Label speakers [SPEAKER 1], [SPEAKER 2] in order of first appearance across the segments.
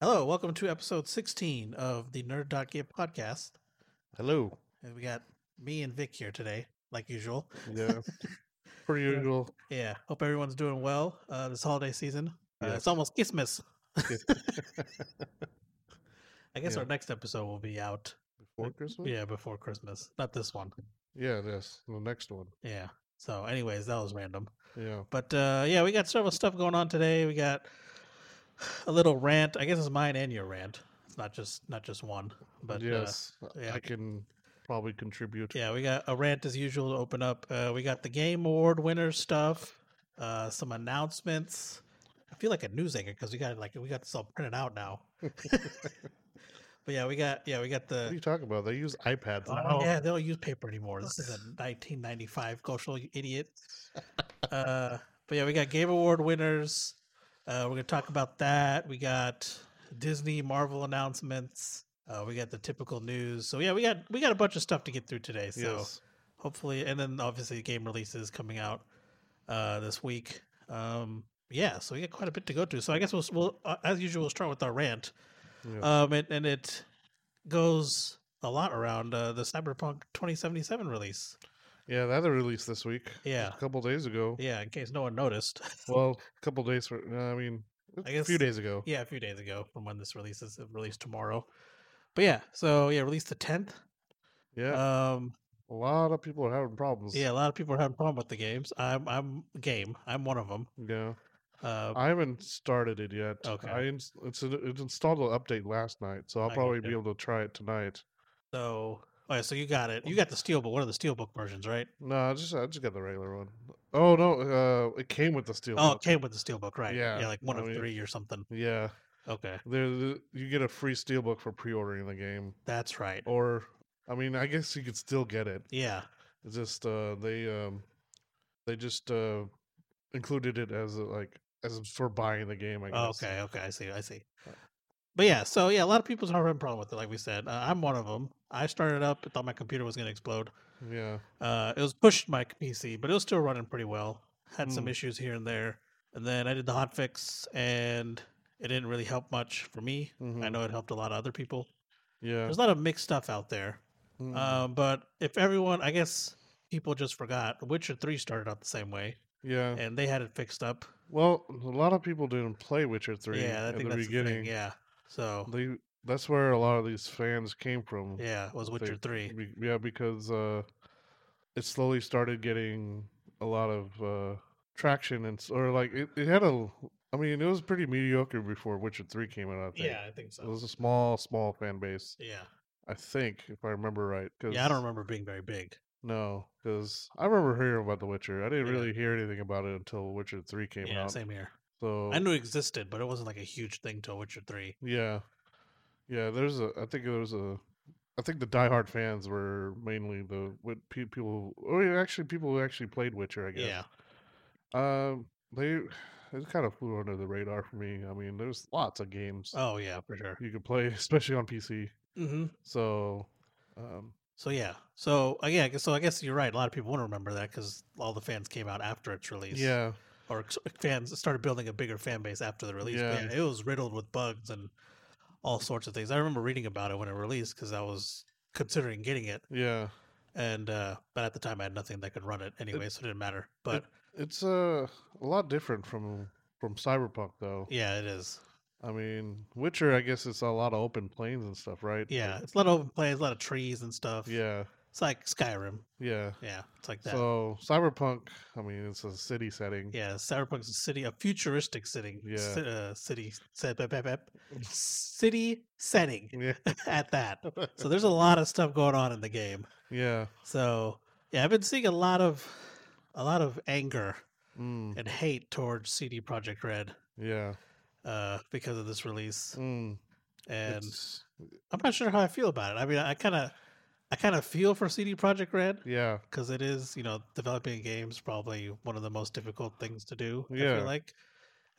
[SPEAKER 1] Hello, welcome to episode 16 of the Nerd.Get podcast.
[SPEAKER 2] Hello.
[SPEAKER 1] And we got me and Vic here today, like usual.
[SPEAKER 2] Yeah. Per usual.
[SPEAKER 1] Yeah, hope everyone's doing well uh, this holiday season. Uh,
[SPEAKER 2] Yes.
[SPEAKER 1] It's almost Christmas. I guess
[SPEAKER 2] Yeah. Hmm.
[SPEAKER 1] our next episode will be out.
[SPEAKER 2] Before Christmas?
[SPEAKER 1] Yeah, before Christmas. Not this one.
[SPEAKER 2] Yeah, this. The next one.
[SPEAKER 1] Yeah. So, anyways, that was random.
[SPEAKER 2] Yeah.
[SPEAKER 1] But uh, yeah, we got several stuff going on today. We got a little rant. I guess it's mine and your rant. It's not just not just one. But uh,
[SPEAKER 2] yes.
[SPEAKER 1] yeah.
[SPEAKER 2] I can probably contribute.
[SPEAKER 1] Yeah, we got a rant as usual to open up. Uh, we got the game award winner stuff, uh, some announcements. I feel like a news anchor because we got like we got this all printed out now. but yeah, we got yeah we got
[SPEAKER 2] What are
[SPEAKER 1] the
[SPEAKER 2] you talking about? They use iPads.
[SPEAKER 1] oh,
[SPEAKER 2] now.
[SPEAKER 1] yeah they don't use paper anymore. This is a 1995 cultural you idiot. Uh, but yeah, we got game award winners. Uh, we're gonna talk about that. We got Disney Marvel announcements. Uh, we got the typical news. So yeah, we got we got a bunch of stuff to get through today. So
[SPEAKER 2] Yes.
[SPEAKER 1] hopefully and then obviously game releases coming out uh this week um yeah so we got quite a bit to go to so i guess we'll, we'll uh, as usual we'll start with our rant
[SPEAKER 2] Yeah.
[SPEAKER 1] um and, and it goes a lot around uh, the cyberpunk 2077 release
[SPEAKER 2] yeah, that released this week.
[SPEAKER 1] yeah
[SPEAKER 2] A couple days ago.
[SPEAKER 1] yeah in case no one noticed
[SPEAKER 2] Well, a couple days for, I mean,
[SPEAKER 1] I
[SPEAKER 2] a few
[SPEAKER 1] guess-
[SPEAKER 2] days ago.
[SPEAKER 1] yeah a few days ago from when this releases it released tomorrow but yeah so yeah released the 10th
[SPEAKER 2] Yeah.
[SPEAKER 1] um
[SPEAKER 2] a lot of people are having problems.
[SPEAKER 1] yeah a lot of people are having problem with the games i'm i'm game i'm one of them
[SPEAKER 2] Yeah.
[SPEAKER 1] uh
[SPEAKER 2] I haven't started it yet.
[SPEAKER 1] Okay.
[SPEAKER 2] I ins- it's, an, it installed an update last night, so I'll
[SPEAKER 1] I
[SPEAKER 2] probably
[SPEAKER 1] gotcha.
[SPEAKER 2] be able to try it tonight.
[SPEAKER 1] So, all right, so you got
[SPEAKER 2] Oh.
[SPEAKER 1] it. You got the steelbook. One of the steelbook versions, right?
[SPEAKER 2] No, I just I just got the regular one. Oh no, uh, it came with the steel.
[SPEAKER 1] Oh,
[SPEAKER 2] book.
[SPEAKER 1] it came with the steelbook, right?
[SPEAKER 2] Yeah,
[SPEAKER 1] yeah, like one
[SPEAKER 2] I
[SPEAKER 1] of
[SPEAKER 2] mean-
[SPEAKER 1] three or something.
[SPEAKER 2] Yeah,
[SPEAKER 1] Okay,
[SPEAKER 2] there the- you get a free steelbook for pre-ordering the game,
[SPEAKER 1] that's right.
[SPEAKER 2] or I mean, I guess you could still get it.
[SPEAKER 1] Yeah,
[SPEAKER 2] It's just uh, they um, they just uh, included it as a, like as for buying the game. I
[SPEAKER 1] Oh,
[SPEAKER 2] guess.
[SPEAKER 1] okay, okay, I see, I see. But yeah, so yeah, a lot of people's having a problem with it, like we said. Uh, I'm one of them. I started up, I thought my computer was going to explode.
[SPEAKER 2] Yeah.
[SPEAKER 1] Uh, it was pushed my PC, but it was still running pretty well. Had some
[SPEAKER 2] Hmm.
[SPEAKER 1] issues here and there, and then I did the hotfix, and it didn't really help much for me. I
[SPEAKER 2] mhm,
[SPEAKER 1] know it helped a lot of other people.
[SPEAKER 2] Yeah.
[SPEAKER 1] There's a lot of mixed stuff out there.
[SPEAKER 2] mhm,
[SPEAKER 1] Um, but if everyone, I guess people just forgot. Witcher Three started out the same way,
[SPEAKER 2] yeah.
[SPEAKER 1] and they had it fixed up.
[SPEAKER 2] Well, a lot of people didn't play Witcher Three
[SPEAKER 1] yeah, I
[SPEAKER 2] at
[SPEAKER 1] think
[SPEAKER 2] the
[SPEAKER 1] that's the
[SPEAKER 2] beginning.
[SPEAKER 1] thing. Yeah, so
[SPEAKER 2] They that's where a lot of these fans came from.
[SPEAKER 1] yeah, it was Witcher
[SPEAKER 2] They-
[SPEAKER 1] Three.
[SPEAKER 2] Be- yeah, because uh, it slowly started getting a lot of uh, traction and s- or like it, it had a. l- I mean, it was pretty mediocre before Witcher Three came out. I think.
[SPEAKER 1] Yeah, I think
[SPEAKER 2] It
[SPEAKER 1] so.
[SPEAKER 2] was a small, small fan base,
[SPEAKER 1] Yeah,
[SPEAKER 2] I think, if I remember right. Cause,
[SPEAKER 1] yeah, I don't remember it being very big.
[SPEAKER 2] No, because I remember hearing about The Witcher. I didn't
[SPEAKER 1] Yeah.
[SPEAKER 2] really hear anything about it until Witcher Three came
[SPEAKER 1] Yeah,
[SPEAKER 2] out.
[SPEAKER 1] same here.
[SPEAKER 2] So
[SPEAKER 1] I knew it existed, but it wasn't like a huge thing till Witcher Three.
[SPEAKER 2] Yeah, yeah. There's a. I think there was a. I think the diehard fans were mainly the what pe- people, or yeah, actually people who actually played Witcher. I guess.
[SPEAKER 1] Yeah,
[SPEAKER 2] Um, they it kind of flew under the radar for me. I mean, there's lots of games
[SPEAKER 1] oh yeah, for sure.
[SPEAKER 2] you could play, especially on PC.
[SPEAKER 1] hmm
[SPEAKER 2] So, um,
[SPEAKER 1] So yeah, so uh, yeah, I guess- so I guess you're right. A lot of people won't remember that because all the fans came out after its release.
[SPEAKER 2] yeah,
[SPEAKER 1] or ex- fans started building a bigger fan base after the release.
[SPEAKER 2] Yeah.
[SPEAKER 1] Yeah. it was riddled with bugs and all sorts of things. I remember reading about it when it released because I was considering getting it,
[SPEAKER 2] yeah.
[SPEAKER 1] and uh, but at the time I had nothing that could run it anyway, so it didn't matter. But
[SPEAKER 2] It's uh, a lot different from from Cyberpunk, though.
[SPEAKER 1] yeah, it is.
[SPEAKER 2] I mean, Witcher. I guess it's a lot of open plains and stuff, right? Like,
[SPEAKER 1] Yeah, it's a lot of open plains, a lot of trees and stuff.
[SPEAKER 2] yeah,
[SPEAKER 1] it's like Skyrim.
[SPEAKER 2] yeah.
[SPEAKER 1] Yeah, it's like that.
[SPEAKER 2] So cyberpunk, I mean, it's a city setting.
[SPEAKER 1] yeah, Cyberpunk's a city, a futuristic city,
[SPEAKER 2] Yeah.
[SPEAKER 1] ci- uh, city, set- pep- pep- pep- city setting
[SPEAKER 2] Yeah,
[SPEAKER 1] at that. So there's a lot of stuff going on in the game.
[SPEAKER 2] yeah.
[SPEAKER 1] So yeah, I've been seeing a lot of a lot of anger
[SPEAKER 2] Mm,
[SPEAKER 1] and hate towards CD Project Red
[SPEAKER 2] yeah.
[SPEAKER 1] uh, because of this release,
[SPEAKER 2] Mm,
[SPEAKER 1] and
[SPEAKER 2] it's-
[SPEAKER 1] I'm not sure how I feel about it. I mean, I kind of I kind of feel for CD Project Red
[SPEAKER 2] yeah,
[SPEAKER 1] because it is you know developing games probably one of the most difficult things to do. I
[SPEAKER 2] Yeah.
[SPEAKER 1] feel like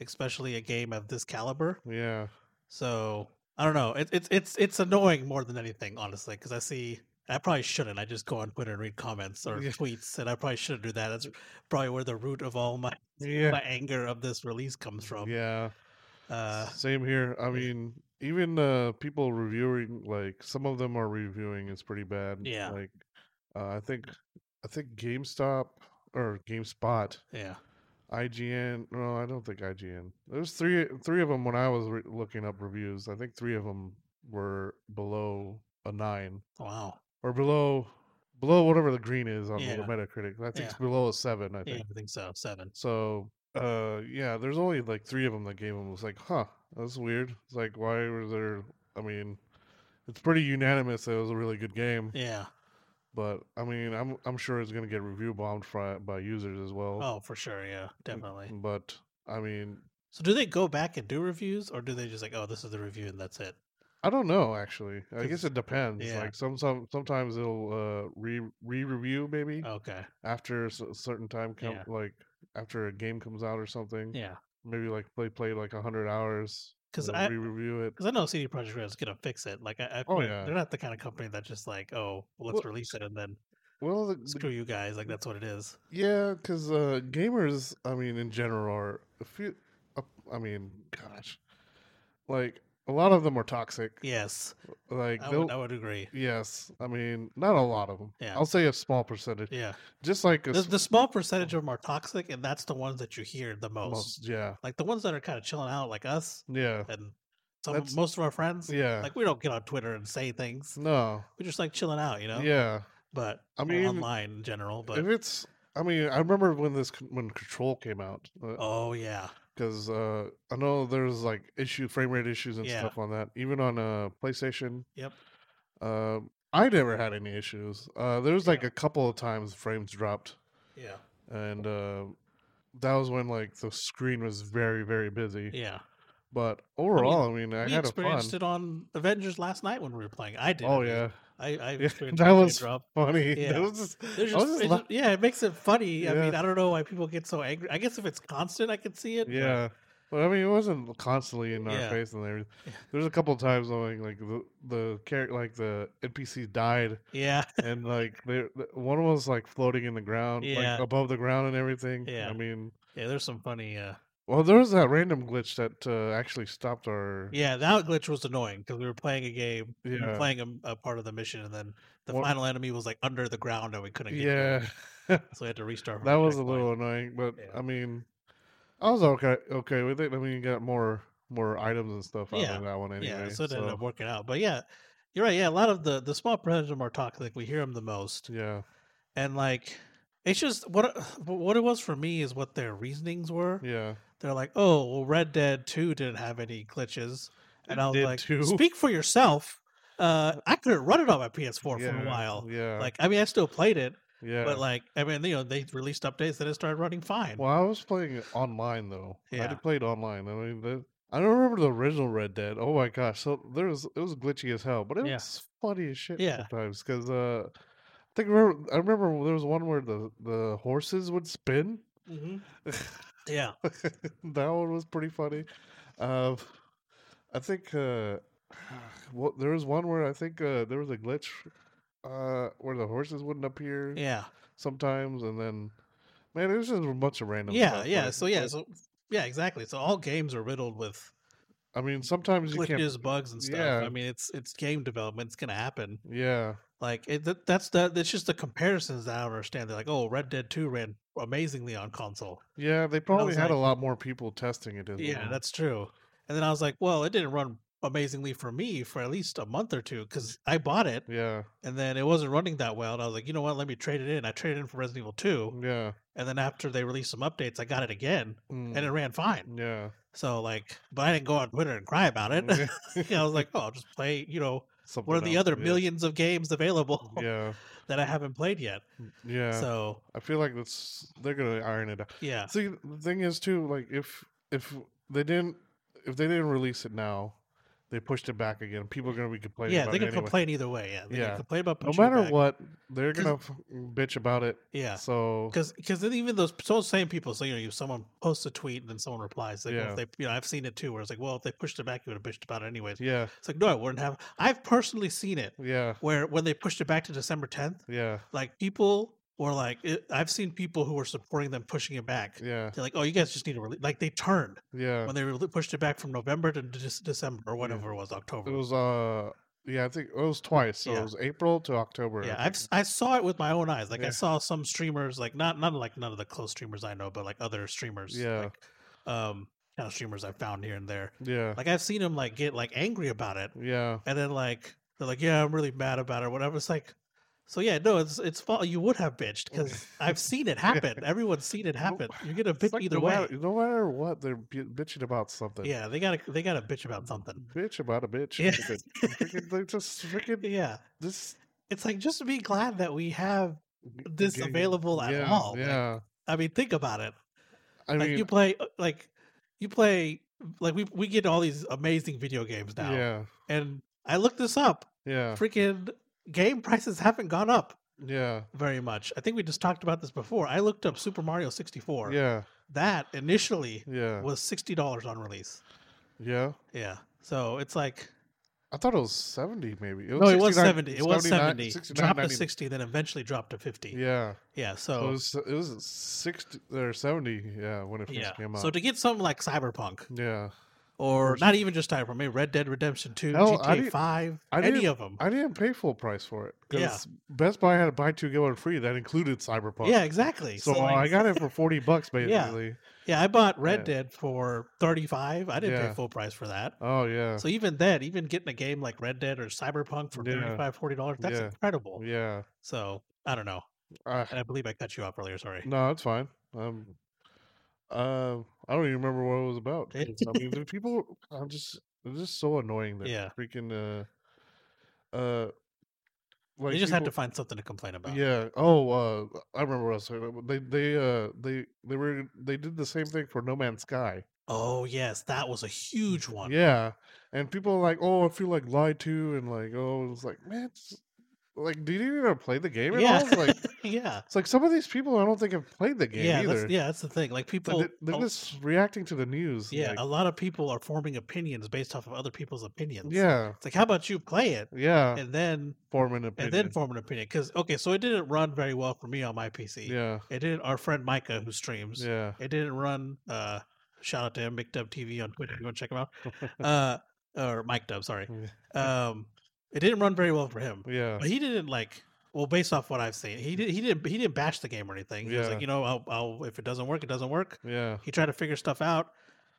[SPEAKER 1] especially a game of this caliber.
[SPEAKER 2] yeah,
[SPEAKER 1] So I don't know. It, it's it's it's annoying more than anything, honestly, because I see. I probably shouldn't. I just go on Twitter and read comments or
[SPEAKER 2] Yeah.
[SPEAKER 1] tweets, and I probably shouldn't do that. That's probably where the root of all my
[SPEAKER 2] yeah,
[SPEAKER 1] my anger of this release comes from.
[SPEAKER 2] yeah.
[SPEAKER 1] Uh,
[SPEAKER 2] Same here. I
[SPEAKER 1] yeah.
[SPEAKER 2] mean, even uh people reviewing like some of them are reviewing is pretty bad
[SPEAKER 1] Yeah.
[SPEAKER 2] like uh, i think i think gamestop or gamespot
[SPEAKER 1] Yeah.
[SPEAKER 2] ign no i don't think ign there's three three of them when i was re- looking up reviews i think three of them were below a nine
[SPEAKER 1] Wow.
[SPEAKER 2] or below below whatever the green is on
[SPEAKER 1] Yeah.
[SPEAKER 2] the metacritic i think
[SPEAKER 1] Yeah.
[SPEAKER 2] it's below a seven i
[SPEAKER 1] Yeah,
[SPEAKER 2] think
[SPEAKER 1] I think so. Seven.
[SPEAKER 2] so uh yeah, there's only like three of them that gave him was like, huh, that's weird. It's like why were there I mean it's pretty unanimous that it was a really good game.
[SPEAKER 1] Yeah.
[SPEAKER 2] But I mean I'm I'm sure it's gonna get review bombed fri- by users as well.
[SPEAKER 1] Oh, for sure. Yeah,
[SPEAKER 2] Mm,
[SPEAKER 1] definitely.
[SPEAKER 2] But I mean
[SPEAKER 1] So, do they go back and do reviews, or do they just like, oh, this is the review and that's it?
[SPEAKER 2] I don't know actually. I
[SPEAKER 1] 'Cause-
[SPEAKER 2] guess it depends.
[SPEAKER 1] yeah.
[SPEAKER 2] Like some some sometimes it'll uh re re review maybe
[SPEAKER 1] Okay.
[SPEAKER 2] after s- a certain time come
[SPEAKER 1] Yeah.
[SPEAKER 2] like after a game comes out Mm. or something.
[SPEAKER 1] Yeah.
[SPEAKER 2] Maybe like they play like a hundred hours.
[SPEAKER 1] Because
[SPEAKER 2] they'll
[SPEAKER 1] I
[SPEAKER 2] re-review it.
[SPEAKER 1] because I know CD Projekt Red is gonna fix it. Like, I, I
[SPEAKER 2] Oh,
[SPEAKER 1] feel-
[SPEAKER 2] yeah.
[SPEAKER 1] they're not the kind of company that just like, oh, well, let's
[SPEAKER 2] Well,
[SPEAKER 1] release it and then
[SPEAKER 2] Well, the, the
[SPEAKER 1] screw you guys. Like that's what it is.
[SPEAKER 2] Yeah, because uh, gamers, I mean, in general, are a few. Uh, I mean, gosh, like a lot of them are toxic.
[SPEAKER 1] Yes,
[SPEAKER 2] Like,
[SPEAKER 1] I
[SPEAKER 2] they'll-
[SPEAKER 1] would, I would agree.
[SPEAKER 2] yes, I mean, not a lot of them.
[SPEAKER 1] Yeah.
[SPEAKER 2] I'll say a small percentage.
[SPEAKER 1] Yeah,
[SPEAKER 2] Just like a
[SPEAKER 1] the,
[SPEAKER 2] s-
[SPEAKER 1] the small percentage of them are toxic, and that's the ones that you hear the most.
[SPEAKER 2] most. Yeah,
[SPEAKER 1] Like the ones that are kind of chilling out, like us
[SPEAKER 2] yeah,
[SPEAKER 1] and some of,
[SPEAKER 2] That's-
[SPEAKER 1] most of our friends.
[SPEAKER 2] yeah.
[SPEAKER 1] Like we don't get on Twitter and say things.
[SPEAKER 2] no,
[SPEAKER 1] We're just like chilling out, you know.
[SPEAKER 2] yeah.
[SPEAKER 1] But
[SPEAKER 2] I
[SPEAKER 1] or
[SPEAKER 2] mean,
[SPEAKER 1] online in general. But
[SPEAKER 2] if it's, I mean, I remember when this c- when Control came out uh,
[SPEAKER 1] oh yeah,
[SPEAKER 2] because uh, I know there's like issue frame rate issues and
[SPEAKER 1] Yeah.
[SPEAKER 2] stuff on that, even on uh, PlayStation.
[SPEAKER 1] Yep.
[SPEAKER 2] Uh, I never had any issues. Uh, there was like
[SPEAKER 1] Yeah.
[SPEAKER 2] a couple of times frames dropped,
[SPEAKER 1] yeah,
[SPEAKER 2] and uh, that was when like the screen was very very busy.
[SPEAKER 1] yeah.
[SPEAKER 2] But overall, I mean, I,
[SPEAKER 1] we
[SPEAKER 2] had a fun.
[SPEAKER 1] experienced it on Avengers last night when we were playing. I did. at
[SPEAKER 2] Oh
[SPEAKER 1] least.
[SPEAKER 2] yeah,
[SPEAKER 1] I, I
[SPEAKER 2] Yeah,
[SPEAKER 1] experienced
[SPEAKER 2] that
[SPEAKER 1] that
[SPEAKER 2] was
[SPEAKER 1] was drop.
[SPEAKER 2] funny. That
[SPEAKER 1] Yeah.
[SPEAKER 2] was just-
[SPEAKER 1] There's
[SPEAKER 2] I was
[SPEAKER 1] just,
[SPEAKER 2] just
[SPEAKER 1] it's
[SPEAKER 2] la-
[SPEAKER 1] just- yeah, it makes it funny. I
[SPEAKER 2] Yeah.
[SPEAKER 1] mean, I don't know why people get so angry. I guess if it's constant, I could see it. but-
[SPEAKER 2] yeah. But I mean, it wasn't constantly in our
[SPEAKER 1] Yeah.
[SPEAKER 2] face and everything.
[SPEAKER 1] Yeah.
[SPEAKER 2] There's a couple of times when like, like the the character, like the NPC died,
[SPEAKER 1] yeah,
[SPEAKER 2] and like they one was like floating in the ground,
[SPEAKER 1] Yeah.
[SPEAKER 2] like above the ground and everything.
[SPEAKER 1] Yeah.
[SPEAKER 2] I mean,
[SPEAKER 1] yeah. There's some funny. Uh,
[SPEAKER 2] Well, there was that random glitch that uh, actually stopped our.
[SPEAKER 1] yeah, that glitch was annoying because we were playing a game, we were
[SPEAKER 2] Yeah.
[SPEAKER 1] playing a, a part of the mission, and then the
[SPEAKER 2] What-
[SPEAKER 1] final enemy was like under the ground, and we couldn't. get to it,
[SPEAKER 2] Yeah, that
[SPEAKER 1] so we had to restart. from the
[SPEAKER 2] was a
[SPEAKER 1] checkpoint.
[SPEAKER 2] little annoying, but
[SPEAKER 1] Yeah.
[SPEAKER 2] I mean, I was okay. Okay with it. I mean, you got more more items and stuff out
[SPEAKER 1] Yeah.
[SPEAKER 2] of that one anyway.
[SPEAKER 1] yeah, so it ended up working out. But yeah, you're right. Yeah, a lot of the the small percentage of them are toxic. We hear them the most,
[SPEAKER 2] yeah,
[SPEAKER 1] and like it's just what what it was for me is what their reasonings were.
[SPEAKER 2] yeah,
[SPEAKER 1] they're like, oh, well, Red Dead 2 didn't have any glitches. And
[SPEAKER 2] It
[SPEAKER 1] I was
[SPEAKER 2] did
[SPEAKER 1] like,
[SPEAKER 2] too.
[SPEAKER 1] speak for yourself. Uh, I couldn't run it on my PS4
[SPEAKER 2] yeah,
[SPEAKER 1] for a while.
[SPEAKER 2] Yeah,
[SPEAKER 1] Like, I mean, I still played it,
[SPEAKER 2] yeah.
[SPEAKER 1] but like, I mean, you know, they released updates and it started running fine.
[SPEAKER 2] well, I was playing it online though. I
[SPEAKER 1] Yeah.
[SPEAKER 2] did play it online. I mean, the, I don't remember the original Red Dead. Oh my gosh, so there was it was glitchy as hell, but it
[SPEAKER 1] Yeah.
[SPEAKER 2] was funny as shit
[SPEAKER 1] Yeah.
[SPEAKER 2] sometimes because uh, I think remember, I remember there was one where the the horses would spin.
[SPEAKER 1] Mhm. Yeah.
[SPEAKER 2] that one was pretty funny. Um, I think uh, what there was one where I think uh, there was a glitch uh, where the horses wouldn't appear
[SPEAKER 1] Yeah.
[SPEAKER 2] sometimes, and then man, it was just a bunch of random.
[SPEAKER 1] yeah.
[SPEAKER 2] stuff,
[SPEAKER 1] Yeah.
[SPEAKER 2] like-
[SPEAKER 1] So, yeah.
[SPEAKER 2] like,
[SPEAKER 1] So, yeah, exactly. So, all games are riddled with
[SPEAKER 2] I mean, sometimes you can't.
[SPEAKER 1] glitches, bugs, and stuff.
[SPEAKER 2] yeah.
[SPEAKER 1] I mean, it's it's game development. It's going to happen.
[SPEAKER 2] Yeah,
[SPEAKER 1] Like, it, that, that's the, that's just the comparisons that I don't understand. They're like, oh, Red Dead 2 ran amazingly on console.
[SPEAKER 2] yeah, they probably
[SPEAKER 1] was
[SPEAKER 2] had a
[SPEAKER 1] like-
[SPEAKER 2] lot more people testing it. As
[SPEAKER 1] Yeah,
[SPEAKER 2] well.
[SPEAKER 1] that's true. And then I was like, well, it didn't run amazingly for me for at least a month or two because I bought it
[SPEAKER 2] yeah,
[SPEAKER 1] and then it wasn't running that well. And I was like, you know what? Let me trade it in. I traded in for Resident Evil 2.
[SPEAKER 2] yeah,
[SPEAKER 1] And then after they released some updates, I got it again
[SPEAKER 2] mm,
[SPEAKER 1] and it ran fine.
[SPEAKER 2] yeah.
[SPEAKER 1] So, like, but I didn't go on Twitter and cry about it. I was like, oh, I'll just play, you know,
[SPEAKER 2] Something
[SPEAKER 1] one of the
[SPEAKER 2] else,
[SPEAKER 1] other
[SPEAKER 2] Mm. um, yeah.
[SPEAKER 1] millions of games available
[SPEAKER 2] Yeah,
[SPEAKER 1] that I haven't played yet.
[SPEAKER 2] yeah.
[SPEAKER 1] So,
[SPEAKER 2] I feel like that's they're gonna iron it out.
[SPEAKER 1] yeah.
[SPEAKER 2] See, the thing is too, like if if they didn't if they didn't release it now, they pushed it back again. People are gonna be complaining.
[SPEAKER 1] Yeah,
[SPEAKER 2] about
[SPEAKER 1] they
[SPEAKER 2] it
[SPEAKER 1] can
[SPEAKER 2] anyway.
[SPEAKER 1] complain either way. Yeah. They
[SPEAKER 2] Yeah.
[SPEAKER 1] can complain about
[SPEAKER 2] No
[SPEAKER 1] pushing it
[SPEAKER 2] matter
[SPEAKER 1] back.
[SPEAKER 2] what, they're
[SPEAKER 1] 'Cause-
[SPEAKER 2] gonna f- mm, bitch about it.
[SPEAKER 1] Yeah.
[SPEAKER 2] So
[SPEAKER 1] because because even those those same people so you know you someone posts a tweet and then someone replies like well,
[SPEAKER 2] Yeah.
[SPEAKER 1] if they you know I've seen it too where it's like well if they pushed it back you would have pushed about it anyways
[SPEAKER 2] yeah,
[SPEAKER 1] it's like no I wouldn't have I've personally seen it
[SPEAKER 2] yeah,
[SPEAKER 1] where when they pushed it back to December 10th
[SPEAKER 2] yeah,
[SPEAKER 1] like people or like it, I've seen people who were supporting them pushing it back.
[SPEAKER 2] Yeah.
[SPEAKER 1] They're like, "Oh, you guys just need to release." Like they turned
[SPEAKER 2] Yeah.
[SPEAKER 1] when they rel- pushed it back from November to Dec- December or whatever it was, October.
[SPEAKER 2] It was uh yeah, I think it was twice. So
[SPEAKER 1] Yeah.
[SPEAKER 2] it was April to October. I
[SPEAKER 1] yeah,
[SPEAKER 2] think.
[SPEAKER 1] I've s- I saw it with my own eyes. Like
[SPEAKER 2] Yeah.
[SPEAKER 1] I saw some streamers, like not not like none of the close streamers I know, but like other streamers,
[SPEAKER 2] Yeah.
[SPEAKER 1] like, um, kind of streamers I found here and there.
[SPEAKER 2] yeah.
[SPEAKER 1] Like I've seen them like get like angry about it,
[SPEAKER 2] yeah.
[SPEAKER 1] and then like they're like, "Yeah, I'm really mad about it," or whatever. It's like, so yeah, no, it's it's fault. You would have bitched
[SPEAKER 2] Oh,
[SPEAKER 1] because I've seen it happen. Everyone's seen it happen. You're gonna bitch
[SPEAKER 2] It's like
[SPEAKER 1] either
[SPEAKER 2] no
[SPEAKER 1] way.
[SPEAKER 2] Matter, no matter what, they're bi- bitching about something.
[SPEAKER 1] Yeah, they gotta they gotta bitch about something.
[SPEAKER 2] Bitch about a bitch.
[SPEAKER 1] Yeah.
[SPEAKER 2] Freaking- freaking- they just freaking
[SPEAKER 1] Yeah,
[SPEAKER 2] this
[SPEAKER 1] it's like just be glad that we have this
[SPEAKER 2] game-
[SPEAKER 1] available at
[SPEAKER 2] yeah,
[SPEAKER 1] all. Like,
[SPEAKER 2] Yeah.
[SPEAKER 1] I mean, think about it.
[SPEAKER 2] I
[SPEAKER 1] like
[SPEAKER 2] mean,
[SPEAKER 1] you play uh, like you play like we we get all these amazing video games now.
[SPEAKER 2] yeah.
[SPEAKER 1] And I looked this up.
[SPEAKER 2] Yeah.
[SPEAKER 1] Freaking game prices haven't gone up
[SPEAKER 2] Yeah.
[SPEAKER 1] very much. I think we just talked about this before. I looked up Super Mario 64.
[SPEAKER 2] Yeah.
[SPEAKER 1] That initially
[SPEAKER 2] Yeah.
[SPEAKER 1] was $60 on release.
[SPEAKER 2] Yeah.
[SPEAKER 1] Yeah. So it's like
[SPEAKER 2] I thought it was 70 maybe.
[SPEAKER 1] no, it was
[SPEAKER 2] 69
[SPEAKER 1] 70. It was 70.
[SPEAKER 2] 69,
[SPEAKER 1] dropped to
[SPEAKER 2] 90.
[SPEAKER 1] 60 then eventually dropped to 50. Yeah.
[SPEAKER 2] Yeah. So it
[SPEAKER 1] so
[SPEAKER 2] was it was 60 or 70 yeah when it first
[SPEAKER 1] yeah.
[SPEAKER 2] came out.
[SPEAKER 1] So to get something like Cyberpunk
[SPEAKER 2] yeah.
[SPEAKER 1] or
[SPEAKER 2] Or-
[SPEAKER 1] not even just Cyberpunk, maybe Red Dead Redemption 2,
[SPEAKER 2] Hell, I
[SPEAKER 1] GTA
[SPEAKER 2] didn't-
[SPEAKER 1] 5,
[SPEAKER 2] I
[SPEAKER 1] any
[SPEAKER 2] didn't-
[SPEAKER 1] of them.
[SPEAKER 2] I didn't pay full price for it
[SPEAKER 1] Yeah.
[SPEAKER 2] because Best Buy had a buy two get one free that included Cyberpunk.
[SPEAKER 1] Yeah, exactly.
[SPEAKER 2] so
[SPEAKER 1] like,
[SPEAKER 2] I got it for forty bucks
[SPEAKER 1] Yeah.
[SPEAKER 2] basically.
[SPEAKER 1] yeah, I bought Red
[SPEAKER 2] Yeah.
[SPEAKER 1] Dead for thirty five. I didn't pay
[SPEAKER 2] Yeah.
[SPEAKER 1] full price for that.
[SPEAKER 2] Oh yeah,
[SPEAKER 1] So even then, even getting a game like Red Dead or Cyberpunk for
[SPEAKER 2] Yeah.
[SPEAKER 1] thirty five, forty dollars, that's
[SPEAKER 2] Yeah.
[SPEAKER 1] incredible.
[SPEAKER 2] yeah.
[SPEAKER 1] So I don't know,
[SPEAKER 2] Uh,
[SPEAKER 1] and I believe I cut you off earlier. Sorry.
[SPEAKER 2] no, it's fine. Um, uh, I don't even remember what it was about. I mean, the people, I'm just, it's just so annoying. That
[SPEAKER 1] Yeah.
[SPEAKER 2] freaking. Uh, uh, like
[SPEAKER 1] you just had
[SPEAKER 2] people-
[SPEAKER 1] to find something to complain about.
[SPEAKER 2] Yeah. Oh, uh, I remember what I was talking about. They, they, uh, they, they were, they did the same thing for No Man's Sky.
[SPEAKER 1] Oh yes, that was a huge one.
[SPEAKER 2] Yeah, and people are like, "Oh, I feel like lied to," and like, "Oh, it's like, man, it's, like, did you even play the game at
[SPEAKER 1] Yeah.
[SPEAKER 2] all?" It's like,
[SPEAKER 1] yeah,
[SPEAKER 2] it's like some of these people I don't think have played the game
[SPEAKER 1] yeah.
[SPEAKER 2] either.
[SPEAKER 1] That's, yeah, that's the thing. Like
[SPEAKER 2] Like,
[SPEAKER 1] people,
[SPEAKER 2] they- they're
[SPEAKER 1] a-
[SPEAKER 2] just reacting to the news.
[SPEAKER 1] yeah,
[SPEAKER 2] like,
[SPEAKER 1] a lot of people are forming opinions based off of other people's opinions.
[SPEAKER 2] yeah,
[SPEAKER 1] it's like how about you play it
[SPEAKER 2] yeah.
[SPEAKER 1] and then
[SPEAKER 2] Form an
[SPEAKER 1] and
[SPEAKER 2] opinion.
[SPEAKER 1] then form an opinion because okay so it didn't run very well for me on my pc
[SPEAKER 2] yeah,
[SPEAKER 1] it didn't our friend micah who streams
[SPEAKER 2] yeah,
[SPEAKER 1] it didn't run uh shout out to him mcdub tv on twitter go check him out uh or mike dub sorry um it didn't run very well for him
[SPEAKER 2] yeah,
[SPEAKER 1] but he didn't like well based off what i've seen he did he didn't he didn't bash the game or anything he was
[SPEAKER 2] Yeah.
[SPEAKER 1] like you know I'll, I'll if it doesn't work it doesn't work
[SPEAKER 2] yeah,
[SPEAKER 1] he tried to figure stuff out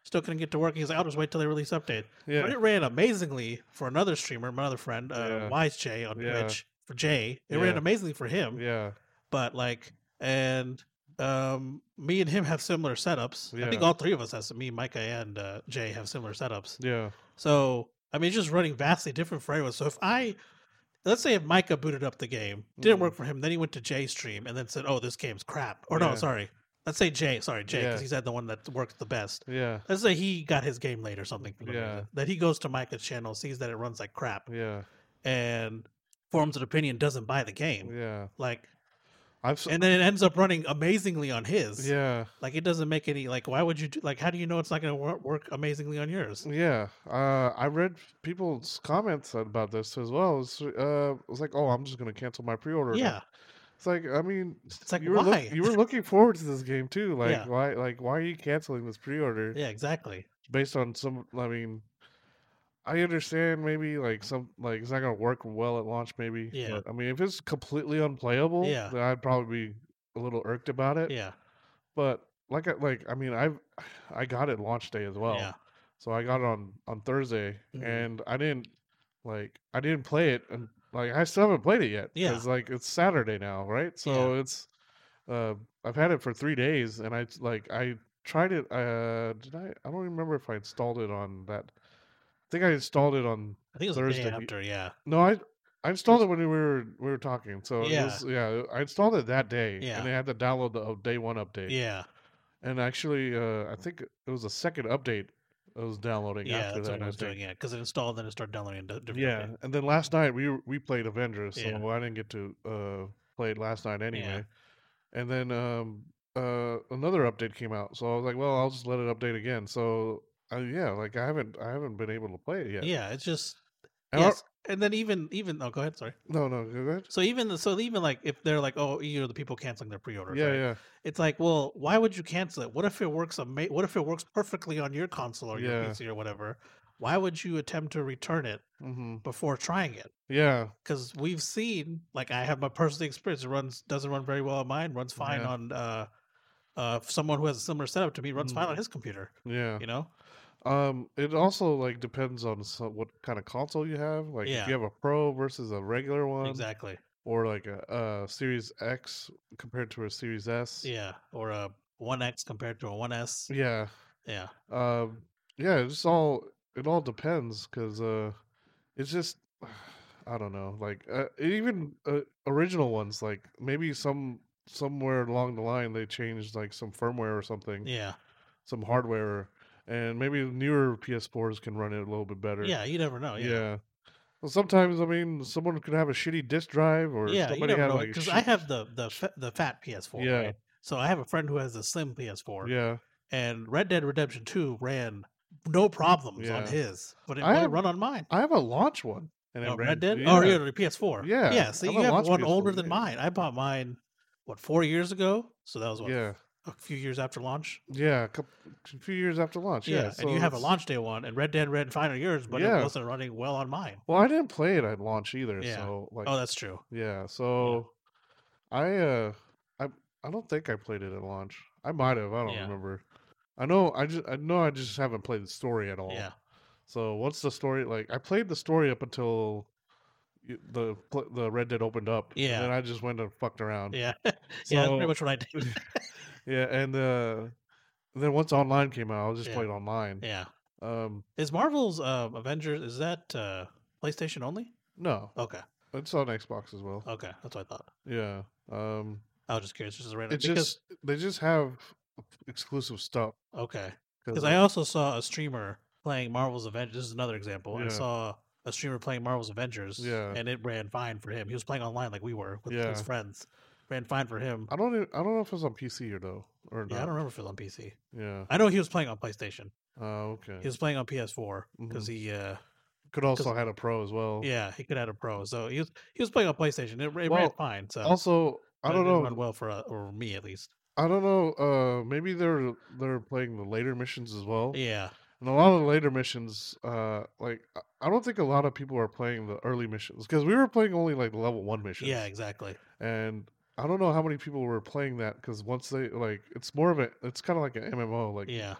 [SPEAKER 1] still couldn't get to work he's like i'll just wait till they release update but
[SPEAKER 2] yeah,
[SPEAKER 1] it ran amazingly for another streamer, my other friend, uh,
[SPEAKER 2] Yeah.
[SPEAKER 1] Wise Jay on
[SPEAKER 2] Yeah.
[SPEAKER 1] Twitch. For Jay, it ran
[SPEAKER 2] Yeah.
[SPEAKER 1] amazingly for him.
[SPEAKER 2] yeah,
[SPEAKER 1] But like, and um, me and him have similar setups. I think
[SPEAKER 2] Yeah.
[SPEAKER 1] all three of us, as me, Micah, and uh, Jay, have similar setups.
[SPEAKER 2] yeah,
[SPEAKER 1] So I mean, it's just running vastly different for everyone. So if I, let's say, if Micah booted up the game, didn't
[SPEAKER 2] Mhm.
[SPEAKER 1] work for him, then he went to Jay's stream and then said, "Oh, this game's crap." Or no,
[SPEAKER 2] Yeah.
[SPEAKER 1] sorry, let's say Jay, sorry Jay, because
[SPEAKER 2] Yeah.
[SPEAKER 1] he's had the one that worked the best.
[SPEAKER 2] yeah,
[SPEAKER 1] Let's say he got his game late or something. For
[SPEAKER 2] Yeah.
[SPEAKER 1] yeah. That he goes to Micah's channel, sees that it runs like crap,
[SPEAKER 2] yeah,
[SPEAKER 1] and forms an opinion, doesn't buy the game.
[SPEAKER 2] yeah.
[SPEAKER 1] Like,
[SPEAKER 2] I've, s-
[SPEAKER 1] and then it ends up running amazingly on his.
[SPEAKER 2] yeah,
[SPEAKER 1] Like, it doesn't make any. Like, why would you do? Like, how do you know it's not going to work amazingly on yours?
[SPEAKER 2] Yeah, uh, I read people's comments about this as well. It's, uh, it was like, "Oh, I'm just gonna cancel my pre-order." now."
[SPEAKER 1] Yeah.
[SPEAKER 2] it's like I mean,
[SPEAKER 1] It's like,
[SPEAKER 2] you were look-
[SPEAKER 1] why?
[SPEAKER 2] you were looking forward to this game too. Like,
[SPEAKER 1] Yeah.
[SPEAKER 2] why? Like, why are you canceling this pre-order
[SPEAKER 1] Yeah. Exactly.
[SPEAKER 2] based on some? I mean, I understand maybe like some like it's not gonna work well at launch. Maybe.
[SPEAKER 1] Yeah.
[SPEAKER 2] but, I mean, if it's completely unplayable,
[SPEAKER 1] Yeah.
[SPEAKER 2] then I'd probably be a little irked about it.
[SPEAKER 1] Yeah.
[SPEAKER 2] But like, I like I mean, I've I got it launch day as well.
[SPEAKER 1] yeah.
[SPEAKER 2] So I got it on on Thursday,
[SPEAKER 1] Mhm.
[SPEAKER 2] and I didn't like I didn't play it, and like I still haven't played it yet.
[SPEAKER 1] Yeah.
[SPEAKER 2] 'cause, like it's Saturday now, right? So it's uh, I've had it for three days, and I like I tried it. Uh, did I? I don't remember if I installed it on that. I think I installed it on.
[SPEAKER 1] I think it was the day
[SPEAKER 2] Thursday.
[SPEAKER 1] after. Yeah.
[SPEAKER 2] No, I. I installed it when we were we were talking, so it
[SPEAKER 1] Yeah.
[SPEAKER 2] was, yeah, I installed it that day,
[SPEAKER 1] Yeah.
[SPEAKER 2] and I had to download the up- day one update.
[SPEAKER 1] Yeah.
[SPEAKER 2] And actually, uh, I think it was the second update I was downloading
[SPEAKER 1] Yeah.
[SPEAKER 2] after
[SPEAKER 1] That's
[SPEAKER 2] that.
[SPEAKER 1] what I was
[SPEAKER 2] think.
[SPEAKER 1] doing. Yeah. Because it installed, then it started downloading. a d- Different
[SPEAKER 2] Yeah,
[SPEAKER 1] update.
[SPEAKER 2] and then last night we were- we played Avengers, so
[SPEAKER 1] Yeah.
[SPEAKER 2] I didn't get to uh, play it last night anyway. And then um, uh, another update came out, so I was like, well, I'll just let it update again. So uh, yeah, like I haven't I haven't been able to play it yet.
[SPEAKER 1] Yeah. It's just.
[SPEAKER 2] And I-
[SPEAKER 1] yes, and then even even oh go ahead sorry
[SPEAKER 2] No, no, go ahead.
[SPEAKER 1] so even so even like if they're like oh you know the people canceling their pre-orders
[SPEAKER 2] Yeah,
[SPEAKER 1] right?
[SPEAKER 2] yeah,
[SPEAKER 1] it's like well why would you cancel it what if it works ama- what if it works perfectly on your console or your
[SPEAKER 2] Yeah.
[SPEAKER 1] pc or whatever why would you attempt to return it
[SPEAKER 2] hmm
[SPEAKER 1] before trying it
[SPEAKER 2] yeah,
[SPEAKER 1] because we've seen like i have my personal experience it runs doesn't run very well on mine runs fine
[SPEAKER 2] Yeah.
[SPEAKER 1] on uh uh someone who has a similar setup to me runs fine
[SPEAKER 2] Mhm.
[SPEAKER 1] on his computer
[SPEAKER 2] yeah.
[SPEAKER 1] you know
[SPEAKER 2] Um, it also like depends on so, what kind of console you have. Like, if
[SPEAKER 1] Yeah.
[SPEAKER 2] you have a Pro versus a regular one,
[SPEAKER 1] exactly
[SPEAKER 2] or like a, a Series X compared to a Series S.
[SPEAKER 1] yeah or a 1x compared to a 1s
[SPEAKER 2] yeah.
[SPEAKER 1] yeah
[SPEAKER 2] Um, yeah, it's all it all depends because uh, it's just I don't know. Like uh, even uh, original ones, like maybe some somewhere along the line they changed like some firmware or something,
[SPEAKER 1] yeah
[SPEAKER 2] some hardware, and maybe newer PS4s can run it a little bit better.
[SPEAKER 1] yeah you never know
[SPEAKER 2] yeah.
[SPEAKER 1] yeah
[SPEAKER 2] Well, sometimes I mean, someone could have a shitty disk drive, or
[SPEAKER 1] yeah, you
[SPEAKER 2] somebody
[SPEAKER 1] never
[SPEAKER 2] had
[SPEAKER 1] know
[SPEAKER 2] like
[SPEAKER 1] because
[SPEAKER 2] shit-
[SPEAKER 1] I have the the fa- the fat PS4.
[SPEAKER 2] Yeah.
[SPEAKER 1] right? So I have a friend who has a slim PS4,
[SPEAKER 2] yeah.
[SPEAKER 1] and Red Dead Redemption 2 ran no problems on
[SPEAKER 2] Yeah.
[SPEAKER 1] his, but it
[SPEAKER 2] I
[SPEAKER 1] won't
[SPEAKER 2] have-
[SPEAKER 1] run on mine.
[SPEAKER 2] I have a launch one, and it
[SPEAKER 1] Oh,
[SPEAKER 2] ran-
[SPEAKER 1] Red Dead? Oh,
[SPEAKER 2] yeah.
[SPEAKER 1] yeah, the PS4.
[SPEAKER 2] Yeah,
[SPEAKER 1] yeah. So
[SPEAKER 2] I
[SPEAKER 1] you
[SPEAKER 2] have a
[SPEAKER 1] have
[SPEAKER 2] launch
[SPEAKER 1] one
[SPEAKER 2] PS4,
[SPEAKER 1] older than
[SPEAKER 2] yeah.
[SPEAKER 1] mine. I bought mine what four years ago, so that was what
[SPEAKER 2] yeah.
[SPEAKER 1] a few years after launch.
[SPEAKER 2] Yeah, a couple, a few years after launch. Yeah,
[SPEAKER 1] Yeah, and you have a
[SPEAKER 2] it's-
[SPEAKER 1] launch day one, and Red Dead ran fine on yours, but
[SPEAKER 2] Yeah.
[SPEAKER 1] it wasn't running well on mine.
[SPEAKER 2] Well, I didn't play it at launch either.
[SPEAKER 1] Yeah.
[SPEAKER 2] So like,
[SPEAKER 1] Oh, that's true.
[SPEAKER 2] yeah. So I, uh, I, I don't think I played it at launch. I might have. I don't
[SPEAKER 1] Yeah.
[SPEAKER 2] remember. I know. I just. I know. I just haven't played the story at all.
[SPEAKER 1] Yeah,
[SPEAKER 2] So what's the story like? I played the story up until y- the pl- the Red Dead opened up.
[SPEAKER 1] Yeah.
[SPEAKER 2] And then I just went and fucked around.
[SPEAKER 1] yeah, yeah. That's
[SPEAKER 2] So-
[SPEAKER 1] pretty much what I did.
[SPEAKER 2] Yeah. And uh, then once online came out, I just
[SPEAKER 1] Yeah.
[SPEAKER 2] played online.
[SPEAKER 1] Yeah.
[SPEAKER 2] Um.
[SPEAKER 1] Is Marvel's um, Avengers is that uh, PlayStation only?
[SPEAKER 2] No,
[SPEAKER 1] Okay,
[SPEAKER 2] it's on Xbox as well.
[SPEAKER 1] okay, that's what I thought.
[SPEAKER 2] Yeah. Um.
[SPEAKER 1] I was just curious, just as a random.
[SPEAKER 2] It
[SPEAKER 1] because,
[SPEAKER 2] just they just have exclusive stuff
[SPEAKER 1] okay,
[SPEAKER 2] because
[SPEAKER 1] because I also saw a streamer playing Marvel's Avengers. This is another example. I
[SPEAKER 2] Yeah.
[SPEAKER 1] saw a streamer playing Marvel's Avengers,
[SPEAKER 2] Yeah.
[SPEAKER 1] and it ran fine for him. He was playing online like we were with
[SPEAKER 2] Yeah.
[SPEAKER 1] his friends. Ran fine for him.
[SPEAKER 2] I don't e- I don't know if it's on PC or though or not.
[SPEAKER 1] Yeah, I don't remember if it was on PC.
[SPEAKER 2] Yeah.
[SPEAKER 1] I know he was playing on PlayStation.
[SPEAKER 2] Oh, okay.
[SPEAKER 1] He was playing on PS4 because
[SPEAKER 2] Mm-hmm.
[SPEAKER 1] he, uh,
[SPEAKER 2] Could also had a pro as well.
[SPEAKER 1] yeah, he could add a pro. So he was he was playing on PlayStation. It, it
[SPEAKER 2] Well,
[SPEAKER 1] ran fine. So
[SPEAKER 2] Also, I
[SPEAKER 1] uh, but it
[SPEAKER 2] don't
[SPEAKER 1] didn't run
[SPEAKER 2] know.
[SPEAKER 1] well for uh, or me at least.
[SPEAKER 2] I don't know. Uh, maybe they're they're playing the later missions as well.
[SPEAKER 1] Yeah.
[SPEAKER 2] And a lot of the later missions, uh, like I- I don't think a lot of people are playing the early missions because we were playing only like level one missions.
[SPEAKER 1] Yeah, exactly.
[SPEAKER 2] And I don't know how many people were playing that because once they like, it's more of a, it's kind of like an MMO. Like
[SPEAKER 1] Yeah,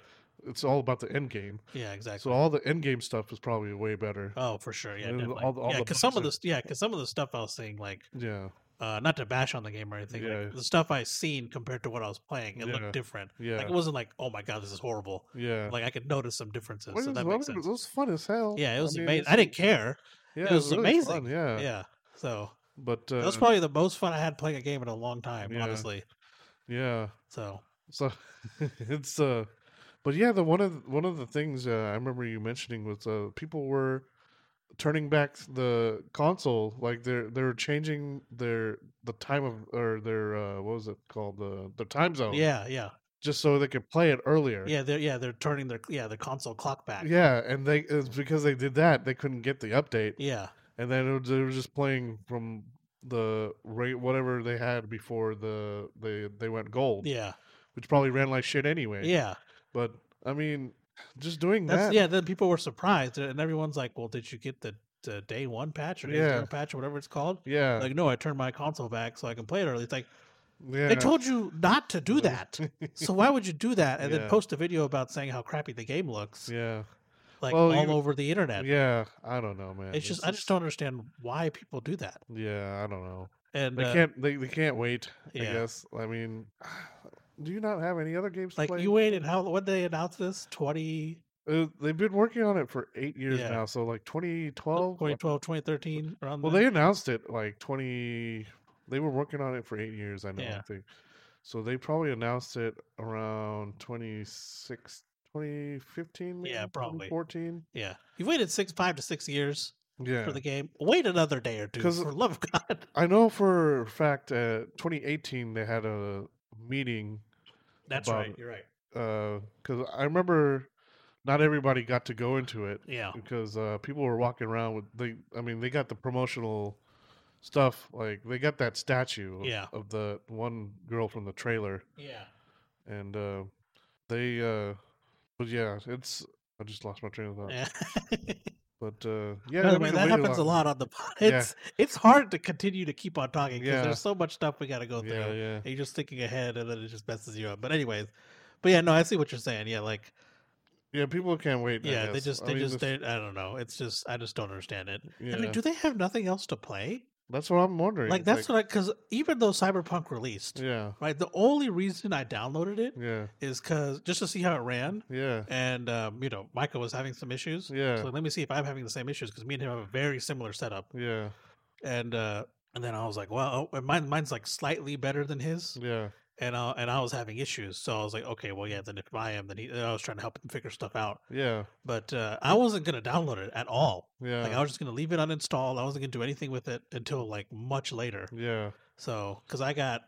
[SPEAKER 2] it's all about the end game.
[SPEAKER 1] yeah, exactly.
[SPEAKER 2] So all the end game stuff is probably way better.
[SPEAKER 1] oh, for sure. Yeah,
[SPEAKER 2] and then
[SPEAKER 1] definitely.
[SPEAKER 2] all the- all
[SPEAKER 1] yeah,
[SPEAKER 2] the
[SPEAKER 1] because some of the
[SPEAKER 2] bugs
[SPEAKER 1] s- yeah, because some of the stuff I was seeing, like
[SPEAKER 2] yeah,
[SPEAKER 1] uh, not to bash on the game or anything,
[SPEAKER 2] Yeah.
[SPEAKER 1] like the stuff I seen compared to what I was playing, it
[SPEAKER 2] Yeah.
[SPEAKER 1] looked different.
[SPEAKER 2] yeah,
[SPEAKER 1] Like it wasn't like, oh my god, this is horrible.
[SPEAKER 2] yeah.
[SPEAKER 1] Like I could notice some differences,
[SPEAKER 2] Well, it
[SPEAKER 1] so
[SPEAKER 2] was-
[SPEAKER 1] that
[SPEAKER 2] well,
[SPEAKER 1] makes
[SPEAKER 2] it was-
[SPEAKER 1] sense.
[SPEAKER 2] It was fun as hell.
[SPEAKER 1] Yeah, it was
[SPEAKER 2] I mean,
[SPEAKER 1] amazing.
[SPEAKER 2] it's-
[SPEAKER 1] I didn't care.
[SPEAKER 2] Yeah,
[SPEAKER 1] was amazing.
[SPEAKER 2] fun, yeah.
[SPEAKER 1] Yeah. so
[SPEAKER 2] but
[SPEAKER 1] that
[SPEAKER 2] uh,
[SPEAKER 1] was probably the most fun I had playing a game in a long time,
[SPEAKER 2] yeah.
[SPEAKER 1] honestly.
[SPEAKER 2] yeah.
[SPEAKER 1] So
[SPEAKER 2] So it's uh, but yeah, the one of one of the things uh, I remember you mentioning was uh, people were turning back the console, like they're they're changing their the time of or their uh, what was it called the the time zone,
[SPEAKER 1] yeah, yeah,
[SPEAKER 2] just so they could play it earlier.
[SPEAKER 1] yeah. They're yeah they're turning their yeah their console clock back.
[SPEAKER 2] Yeah, and they it's because they did that they couldn't get the update,
[SPEAKER 1] yeah,
[SPEAKER 2] and then it was, they were just playing from the rate whatever they had before the they they went gold,
[SPEAKER 1] yeah,
[SPEAKER 2] which probably ran like shit anyway.
[SPEAKER 1] yeah.
[SPEAKER 2] but I mean, just doing
[SPEAKER 1] That's
[SPEAKER 2] that,
[SPEAKER 1] yeah. Then people were surprised, and everyone's like, "Well, did you get the, the day one patch or day
[SPEAKER 2] Yeah.
[SPEAKER 1] zero patch or whatever it's called?"
[SPEAKER 2] yeah,
[SPEAKER 1] Like, no, I turned my console back so I can play it early. It's like
[SPEAKER 2] yeah,
[SPEAKER 1] they told you not to do that, so why would you do that and
[SPEAKER 2] Yeah.
[SPEAKER 1] then post a video about saying how crappy the game looks,
[SPEAKER 2] yeah,
[SPEAKER 1] like
[SPEAKER 2] Well,
[SPEAKER 1] all
[SPEAKER 2] you-
[SPEAKER 1] over the internet?
[SPEAKER 2] yeah. I don't know, man.
[SPEAKER 1] it's just I just don't understand why people do that.
[SPEAKER 2] Yeah, I don't know.
[SPEAKER 1] And
[SPEAKER 2] They
[SPEAKER 1] uh,
[SPEAKER 2] can't. They, they can't wait. I
[SPEAKER 1] yeah.
[SPEAKER 2] guess. I mean, do you not have any other games to
[SPEAKER 1] like
[SPEAKER 2] play?
[SPEAKER 1] you waited how when they announced this 20,
[SPEAKER 2] Uh, they've been working on it for eight years
[SPEAKER 1] Yeah.
[SPEAKER 2] now. So like 2012,
[SPEAKER 1] 2012, 2013, around
[SPEAKER 2] Well,
[SPEAKER 1] there.
[SPEAKER 2] they announced it like twenty. They were working on it for eight years. I know. I
[SPEAKER 1] Yeah.
[SPEAKER 2] think. So they probably announced it around 26, 2015,
[SPEAKER 1] Yeah, probably.
[SPEAKER 2] fourteen.
[SPEAKER 1] yeah, you've waited six five to six years
[SPEAKER 2] Yeah,
[SPEAKER 1] for the game. Wait another day or two,
[SPEAKER 2] 'Cause-
[SPEAKER 1] for love of God.
[SPEAKER 2] I know for a fact. Uh, twenty eighteen, they had a meeting
[SPEAKER 1] That's
[SPEAKER 2] about
[SPEAKER 1] right.
[SPEAKER 2] it.
[SPEAKER 1] You're right.
[SPEAKER 2] because I remember not everybody got to go into it
[SPEAKER 1] Yeah.
[SPEAKER 2] because uh, people were walking around with they. I mean, they got the promotional stuff. Like they got that statue. Of,
[SPEAKER 1] Yeah.
[SPEAKER 2] of the one girl from the trailer,
[SPEAKER 1] Yeah.
[SPEAKER 2] and uh, they. Uh, but yeah, it's. I just lost my train of thought.
[SPEAKER 1] Yeah.
[SPEAKER 2] But uh, yeah,
[SPEAKER 1] By the
[SPEAKER 2] we
[SPEAKER 1] way,
[SPEAKER 2] can
[SPEAKER 1] that
[SPEAKER 2] wait
[SPEAKER 1] happens a lot on the pod. It's it's hard to continue to keep on talking because
[SPEAKER 2] Yeah.
[SPEAKER 1] there's so much stuff we got to go through.
[SPEAKER 2] Yeah, yeah.
[SPEAKER 1] and you're just thinking ahead and then it just messes you up. But anyways, but yeah, no, I see what you're saying. Yeah, like
[SPEAKER 2] Yeah, people can't wait. I
[SPEAKER 1] yeah, they
[SPEAKER 2] guess.
[SPEAKER 1] just
[SPEAKER 2] I
[SPEAKER 1] they
[SPEAKER 2] mean,
[SPEAKER 1] just
[SPEAKER 2] this-
[SPEAKER 1] they, I don't know. It's just I just don't understand it. I
[SPEAKER 2] yeah.
[SPEAKER 1] mean, do they have nothing else to play?
[SPEAKER 2] that's what I'm wondering.
[SPEAKER 1] Like
[SPEAKER 2] It's
[SPEAKER 1] that's what I because even though Cyberpunk released,
[SPEAKER 2] yeah, Mm.
[SPEAKER 1] right, the only reason I downloaded it
[SPEAKER 2] yeah,
[SPEAKER 1] is because just to see how it ran.
[SPEAKER 2] yeah,
[SPEAKER 1] And um, you know, Michael was having some issues.
[SPEAKER 2] yeah,
[SPEAKER 1] So let me see if I'm having the same issues because me and him have a very similar setup.
[SPEAKER 2] yeah,
[SPEAKER 1] And uh, and then I was like, well, oh, and mine mine's like slightly better than his.
[SPEAKER 2] yeah,
[SPEAKER 1] and I and I was having issues, so I was like, okay, well, yeah, then if I am, then he, I was trying to help him figure stuff out,
[SPEAKER 2] yeah,
[SPEAKER 1] but uh,
[SPEAKER 2] Mm.
[SPEAKER 1] I wasn't gonna download it at all.
[SPEAKER 2] yeah,
[SPEAKER 1] Like I was just gonna leave it uninstalled. I wasn't gonna do anything with it until like much later.
[SPEAKER 2] yeah,
[SPEAKER 1] So because I got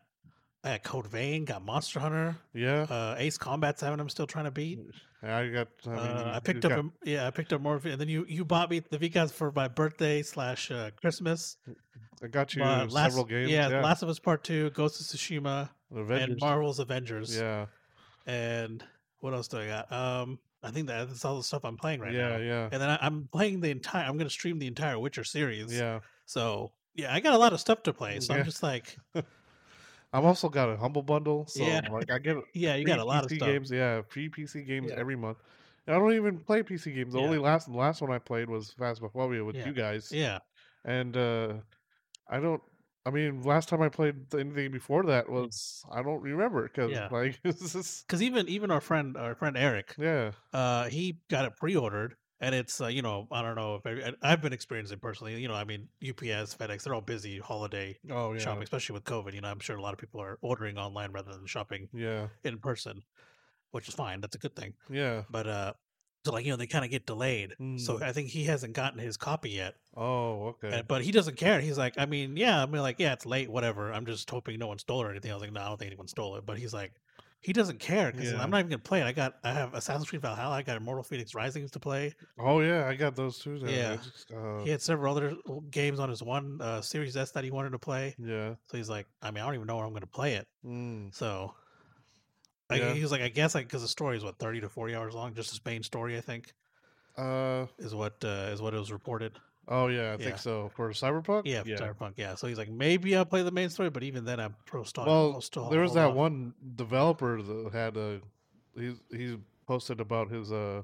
[SPEAKER 1] I got Code Vein, got Monster Hunter,
[SPEAKER 2] yeah.
[SPEAKER 1] uh, Ace Combat Seven, I'm still trying to beat.
[SPEAKER 2] I got. Mm, I, mean,
[SPEAKER 1] Uh, I
[SPEAKER 2] you
[SPEAKER 1] picked up,
[SPEAKER 2] got-
[SPEAKER 1] a- yeah, I picked up more, of it, and then you you bought me the Vicons for my birthday slash uh, Christmas.
[SPEAKER 2] I got you
[SPEAKER 1] Uh, last,
[SPEAKER 2] several games.
[SPEAKER 1] yeah,
[SPEAKER 2] Yeah,
[SPEAKER 1] Last of Us Part Two, Ghost of Tsushima, and
[SPEAKER 2] Avengers.
[SPEAKER 1] Marvel's Avengers.
[SPEAKER 2] Yeah,
[SPEAKER 1] and what else do I got? Um, I think that- that's all the stuff I'm playing right now.
[SPEAKER 2] yeah, yeah,
[SPEAKER 1] And then I, I'm playing the entire. I'm going to stream the entire Witcher series.
[SPEAKER 2] yeah. Mm,
[SPEAKER 1] So yeah, I got a lot of stuff to play. So
[SPEAKER 2] Yeah.
[SPEAKER 1] I'm just like,
[SPEAKER 2] I've also got a humble bundle, so
[SPEAKER 1] Yeah.
[SPEAKER 2] like I get
[SPEAKER 1] yeah, you
[SPEAKER 2] free
[SPEAKER 1] got a lot of
[SPEAKER 2] PC
[SPEAKER 1] stuff.
[SPEAKER 2] games. Yeah, free PC games
[SPEAKER 1] Yeah.
[SPEAKER 2] every month. And I don't even play PC games. The
[SPEAKER 1] Yeah.
[SPEAKER 2] only last the last one I played was Phasmophobia with
[SPEAKER 1] Yeah.
[SPEAKER 2] you guys.
[SPEAKER 1] Yeah,
[SPEAKER 2] and uh i don't i mean last time i played th- anything before that was i don't remember because
[SPEAKER 1] Hmm. Yeah.
[SPEAKER 2] like it's just
[SPEAKER 1] because even even our friend our friend Eric,
[SPEAKER 2] yeah
[SPEAKER 1] uh, he got it pre-ordered. And it's uh, you know I don't know if every, and I've been experiencing it personally you know I mean UPS FedEx they're all busy holiday
[SPEAKER 2] oh yeah
[SPEAKER 1] shopping especially with COVID you know I'm sure a lot of people are ordering online rather than shopping
[SPEAKER 2] yeah
[SPEAKER 1] in person, which is fine that's a good thing.
[SPEAKER 2] yeah
[SPEAKER 1] but uh so like you know they kind of get delayed so
[SPEAKER 2] Mm.
[SPEAKER 1] i think he hasn't gotten his copy yet
[SPEAKER 2] oh okay
[SPEAKER 1] and, but he doesn't care he's like i mean yeah i mean like yeah it's late whatever i'm just hoping no one stole it or anything i was like no i don't think anyone stole it but he's like he doesn't care because
[SPEAKER 2] Yeah.
[SPEAKER 1] i'm not even gonna play it i got i have assassin's creed valhalla i got immortal phoenix risings to play
[SPEAKER 2] oh yeah i got those too then. I
[SPEAKER 1] Yeah.
[SPEAKER 2] just, uh,
[SPEAKER 1] he had several other l- games on his one uh series s that he wanted to play
[SPEAKER 2] yeah
[SPEAKER 1] so he's like i mean i don't even know where i'm gonna play it
[SPEAKER 2] Mm.
[SPEAKER 1] so like,
[SPEAKER 2] Yeah.
[SPEAKER 1] he was like i guess like because the story is what 30 to 40 hours long just the spain story i think
[SPEAKER 2] uh
[SPEAKER 1] is what uh is what it was reported
[SPEAKER 2] oh yeah i
[SPEAKER 1] Yeah.
[SPEAKER 2] think so for cyberpunk
[SPEAKER 1] Yeah, for Cyberpunk. Yeah. So he's like, maybe I'll play the main story, but even then, I'm pro star.
[SPEAKER 2] well there was that one developer that had a he's he's posted about his uh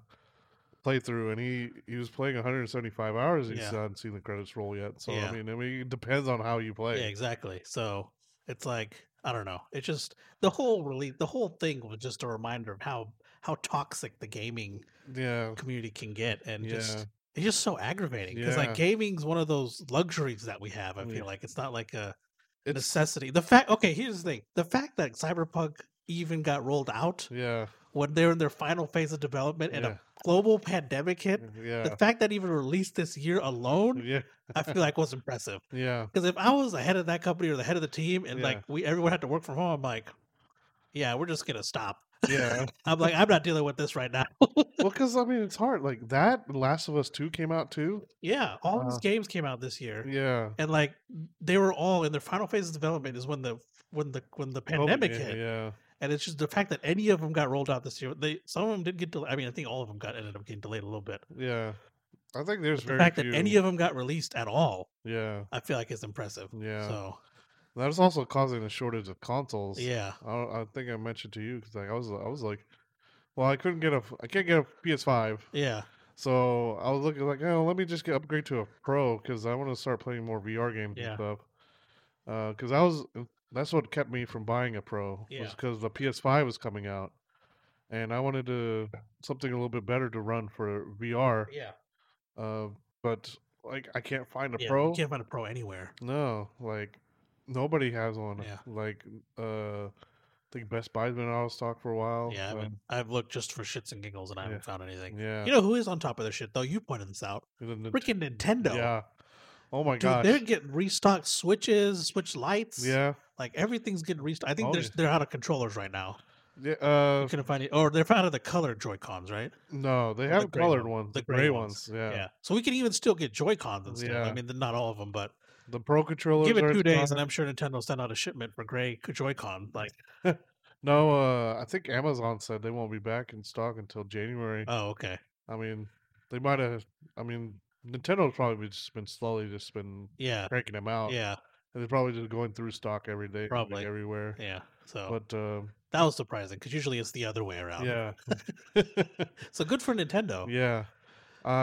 [SPEAKER 2] playthrough and he he was playing 175 hours he's
[SPEAKER 1] Yeah.
[SPEAKER 2] not seen the credits roll yet so
[SPEAKER 1] Yeah.
[SPEAKER 2] i mean i mean it depends on how you
[SPEAKER 1] Yeah,
[SPEAKER 2] play
[SPEAKER 1] exactly. So it's like I don't know. It's just the whole release. The whole thing was just a reminder of how how toxic the gaming
[SPEAKER 2] Yeah,
[SPEAKER 1] community can get, and
[SPEAKER 2] Yeah.
[SPEAKER 1] just it's just so aggravating because
[SPEAKER 2] Yeah.
[SPEAKER 1] like gaming's one of those luxuries that we have. I
[SPEAKER 2] Yeah.
[SPEAKER 1] feel like it's not like a
[SPEAKER 2] it's
[SPEAKER 1] necessity. The fact. Okay, here's the thing. The fact that Cyberpunk even got rolled out
[SPEAKER 2] yeah,
[SPEAKER 1] when they're in their final phase of development and
[SPEAKER 2] Yeah.
[SPEAKER 1] a global pandemic hit
[SPEAKER 2] yeah,
[SPEAKER 1] the fact that it even released this year alone,
[SPEAKER 2] yeah,
[SPEAKER 1] I feel like was impressive.
[SPEAKER 2] yeah,
[SPEAKER 1] Because if I was the head of that company or the head of the team, and
[SPEAKER 2] Yeah.
[SPEAKER 1] like we everyone had to work from home, I'm like, yeah, we're just gonna stop.
[SPEAKER 2] yeah.
[SPEAKER 1] I'm like, I'm not dealing with this right now.
[SPEAKER 2] well, because I mean, it's hard. Like that Last of Us Two came out too.
[SPEAKER 1] yeah, all
[SPEAKER 2] Uh,
[SPEAKER 1] these games came out this year,
[SPEAKER 2] Yeah, Oh,
[SPEAKER 1] and like they were all in their final phase of development. Is when the when the when the
[SPEAKER 2] Oh,
[SPEAKER 1] pandemic
[SPEAKER 2] yeah,
[SPEAKER 1] hit,
[SPEAKER 2] Yeah,
[SPEAKER 1] and it's just the fact that any of them got rolled out this year. They some of them did get delayed. I mean, I think all of them got ended up getting delayed a little bit.
[SPEAKER 2] yeah. I think there's
[SPEAKER 1] The
[SPEAKER 2] very
[SPEAKER 1] fact
[SPEAKER 2] few.
[SPEAKER 1] that any of them got released at all,
[SPEAKER 2] yeah,
[SPEAKER 1] I feel like is impressive.
[SPEAKER 2] yeah.
[SPEAKER 1] So
[SPEAKER 2] That is also causing a shortage of consoles.
[SPEAKER 1] yeah,
[SPEAKER 2] I, don't- I think I mentioned to you because like I was I was like, well, I couldn't get a I can't get a PS Five,
[SPEAKER 1] yeah.
[SPEAKER 2] so I was looking like, oh, let me just get upgrade to a Pro because I want to start playing more VR games
[SPEAKER 1] Yeah.
[SPEAKER 2] and stuff. Because I was uh, that's what kept me from buying a Pro
[SPEAKER 1] Yeah.
[SPEAKER 2] was because the PS5 was coming out, and I wanted to something a little bit better to run for VR.
[SPEAKER 1] Yeah.
[SPEAKER 2] Uh, but like I can't find a
[SPEAKER 1] yeah,
[SPEAKER 2] Pro.
[SPEAKER 1] You can't find a pro anywhere.
[SPEAKER 2] No, like nobody has one.
[SPEAKER 1] Yeah.
[SPEAKER 2] Like uh I think Best Buy's been out of stock for a while.
[SPEAKER 1] yeah, I
[SPEAKER 2] uh,
[SPEAKER 1] haven't- I've looked just for shits and giggles and I
[SPEAKER 2] Yeah.
[SPEAKER 1] haven't found anything.
[SPEAKER 2] yeah.
[SPEAKER 1] You know who is on top of their shit though? You pointed this out.
[SPEAKER 2] the Nint-
[SPEAKER 1] Freaking Nintendo.
[SPEAKER 2] Yeah. Oh my
[SPEAKER 1] Dude,
[SPEAKER 2] gosh.
[SPEAKER 1] they're getting restocked switches, switch lights.
[SPEAKER 2] Yeah.
[SPEAKER 1] Like everything's getting restocked. I think
[SPEAKER 2] Oh,
[SPEAKER 1] they're
[SPEAKER 2] yeah.
[SPEAKER 1] they're out of controllers right now.
[SPEAKER 2] Yeah, uh,
[SPEAKER 1] You couldn't find it, or they're found of the color Joy Cons, right?
[SPEAKER 2] no, they have
[SPEAKER 1] gray
[SPEAKER 2] colored
[SPEAKER 1] one-
[SPEAKER 2] ones,
[SPEAKER 1] the
[SPEAKER 2] the
[SPEAKER 1] gray
[SPEAKER 2] gray
[SPEAKER 1] ones.
[SPEAKER 2] ones.
[SPEAKER 1] Yeah.
[SPEAKER 2] Yeah.
[SPEAKER 1] So we can even still get Joy Cons and stuff. I
[SPEAKER 2] Yeah.
[SPEAKER 1] mean, th- not all of them, but
[SPEAKER 2] the Pro controllers.
[SPEAKER 1] give it
[SPEAKER 2] are
[SPEAKER 1] two days, and
[SPEAKER 2] colored.
[SPEAKER 1] I'm sure Nintendo will send out a shipment for gray Joy Con. Like,
[SPEAKER 2] No, uh, I think Amazon said they won't be back in stock until January.
[SPEAKER 1] oh, okay,
[SPEAKER 2] I mean, they might have. I mean, Nintendo's probably just been slowly just been
[SPEAKER 1] yeah,
[SPEAKER 2] cranking them out.
[SPEAKER 1] yeah,
[SPEAKER 2] and they're probably just going through stock every day, like,
[SPEAKER 1] Probably.
[SPEAKER 2] everywhere.
[SPEAKER 1] yeah. So
[SPEAKER 2] But uh,
[SPEAKER 1] that was surprising because usually it's the other way around.
[SPEAKER 2] yeah,
[SPEAKER 1] So good for Nintendo.
[SPEAKER 2] yeah,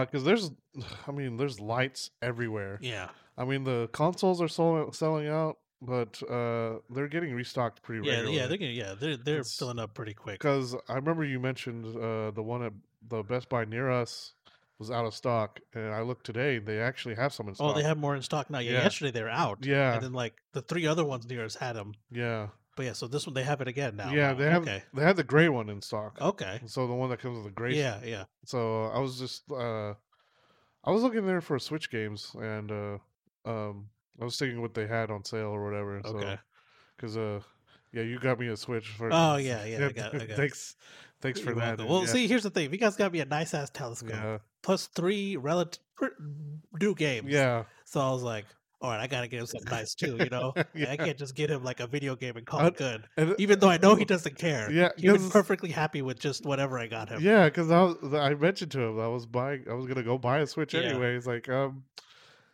[SPEAKER 2] because there's, I mean, there's lights everywhere.
[SPEAKER 1] Yeah.
[SPEAKER 2] I mean, the consoles are sold, selling out, but uh, they're getting restocked pretty
[SPEAKER 1] Yeah.
[SPEAKER 2] regularly.
[SPEAKER 1] Yeah. They're gonna, yeah. They're they're
[SPEAKER 2] It's-
[SPEAKER 1] filling up pretty quick.
[SPEAKER 2] because I remember you mentioned uh, the one at the Best Buy near us was out of stock, and I looked today; they actually have some in
[SPEAKER 1] Oh,
[SPEAKER 2] stock.
[SPEAKER 1] they have more in stock now. Yeah.
[SPEAKER 2] Yeah.
[SPEAKER 1] Yesterday they were out.
[SPEAKER 2] yeah,
[SPEAKER 1] And then like the three other ones near us had them.
[SPEAKER 2] yeah,
[SPEAKER 1] But yeah, so this one they have it again now.
[SPEAKER 2] yeah.
[SPEAKER 1] huh?
[SPEAKER 2] They have
[SPEAKER 1] Okay.
[SPEAKER 2] they had the gray one in stock.
[SPEAKER 1] Okay.
[SPEAKER 2] So the one that comes with the gray.
[SPEAKER 1] Oh. Yeah. Yeah.
[SPEAKER 2] So I was just uh, I was looking there for Switch games, and uh, um, I was thinking what they had on sale or whatever.
[SPEAKER 1] Okay.
[SPEAKER 2] Because uh, yeah, you got me a Switch for.
[SPEAKER 1] Oh, yeah, yeah, I got- I got-
[SPEAKER 2] thanks, thanks for
[SPEAKER 1] You're
[SPEAKER 2] that.
[SPEAKER 1] welcome.
[SPEAKER 2] and
[SPEAKER 1] Well,
[SPEAKER 2] yeah,
[SPEAKER 1] see, here's the thing. If you guys got me a nice ass telescope,
[SPEAKER 2] yeah,
[SPEAKER 1] plus three relative new games.
[SPEAKER 2] yeah,
[SPEAKER 1] So I was like, all right, I gotta get him something nice too. You know,
[SPEAKER 2] yeah.
[SPEAKER 1] I can't just get him like a video game and call
[SPEAKER 2] I-
[SPEAKER 1] it good,
[SPEAKER 2] And-
[SPEAKER 1] even though I know he doesn't care.
[SPEAKER 2] Yeah,
[SPEAKER 1] he was
[SPEAKER 2] 'cause-
[SPEAKER 1] perfectly happy with just whatever I got him.
[SPEAKER 2] Yeah, because I was, I mentioned to him I was buying I was gonna go buy a Switch
[SPEAKER 1] Yeah.
[SPEAKER 2] anyways, like um,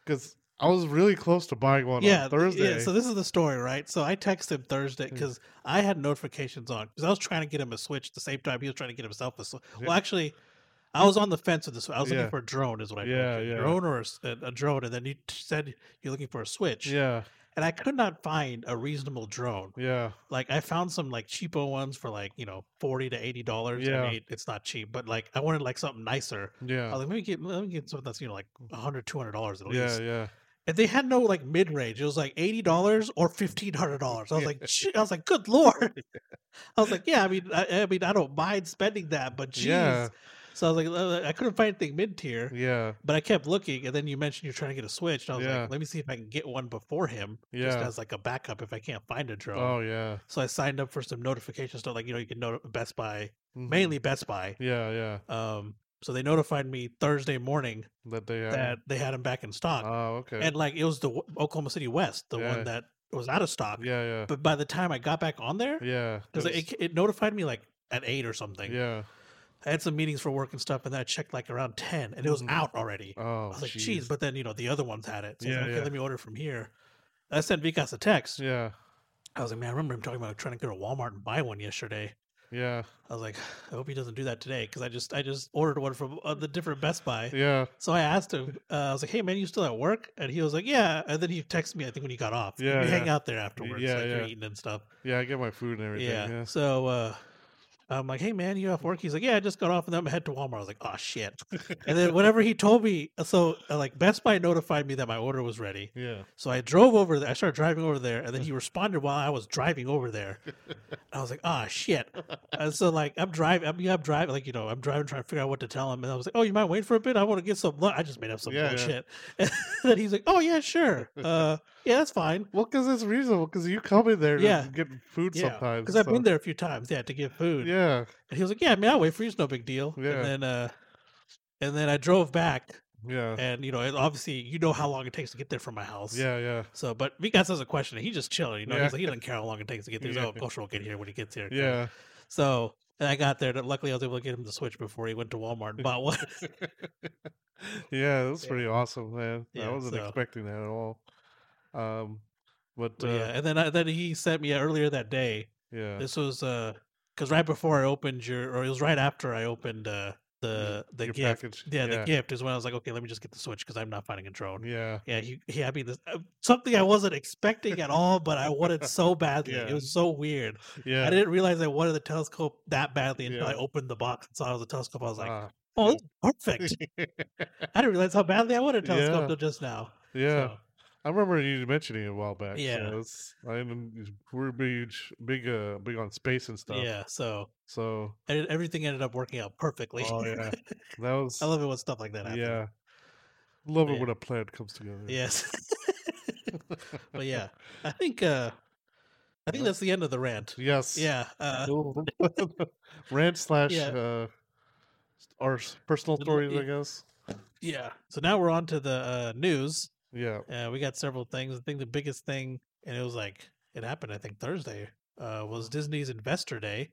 [SPEAKER 2] because I was really close to buying one on
[SPEAKER 1] th-
[SPEAKER 2] Thursday.
[SPEAKER 1] so this is the story, right? So I texted him Thursday
[SPEAKER 2] Mm.
[SPEAKER 1] because I had notifications on because I was trying to get him a Switch at the same time he was trying to get himself a Switch.
[SPEAKER 2] Yeah.
[SPEAKER 1] Well, actually, I was on the fence with this. I was looking
[SPEAKER 2] Yeah.
[SPEAKER 1] for a drone, is what I told
[SPEAKER 2] Yeah,
[SPEAKER 1] you.
[SPEAKER 2] yeah.
[SPEAKER 1] drone or a, s- a- a drone, and then you t- said you're looking for a Switch,
[SPEAKER 2] yeah,
[SPEAKER 1] and I could not find a reasonable drone.
[SPEAKER 2] yeah,
[SPEAKER 1] Like I found some like cheapo ones for like you know forty to eighty dollars. I
[SPEAKER 2] Yeah.
[SPEAKER 1] mean, it's not cheap, but like I wanted like something nicer. I
[SPEAKER 2] yeah,
[SPEAKER 1] was like, let me get let me get something that's you know like 100 dollars at least.
[SPEAKER 2] yeah, yeah.
[SPEAKER 1] And they had no like mid range. It was like eighty dollars or fifteen hundred dollars. I was
[SPEAKER 2] Yeah.
[SPEAKER 1] like, "Gee," I was like, good lord. I was like, yeah. I mean, I, I mean, I don't mind spending that, but geez.
[SPEAKER 2] Yeah. Mm.
[SPEAKER 1] So I was like, uh, I couldn't find anything mid tier,
[SPEAKER 2] Yeah,
[SPEAKER 1] but I kept looking. And then you mentioned you're trying to get a switch, and I was
[SPEAKER 2] Yeah.
[SPEAKER 1] like, let me see if I can get one before him, just
[SPEAKER 2] yeah.
[SPEAKER 1] as like a backup if I can't find a drone.
[SPEAKER 2] Oh yeah.
[SPEAKER 1] So I signed up for some notification stuff, like you know, you can know Best Buy,
[SPEAKER 2] Mhm.
[SPEAKER 1] mainly Best Buy.
[SPEAKER 2] Yeah, yeah.
[SPEAKER 1] Um, so they notified me Thursday morning
[SPEAKER 2] That they.
[SPEAKER 1] that they had them back in stock.
[SPEAKER 2] Oh okay.
[SPEAKER 1] and like it was the w- Oklahoma City West, the
[SPEAKER 2] Yeah.
[SPEAKER 1] one that was out of stock.
[SPEAKER 2] yeah, yeah,
[SPEAKER 1] But by the time I got back on there,
[SPEAKER 2] yeah.
[SPEAKER 1] because it, it notified me like at eight or something.
[SPEAKER 2] yeah.
[SPEAKER 1] I had some meetings for work and stuff, and then I checked like around ten, and it was
[SPEAKER 2] Mhm.
[SPEAKER 1] out already.
[SPEAKER 2] Oh,
[SPEAKER 1] I was like, "Jeez!" But then you know the other ones had it, so I was
[SPEAKER 2] Yeah,
[SPEAKER 1] like, okay,
[SPEAKER 2] yeah.
[SPEAKER 1] let me order from here. I sent Vikas a text.
[SPEAKER 2] Yeah,
[SPEAKER 1] I was like, "Man, I remember him talking about trying to go to Walmart and buy one yesterday."
[SPEAKER 2] yeah,
[SPEAKER 1] I was like, "I hope he doesn't do that today," because I just I just ordered one from uh, the different Best Buy.
[SPEAKER 2] yeah,
[SPEAKER 1] So I asked him, uh, I was like, hey, man, you still at work? And he was like, yeah. And then he texted me, I think, when he got off.
[SPEAKER 2] Yeah,
[SPEAKER 1] We
[SPEAKER 2] yeah.
[SPEAKER 1] hang out there afterwards.
[SPEAKER 2] yeah,
[SPEAKER 1] like you're
[SPEAKER 2] yeah.
[SPEAKER 1] eating and stuff.
[SPEAKER 2] yeah. I get my food and everything.
[SPEAKER 1] Yeah.
[SPEAKER 2] Yeah,
[SPEAKER 1] So uh, I'm like, hey, man, you off work? He's like, yeah, I just got off and then I'm gonna head to Walmart. I was like, oh, shit. and then whenever he told me, so uh, like Best Buy notified me that my order was ready.
[SPEAKER 2] yeah,
[SPEAKER 1] So I drove over there. I started driving over there, and then he responded while I was driving over there. I was like, "Ah, shit!" And so like I'm driving, I'm, yeah, I'm driving, like you know, I'm driving trying to figure out what to tell him. And I was like, "Oh, you might wait for a bit. I want to get some lunch." I just made up some
[SPEAKER 2] Yeah, yeah.
[SPEAKER 1] bullshit. And then he's like, "Oh yeah, sure. Uh, yeah, that's fine."
[SPEAKER 2] Well, because it's reasonable. Because you come in there,
[SPEAKER 1] Yeah.
[SPEAKER 2] to get food
[SPEAKER 1] Yeah,
[SPEAKER 2] sometimes.
[SPEAKER 1] Because I've
[SPEAKER 2] so-
[SPEAKER 1] been there a few times, yeah, to get food.
[SPEAKER 2] Yeah,
[SPEAKER 1] And he was like, "Yeah, I mean, I'll wait for you. It's no big deal."
[SPEAKER 2] Yeah.
[SPEAKER 1] And then, uh, and then I drove back,
[SPEAKER 2] yeah,
[SPEAKER 1] and you know, and obviously, you know how long it takes to get there from my house.
[SPEAKER 2] yeah, yeah.
[SPEAKER 1] So, but Vikas has a question. He just chilling, you know.
[SPEAKER 2] Yeah.
[SPEAKER 1] He's like, he doesn't care how long it takes to get there. He's like,
[SPEAKER 2] Yeah.
[SPEAKER 1] oh, Kosher will get here when he gets here. kinda.
[SPEAKER 2] Yeah.
[SPEAKER 1] So, and I got there. and Luckily, I was able to get him the Switch before he went to Walmart and bought one.
[SPEAKER 2] yeah, that's
[SPEAKER 1] Yeah.
[SPEAKER 2] pretty awesome, man.
[SPEAKER 1] Yeah,
[SPEAKER 2] I wasn't
[SPEAKER 1] so-
[SPEAKER 2] expecting that at all. Um, but
[SPEAKER 1] But
[SPEAKER 2] uh,
[SPEAKER 1] yeah, and then I, then he sent me earlier that day.
[SPEAKER 2] yeah,
[SPEAKER 1] This was uh, because right before I opened your, or it was right after I opened uh the the
[SPEAKER 2] your
[SPEAKER 1] gift.
[SPEAKER 2] package,
[SPEAKER 1] Yeah, the
[SPEAKER 2] yeah,
[SPEAKER 1] gift is when I was like, okay, let me just get the Switch because I'm not finding a drone. Yeah.
[SPEAKER 2] yeah,
[SPEAKER 1] he, he had me this uh, something I wasn't expecting at all, but I wanted so badly. It
[SPEAKER 2] Yeah.
[SPEAKER 1] was so weird. I
[SPEAKER 2] yeah.
[SPEAKER 1] didn't realize I wanted the telescope that badly until I
[SPEAKER 2] Yeah.
[SPEAKER 1] opened the box and saw it was a telescope. I was like,
[SPEAKER 2] Ah,
[SPEAKER 1] "Oh, this is perfect!" I didn't realize how badly I wanted a telescope
[SPEAKER 2] Yeah.
[SPEAKER 1] till just now.
[SPEAKER 2] yeah.
[SPEAKER 1] So,
[SPEAKER 2] I remember you mentioning it a while back.
[SPEAKER 1] Yeah.
[SPEAKER 2] so it's- I didn't- we're big, big, uh, big on space and stuff.
[SPEAKER 1] yeah. So
[SPEAKER 2] So,
[SPEAKER 1] and it- everything ended up working out perfectly.
[SPEAKER 2] oh yeah, that was
[SPEAKER 1] I love it when stuff like that happens.
[SPEAKER 2] yeah. Love
[SPEAKER 1] yeah.
[SPEAKER 2] it when a plan comes together.
[SPEAKER 1] Yes. but yeah, I think uh, I think that's the end of the rant.
[SPEAKER 2] Yes.
[SPEAKER 1] Yeah. Uh,
[SPEAKER 2] Cool. Rant slash
[SPEAKER 1] Yeah.
[SPEAKER 2] uh, our s- personal
[SPEAKER 1] Little
[SPEAKER 2] stories, I
[SPEAKER 1] i-
[SPEAKER 2] guess.
[SPEAKER 1] yeah. So now we're on to the uh, news.
[SPEAKER 2] Yeah.
[SPEAKER 1] Uh, we got several things. I think the biggest thing, and it was like it happened. I think Thursday uh, was Disney's Investor Day.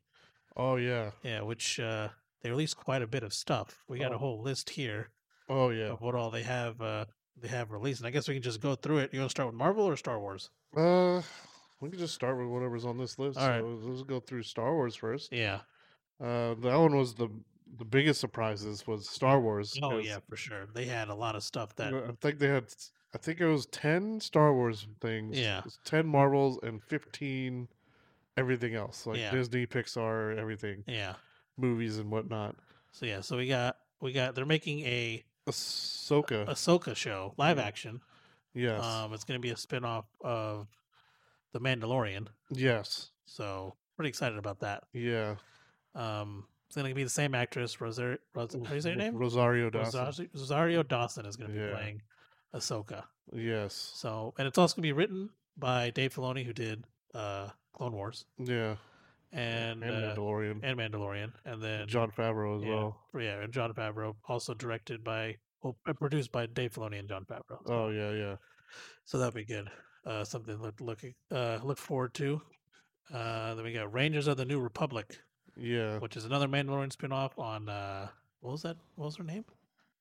[SPEAKER 2] Oh yeah.
[SPEAKER 1] Yeah, which uh, they released quite a bit of stuff. We got
[SPEAKER 2] Oh.
[SPEAKER 1] a whole list here
[SPEAKER 2] Oh yeah.
[SPEAKER 1] of what all they have. Uh, they have released, and I guess we can just go through it. You want to start with Marvel or Star Wars?
[SPEAKER 2] Uh, we can just start with whatever's on this list.
[SPEAKER 1] All right.
[SPEAKER 2] So let's go through Star Wars first.
[SPEAKER 1] Yeah.
[SPEAKER 2] Uh, that one was the the biggest surprises was Star Wars.
[SPEAKER 1] Oh
[SPEAKER 2] 'cause,
[SPEAKER 1] yeah, for sure. They had a lot of stuff
[SPEAKER 2] you
[SPEAKER 1] that.
[SPEAKER 2] know, I think they had. s- I think it was ten Star Wars things.
[SPEAKER 1] Yeah.
[SPEAKER 2] s- Ten Marvels and fifteen everything else like
[SPEAKER 1] Yeah.
[SPEAKER 2] Disney, Pixar, everything,
[SPEAKER 1] Yeah.
[SPEAKER 2] movies and whatnot.
[SPEAKER 1] So yeah, so we got we got they're making a
[SPEAKER 2] Ahsoka.
[SPEAKER 1] Ahsoka show, live
[SPEAKER 2] Yeah.
[SPEAKER 1] action.
[SPEAKER 2] Mm-hmm. yes.
[SPEAKER 1] uh, Um, it's going to be a spin-off of The Mandalorian.
[SPEAKER 2] yes.
[SPEAKER 1] So pretty excited about that.
[SPEAKER 2] Yeah.
[SPEAKER 1] Um, it's going to be the same actress, Rosario. Ros- how do you say her
[SPEAKER 2] Ro-
[SPEAKER 1] name?
[SPEAKER 2] Rosario Dawson.
[SPEAKER 1] Rosario, Rosario Dawson is going to be
[SPEAKER 2] Yeah.
[SPEAKER 1] playing Ahsoka.
[SPEAKER 2] Yes.
[SPEAKER 1] So, and it's also going to be written by Dave Filoni, who did uh, Clone Wars
[SPEAKER 2] Yeah.
[SPEAKER 1] and
[SPEAKER 2] And
[SPEAKER 1] uh,
[SPEAKER 2] Mandalorian.
[SPEAKER 1] and Mandalorian, and then
[SPEAKER 2] John Favreau as
[SPEAKER 1] yeah,
[SPEAKER 2] well.
[SPEAKER 1] yeah, and John Favreau, also directed by well, uh, produced by Dave Filoni and John Favreau.
[SPEAKER 2] Oh yeah, yeah.
[SPEAKER 1] So that'll be good. Uh, something look look uh, look forward to. Uh, then we got Rangers of the New Republic,
[SPEAKER 2] Yeah.
[SPEAKER 1] which is another Mandalorian spin-off on uh, what was that? What was her name?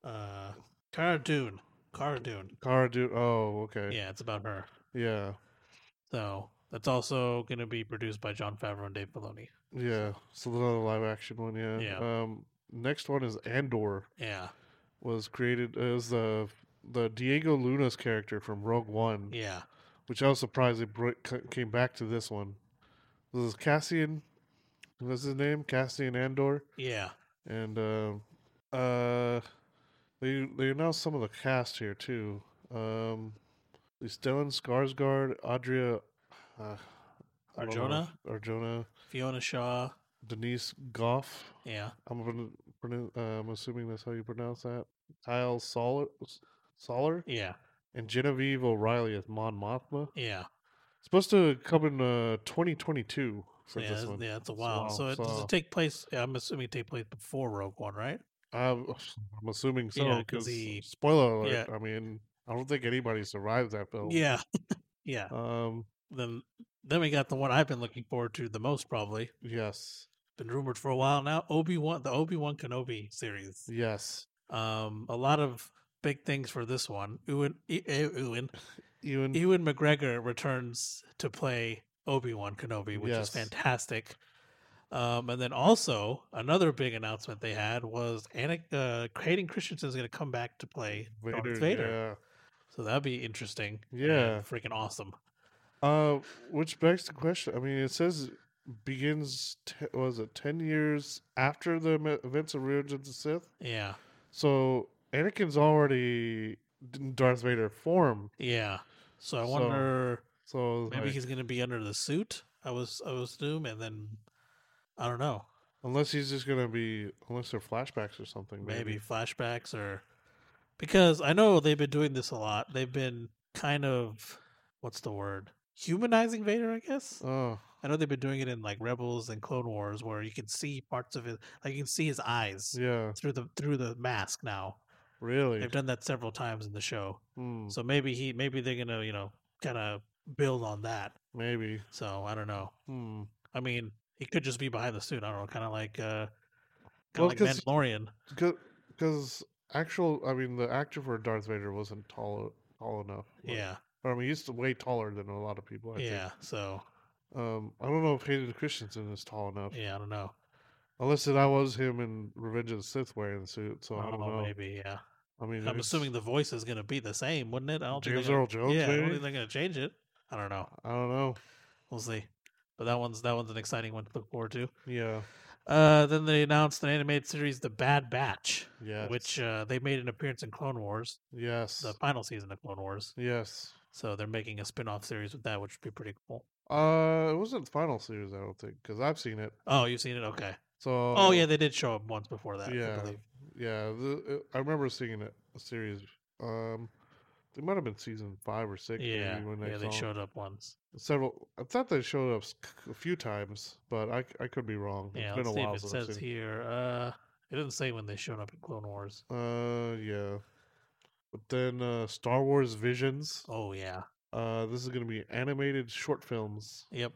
[SPEAKER 1] Uh, Cara Dune. Cara Dune.
[SPEAKER 2] Cara Dune. Oh, okay.
[SPEAKER 1] Yeah, it's about her.
[SPEAKER 2] Yeah.
[SPEAKER 1] So that's also going to be produced by John Favreau and Dave Filoni.
[SPEAKER 2] Yeah. So another live action one, yeah.
[SPEAKER 1] Yeah.
[SPEAKER 2] Um next one is Andor
[SPEAKER 1] Yeah,
[SPEAKER 2] was created as the the Diego Luna's character from Rogue One,
[SPEAKER 1] yeah,
[SPEAKER 2] which I was surprised they br- c- came back to this one. This is Cassian. What's his name? Cassian Andor.
[SPEAKER 1] yeah,
[SPEAKER 2] and uh, uh, they they announced some of the cast here too. Um, is Stellan Skarsgård, Adria, uh, I don't know, Arjona,
[SPEAKER 1] Fiona Shaw.
[SPEAKER 2] Denise Goff.
[SPEAKER 1] Yeah,
[SPEAKER 2] I'm gonna pronoun- uh, I'm assuming that's how you pronounce that. Kyle Soller, Soller,
[SPEAKER 1] yeah,
[SPEAKER 2] and Genevieve O'Reilly as Mon Mothma.
[SPEAKER 1] yeah.
[SPEAKER 2] Supposed to come in uh 2022 for
[SPEAKER 1] yeah,
[SPEAKER 2] this
[SPEAKER 1] that's-
[SPEAKER 2] one.
[SPEAKER 1] yeah, it's a while.
[SPEAKER 2] while,
[SPEAKER 1] So it does
[SPEAKER 2] so-
[SPEAKER 1] it take place? I'm assuming it take place before Rogue One, right?
[SPEAKER 2] I'm, I'm assuming so.
[SPEAKER 1] Yeah, 'cause
[SPEAKER 2] 'cause
[SPEAKER 1] he-
[SPEAKER 2] spoiler alert.
[SPEAKER 1] yeah.
[SPEAKER 2] I mean, I don't think anybody survived that film.
[SPEAKER 1] Yeah, yeah.
[SPEAKER 2] Um.
[SPEAKER 1] Then then we got the one I've been looking forward to the most, probably.
[SPEAKER 2] Yes.
[SPEAKER 1] Been rumored for a while now. Obi Wan, the Obi Wan Kenobi series.
[SPEAKER 2] Yes.
[SPEAKER 1] Um, a lot of big things for this one. Ewan E- E- Ewan
[SPEAKER 2] Even.
[SPEAKER 1] Ewan McGregor returns to play Obi Wan Kenobi, which
[SPEAKER 2] Yes.
[SPEAKER 1] is fantastic. Um, and then also another big announcement they had was Anna, uh, Hayden Christensen is going to come back to play Darth
[SPEAKER 2] Vader,
[SPEAKER 1] Vader. So that'd be interesting. and
[SPEAKER 2] Yeah.
[SPEAKER 1] freaking awesome.
[SPEAKER 2] Yeah. Uh, which begs the question. I mean, it says begins. Te- was it ten years after the me- events of Revenge of the Sith?
[SPEAKER 1] Yeah,
[SPEAKER 2] So Anakin's already in Darth Vader form.
[SPEAKER 1] yeah. So I
[SPEAKER 2] So,
[SPEAKER 1] wonder
[SPEAKER 2] So
[SPEAKER 1] maybe
[SPEAKER 2] like,
[SPEAKER 1] he's going to be under the suit. I was I was assume, and then I don't know.
[SPEAKER 2] unless he's just gonna be, unless they're flashbacks or something.
[SPEAKER 1] Maybe, flashbacks or because I know they've been doing this a lot. They've been kind of what's the word humanizing Vader. I guess
[SPEAKER 2] Oh.
[SPEAKER 1] I know they've been doing it in like Rebels and Clone Wars, where you can see parts of it, like you can see his eyes
[SPEAKER 2] Yeah.
[SPEAKER 1] through the through the mask. Now
[SPEAKER 2] Really.
[SPEAKER 1] they've done that several times in the show.
[SPEAKER 2] Hmm,
[SPEAKER 1] So maybe he, maybe they're gonna, you know, kind of build on that.
[SPEAKER 2] maybe.
[SPEAKER 1] So I don't know.
[SPEAKER 2] Hmm.
[SPEAKER 1] I mean, he could just be behind the suit. I don't know, kind of like, uh, kind
[SPEAKER 2] Well,
[SPEAKER 1] like
[SPEAKER 2] 'cause-
[SPEAKER 1] Mandalorian.
[SPEAKER 2] Because actual, I mean, the actor for Darth Vader wasn't tall tall enough. like-
[SPEAKER 1] yeah,
[SPEAKER 2] Or, I mean, he's way taller than a lot of people. I
[SPEAKER 1] yeah. So
[SPEAKER 2] Think. Um, I don't know if Hayden Christensen is tall enough.
[SPEAKER 1] yeah, I don't know.
[SPEAKER 2] Unless that was him in Revenge of the Sith wearing the suit. So I don't
[SPEAKER 1] Oh,
[SPEAKER 2] know.
[SPEAKER 1] maybe yeah.
[SPEAKER 2] I mean,
[SPEAKER 1] I'm
[SPEAKER 2] it's
[SPEAKER 1] assuming the voice is gonna be the same, wouldn't it? I don't think
[SPEAKER 2] James
[SPEAKER 1] they're
[SPEAKER 2] Earl
[SPEAKER 1] gonna-
[SPEAKER 2] Jones.
[SPEAKER 1] yeah, I don't
[SPEAKER 2] maybe?
[SPEAKER 1] think they're gonna change it. I don't know.
[SPEAKER 2] I don't know.
[SPEAKER 1] We'll see. But that one's that one's an exciting one to look forward to.
[SPEAKER 2] Yeah.
[SPEAKER 1] Uh, then they announced an animated series, The Bad Batch,
[SPEAKER 2] Yes.
[SPEAKER 1] which uh, they made an appearance in Clone Wars,
[SPEAKER 2] Yes.
[SPEAKER 1] the final season of Clone Wars.
[SPEAKER 2] Yes.
[SPEAKER 1] So they're making a spin-off series with that, which would be pretty cool.
[SPEAKER 2] Uh, it wasn't the final series, I don't think, because I've seen it.
[SPEAKER 1] Oh, you've seen it? Okay.
[SPEAKER 2] So.
[SPEAKER 1] Oh, yeah, they did show up once before that. I
[SPEAKER 2] yeah.
[SPEAKER 1] believe.
[SPEAKER 2] Yeah, the, uh, I remember seeing it, a series. Um, It might have been season five or six.
[SPEAKER 1] Yeah,
[SPEAKER 2] maybe, when they,
[SPEAKER 1] yeah, they
[SPEAKER 2] saw it.
[SPEAKER 1] showed up once.
[SPEAKER 2] several. I thought they showed up s- a few times, but I I could be wrong.
[SPEAKER 1] Yeah,
[SPEAKER 2] it's been
[SPEAKER 1] let's
[SPEAKER 2] a
[SPEAKER 1] see
[SPEAKER 2] while
[SPEAKER 1] if it
[SPEAKER 2] since I've
[SPEAKER 1] says
[SPEAKER 2] seen.
[SPEAKER 1] here. Uh, it doesn't say when they showed up in Clone Wars.
[SPEAKER 2] Uh, yeah. But then uh, Star Wars Visions.
[SPEAKER 1] Oh yeah,
[SPEAKER 2] Uh, this is going to be animated short films
[SPEAKER 1] yep.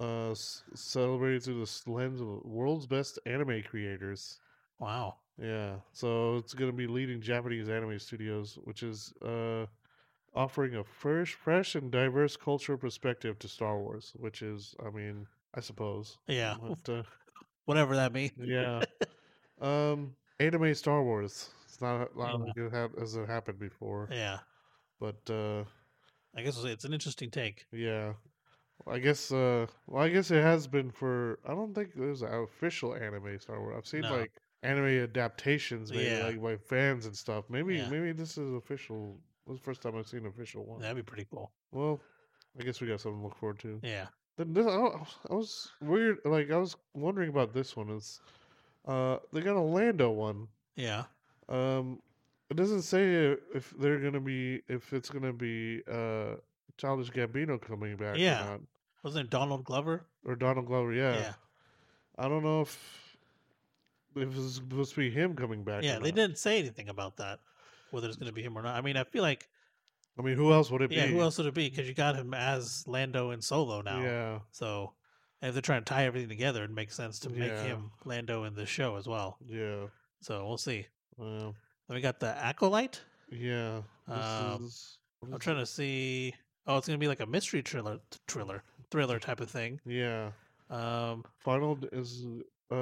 [SPEAKER 2] uh, s- celebrated through the s- lens of the world's best anime creators.
[SPEAKER 1] Wow.
[SPEAKER 2] Yeah, so it's going to be leading Japanese anime studios, which is uh, offering a fresh, fresh and diverse cultural perspective to Star Wars. Which is, I mean, I suppose.
[SPEAKER 1] Yeah,
[SPEAKER 2] But, uh,
[SPEAKER 1] whatever that means.
[SPEAKER 2] yeah. um, anime Star Wars. It's not a lot
[SPEAKER 1] Yeah.
[SPEAKER 2] like it hap- as it happened before,
[SPEAKER 1] Yeah,
[SPEAKER 2] but uh,
[SPEAKER 1] I guess it's- it's an interesting take.
[SPEAKER 2] yeah. I guess. Uh, well, I guess it has been for. I don't think there's an official anime Star Wars. I've seen
[SPEAKER 1] No.
[SPEAKER 2] like anime adaptations, maybe
[SPEAKER 1] Yeah.
[SPEAKER 2] like by fans and stuff. Maybe
[SPEAKER 1] Yeah.
[SPEAKER 2] maybe this is official. This is the first time I've seen an official one.
[SPEAKER 1] That'd be pretty cool.
[SPEAKER 2] Well, I guess we got something to look forward to.
[SPEAKER 1] Yeah.
[SPEAKER 2] Then this, I, don't- I was weird. Like I was wondering about this one. Is uh, they got a Lando one.
[SPEAKER 1] Yeah.
[SPEAKER 2] Um, it doesn't say i- if they're gonna be if it's gonna be uh Childish Gambino coming back
[SPEAKER 1] Yeah.
[SPEAKER 2] or not,
[SPEAKER 1] Wasn't it Donald Glover?
[SPEAKER 2] or Donald Glover. Yeah.
[SPEAKER 1] Yeah.
[SPEAKER 2] I don't know if if it's supposed to be him coming back. or
[SPEAKER 1] Yeah, they
[SPEAKER 2] not.
[SPEAKER 1] didn't say anything about that, whether it's going to be him or not. I mean, I feel like
[SPEAKER 2] I mean, who else would it
[SPEAKER 1] yeah,
[SPEAKER 2] be?
[SPEAKER 1] who else would it be? Because you got him as Lando and Solo now.
[SPEAKER 2] Yeah,
[SPEAKER 1] So and if they're trying to tie everything together, it makes sense to make
[SPEAKER 2] Yeah.
[SPEAKER 1] him Lando in the show as well.
[SPEAKER 2] yeah,
[SPEAKER 1] So we'll see.
[SPEAKER 2] well,
[SPEAKER 1] Then we got the acolyte.
[SPEAKER 2] yeah. This
[SPEAKER 1] Um,
[SPEAKER 2] is,
[SPEAKER 1] I'm trying to see. Oh, it's going to be like a mystery thriller, thriller, thriller type of thing.
[SPEAKER 2] Yeah,
[SPEAKER 1] Um,
[SPEAKER 2] final d- is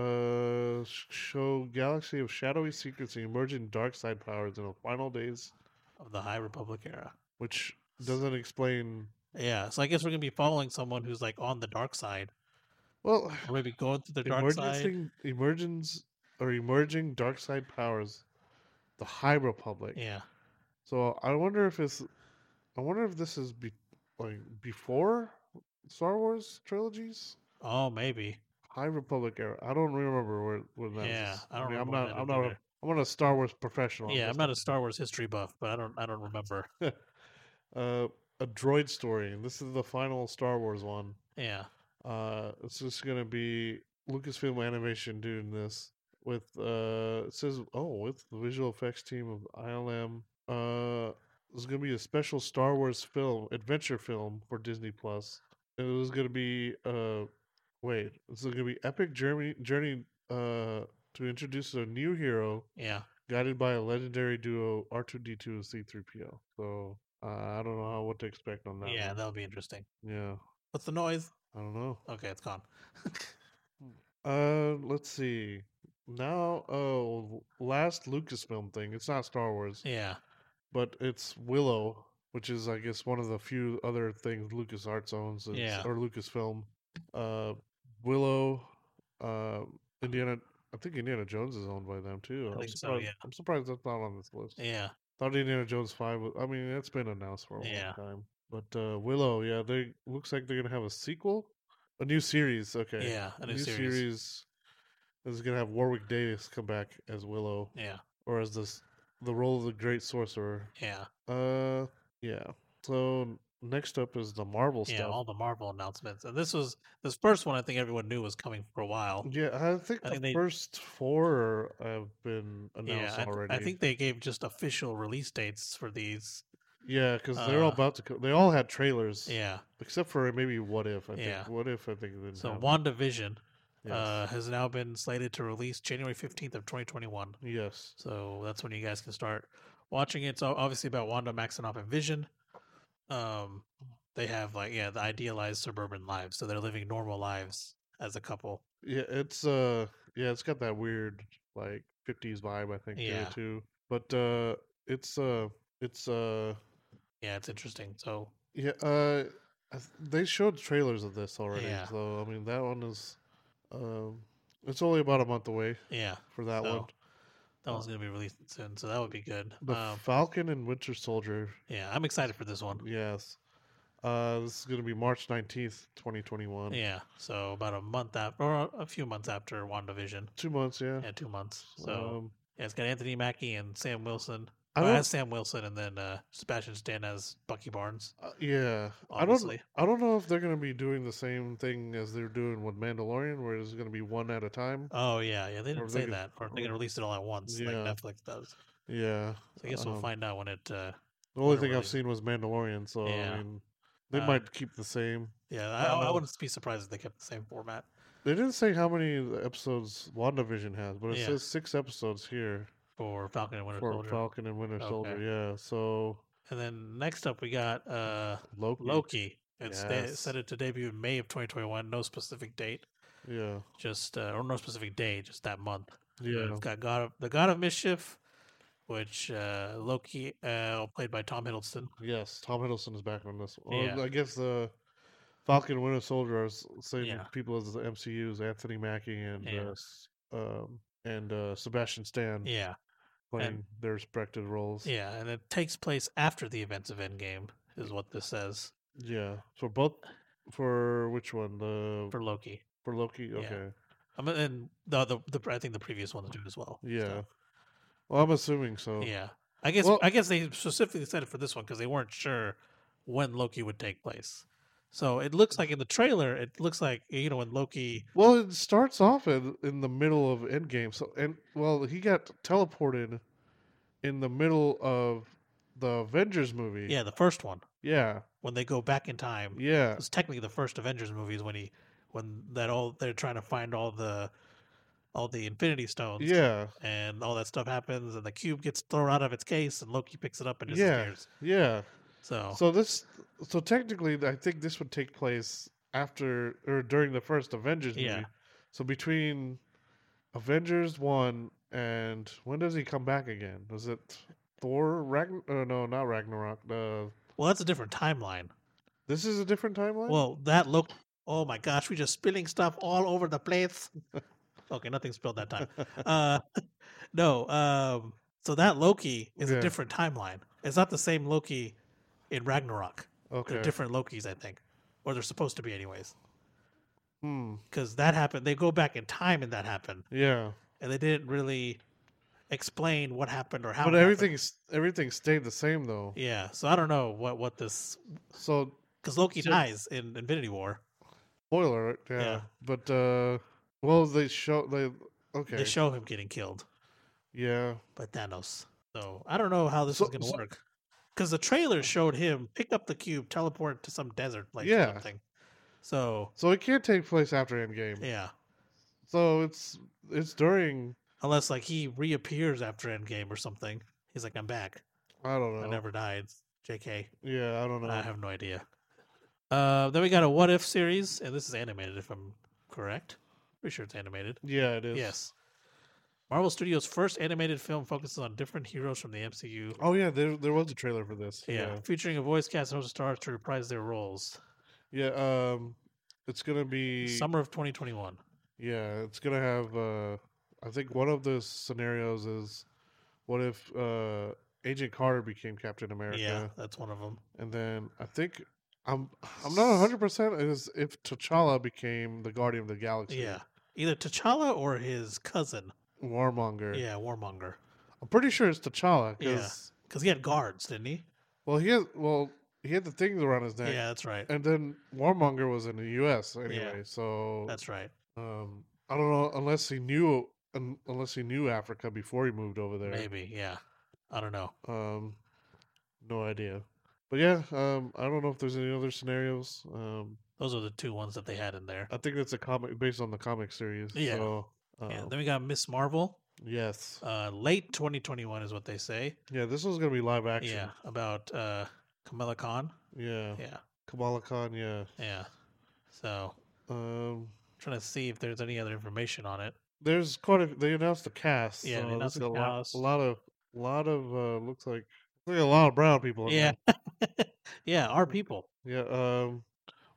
[SPEAKER 2] uh sh- show galaxy of shadowy secrets and emerging dark side powers in the final days,
[SPEAKER 1] of the High Republic era.
[SPEAKER 2] which doesn't explain.
[SPEAKER 1] Yeah, so I guess we're going to be following someone who's like on the dark side,
[SPEAKER 2] Well,
[SPEAKER 1] or maybe going through the dark side.
[SPEAKER 2] emerging emergence or emerging dark side powers, the High Republic.
[SPEAKER 1] Yeah,
[SPEAKER 2] So I wonder if it's, I wonder if this is be, like before Star Wars trilogies,
[SPEAKER 1] oh maybe.
[SPEAKER 2] High Republic era. I don't remember where when that.
[SPEAKER 1] Yeah,
[SPEAKER 2] was.
[SPEAKER 1] I don't
[SPEAKER 2] I'm
[SPEAKER 1] remember
[SPEAKER 2] not.
[SPEAKER 1] when that
[SPEAKER 2] I'm
[SPEAKER 1] is
[SPEAKER 2] not. A,
[SPEAKER 1] either.
[SPEAKER 2] I'm not a Star Wars professional.
[SPEAKER 1] Yeah, I'm
[SPEAKER 2] just
[SPEAKER 1] not a Star Wars history buff, but I don't I don't remember.
[SPEAKER 2] uh, a droid story, and this is the final Star Wars one.
[SPEAKER 1] Yeah,
[SPEAKER 2] Uh, it's just gonna be Lucasfilm Animation doing this with uh, it says oh with the visual effects team of ILM. Uh, it's gonna be a special Star Wars film adventure film for Disney Plus. It was gonna be uh, wait, it's gonna be epic journey journey uh to introduce a new hero
[SPEAKER 1] yeah.
[SPEAKER 2] guided by a legendary duo R2D2 and C3PO. So uh, I don't know how, what to expect on that.
[SPEAKER 1] yeah,
[SPEAKER 2] one.
[SPEAKER 1] that'll be interesting.
[SPEAKER 2] yeah,
[SPEAKER 1] What's the noise?
[SPEAKER 2] I don't know.
[SPEAKER 1] Okay, it's gone.
[SPEAKER 2] Uh, let's see. Now, oh, last Lucasfilm thing. It's not Star Wars,
[SPEAKER 1] Yeah,
[SPEAKER 2] but it's Willow, which is, I guess, one of the few other things LucasArts owns that's-
[SPEAKER 1] Yeah.
[SPEAKER 2] or Lucasfilm. Uh, Willow, uh, Indiana. I think Indiana Jones is owned by them too.
[SPEAKER 1] I
[SPEAKER 2] I'm
[SPEAKER 1] think so,
[SPEAKER 2] surprised,
[SPEAKER 1] yeah.
[SPEAKER 2] I'm surprised that's not on this list.
[SPEAKER 1] yeah,
[SPEAKER 2] Thought Indiana Jones Five. Was, I mean, it's been announced for a
[SPEAKER 1] Yeah.
[SPEAKER 2] long time. But uh, Willow, yeah, they looks like they're gonna have a sequel, a new series. Okay,
[SPEAKER 1] yeah. A new,
[SPEAKER 2] new
[SPEAKER 1] series.
[SPEAKER 2] series. is gonna have Warwick Davis come back as Willow
[SPEAKER 1] Yeah,
[SPEAKER 2] or as this the role of the Great Sorcerer.
[SPEAKER 1] yeah,
[SPEAKER 2] Uh, yeah. So next up is the Marvel
[SPEAKER 1] yeah.
[SPEAKER 2] stuff.
[SPEAKER 1] All the Marvel announcements, and this was this first one. I think everyone knew was coming for a while.
[SPEAKER 2] yeah, I think
[SPEAKER 1] I
[SPEAKER 2] the
[SPEAKER 1] think they-
[SPEAKER 2] first four have been
[SPEAKER 1] Yeah,
[SPEAKER 2] announced
[SPEAKER 1] I, th-
[SPEAKER 2] already.
[SPEAKER 1] I think they gave just official release dates for these.
[SPEAKER 2] yeah, because they're all
[SPEAKER 1] uh,
[SPEAKER 2] about to. Co- they all had trailers.
[SPEAKER 1] Yeah,
[SPEAKER 2] except for maybe What If. I
[SPEAKER 1] Yeah.
[SPEAKER 2] think What If. I think didn't
[SPEAKER 1] so
[SPEAKER 2] have
[SPEAKER 1] WandaVision
[SPEAKER 2] Yes.
[SPEAKER 1] uh, has now been slated to release January fifteenth of twenty twenty one.
[SPEAKER 2] yes.
[SPEAKER 1] So that's when you guys can start watching it. It's o- obviously about Wanda Maximoff and Vision. Um, they have like yeah, the idealized suburban lives, so they're living normal lives as a couple.
[SPEAKER 2] Yeah, it's uh yeah, it's got that weird like 50s vibe I think to it,
[SPEAKER 1] Yeah.
[SPEAKER 2] too. But uh it's uh it's uh
[SPEAKER 1] Yeah, it's interesting. So
[SPEAKER 2] yeah, uh I th- they showed trailers of this already.
[SPEAKER 1] Yeah.
[SPEAKER 2] So I mean, that one is um it's only about a month away
[SPEAKER 1] yeah,
[SPEAKER 2] for that
[SPEAKER 1] So,
[SPEAKER 2] one.
[SPEAKER 1] that
[SPEAKER 2] Uh,
[SPEAKER 1] one's gonna be released soon, so that would be good.
[SPEAKER 2] The
[SPEAKER 1] Um,
[SPEAKER 2] Falcon and Winter Soldier.
[SPEAKER 1] yeah, I'm excited for this one.
[SPEAKER 2] Yes. Uh this is going to be March 19th, 2021.
[SPEAKER 1] Yeah, so about a month after, or a few months after WandaVision.
[SPEAKER 2] 2 months, yeah.
[SPEAKER 1] Yeah, two months. So
[SPEAKER 2] um
[SPEAKER 1] yeah, it's got Anthony Mackie and Sam Wilson.
[SPEAKER 2] I
[SPEAKER 1] Well,
[SPEAKER 2] don't-
[SPEAKER 1] as Sam Wilson, and then uh, Sebastian Stan as Bucky Barnes.
[SPEAKER 2] uh, yeah,
[SPEAKER 1] Obviously,
[SPEAKER 2] I don't. I don't know if they're going to be doing the same thing as they're doing with Mandalorian, where it's going to be one at a time.
[SPEAKER 1] oh yeah, yeah, they
[SPEAKER 2] Or
[SPEAKER 1] didn't
[SPEAKER 2] they
[SPEAKER 1] say
[SPEAKER 2] could-
[SPEAKER 1] that, or they can release it all at once like
[SPEAKER 2] Yeah.
[SPEAKER 1] Netflix does.
[SPEAKER 2] Yeah.
[SPEAKER 1] So I guess we'll
[SPEAKER 2] Um,
[SPEAKER 1] find out when it. Uh,
[SPEAKER 2] The only
[SPEAKER 1] Wanna
[SPEAKER 2] thing I've
[SPEAKER 1] really-
[SPEAKER 2] seen was Mandalorian, so I
[SPEAKER 1] Yeah.
[SPEAKER 2] mean, they
[SPEAKER 1] Uh,
[SPEAKER 2] might keep the same.
[SPEAKER 1] yeah, I, I
[SPEAKER 2] uh,
[SPEAKER 1] wouldn't be surprised if they kept the same format.
[SPEAKER 2] They didn't say how many episodes WandaVision has, but it
[SPEAKER 1] Yeah.
[SPEAKER 2] says six episodes here
[SPEAKER 1] for Falcon and Winter
[SPEAKER 2] for
[SPEAKER 1] Soldier.
[SPEAKER 2] Falcon and Winter
[SPEAKER 1] Okay.
[SPEAKER 2] Soldier. Yeah, so
[SPEAKER 1] and then next up, we got uh,
[SPEAKER 2] Loki.
[SPEAKER 1] Loki. It's they
[SPEAKER 2] Yes.
[SPEAKER 1] set it to debut in May of 2021. No specific date,
[SPEAKER 2] Yeah,
[SPEAKER 1] just uh, or no specific day, just that month. And then
[SPEAKER 2] yeah,
[SPEAKER 1] It's got God of the God of Mischief, which uh, Loki, uh, played by Tom Hiddleston.
[SPEAKER 2] yes. Tom Hiddleston is back on this. Well,
[SPEAKER 1] Yeah.
[SPEAKER 2] I guess the Falcon and Winter Soldier are s- same
[SPEAKER 1] Yeah.
[SPEAKER 2] people as the MCU's Anthony Mackie and
[SPEAKER 1] Yeah.
[SPEAKER 2] uh, s- um, and uh, Sebastian Stan
[SPEAKER 1] Yeah,
[SPEAKER 2] playing their respective roles.
[SPEAKER 1] yeah, and it takes place after the events of Endgame, is what this says
[SPEAKER 2] Yeah, for both. For which one? The
[SPEAKER 1] for Loki.
[SPEAKER 2] For Loki, okay,
[SPEAKER 1] I mean, and the other, the I think the previous ones do as well. so,
[SPEAKER 2] yeah. Well, I'm assuming so.
[SPEAKER 1] Yeah, I guess
[SPEAKER 2] Well-
[SPEAKER 1] I guess they specifically said it for this one because they weren't sure when Loki would take place. So it looks like in the trailer, it looks like you know when Loki.
[SPEAKER 2] Well, it starts off in, in the middle of Endgame, so and well, he got teleported in the middle of the Avengers movie.
[SPEAKER 1] Yeah, the first one
[SPEAKER 2] yeah,
[SPEAKER 1] when they go back in time.
[SPEAKER 2] yeah,
[SPEAKER 1] It's technically the first Avengers movies when he when that all they're trying to find all the all the Infinity Stones.
[SPEAKER 2] yeah,
[SPEAKER 1] And all that stuff happens, and the cube gets thrown out of its case, and Loki picks it up and
[SPEAKER 2] Yeah.
[SPEAKER 1] disappears.
[SPEAKER 2] yeah.
[SPEAKER 1] So,
[SPEAKER 2] So this, so technically, I think this would take place after or during the first Avengers movie.
[SPEAKER 1] Yeah.
[SPEAKER 2] So between Avengers one and when does he come back again? Is it Thor Ragn? Uh, no, not Ragnarok. Uh,
[SPEAKER 1] well, that's a different timeline.
[SPEAKER 2] this is a different timeline.
[SPEAKER 1] Well, that looked. Oh my gosh, we just spilling stuff all over the place. okay, nothing spilled that time. Uh, no, um, so that Loki is
[SPEAKER 2] Yeah.
[SPEAKER 1] a different timeline. It's not the same Loki in Ragnarok.
[SPEAKER 2] okay.
[SPEAKER 1] They're different Lokis, I think, or they're supposed to be, anyways.
[SPEAKER 2] Hmm.
[SPEAKER 1] Because that happened, they go back in time and that happened,
[SPEAKER 2] Yeah.
[SPEAKER 1] and they didn't really explain what happened or how.
[SPEAKER 2] But
[SPEAKER 1] it happened.
[SPEAKER 2] everything's everything stayed the same though.
[SPEAKER 1] yeah. So I don't know what what this
[SPEAKER 2] So
[SPEAKER 1] because Loki
[SPEAKER 2] So-
[SPEAKER 1] dies in Infinity War.
[SPEAKER 2] spoiler. alert, Yeah.
[SPEAKER 1] Yeah.
[SPEAKER 2] But uh, well, they show they okay.
[SPEAKER 1] They show him getting killed.
[SPEAKER 2] yeah.
[SPEAKER 1] by Thanos. So I don't know how this
[SPEAKER 2] So-
[SPEAKER 1] is going to
[SPEAKER 2] so-
[SPEAKER 1] work. Because the trailer showed him pick up the cube, teleport to some desert place
[SPEAKER 2] Yeah.
[SPEAKER 1] or something. So
[SPEAKER 2] So it can't take place after Endgame.
[SPEAKER 1] yeah,
[SPEAKER 2] So it's it's during
[SPEAKER 1] unless like he reappears after Endgame or something, he's like, "I'm back.
[SPEAKER 2] I don't know.
[SPEAKER 1] I never died." Jk.
[SPEAKER 2] yeah, I don't know.
[SPEAKER 1] I have no idea. Uh, then we got a What If series, and this is animated, if I'm correct. Pretty sure it's animated.
[SPEAKER 2] yeah, it is.
[SPEAKER 1] Yes. Marvel Studios' first animated film focuses on different heroes from the MCU
[SPEAKER 2] Oh yeah, there there was a trailer for this.
[SPEAKER 1] Yeah. featuring a voice cast and host of stars to reprise their roles.
[SPEAKER 2] Yeah. Yeah, um it's gonna be
[SPEAKER 1] Summer of 2021.
[SPEAKER 2] Yeah, it's gonna have uh I think one of the scenarios is what if uh Agent Carter became Captain America
[SPEAKER 1] Yeah, that's one of them.
[SPEAKER 2] and then I think I'm I'm not hundred percent is if T'Challa became the Guardian of the Galaxy.
[SPEAKER 1] Yeah, either T'Challa or his cousin.
[SPEAKER 2] Warmonger.
[SPEAKER 1] Yeah, Warmonger,
[SPEAKER 2] I'm pretty sure it's T'Challa
[SPEAKER 1] Yeah.
[SPEAKER 2] because
[SPEAKER 1] because he had guards, didn't he?
[SPEAKER 2] well he has well he had the things around his neck.
[SPEAKER 1] Yeah, that's right.
[SPEAKER 2] and then Warmonger was in the U.S. anyway, so
[SPEAKER 1] That's right.
[SPEAKER 2] um, I don't know unless he knew un, unless he knew Africa before he moved over there.
[SPEAKER 1] Maybe. Yeah, I don't know.
[SPEAKER 2] Um, no idea, but yeah, um, I don't know if there's any other scenarios. Um,
[SPEAKER 1] Those are the two ones that they had in there.
[SPEAKER 2] I think that's a comic based on the comic series.
[SPEAKER 1] Yeah.
[SPEAKER 2] So, um,
[SPEAKER 1] yeah. Then we got Miss Marvel.
[SPEAKER 2] yes.
[SPEAKER 1] Uh, late 2021 is what they say.
[SPEAKER 2] yeah, this one's gonna be live action. Oh.
[SPEAKER 1] Yeah, about uh, Kamala Khan.
[SPEAKER 2] Yeah.
[SPEAKER 1] Yeah,
[SPEAKER 2] Kamala Khan. Yeah.
[SPEAKER 1] yeah. So
[SPEAKER 2] Um,
[SPEAKER 1] trying to see if there's any other information on it.
[SPEAKER 2] there's quite a. They announced the cast.
[SPEAKER 1] Yeah, they
[SPEAKER 2] so
[SPEAKER 1] announced
[SPEAKER 2] this is
[SPEAKER 1] the
[SPEAKER 2] a lot,
[SPEAKER 1] cast.
[SPEAKER 2] a lot of, lot of uh, looks like looks like a lot of brown people. in there.
[SPEAKER 1] Yeah, yeah. Our people.
[SPEAKER 2] Yeah. Um.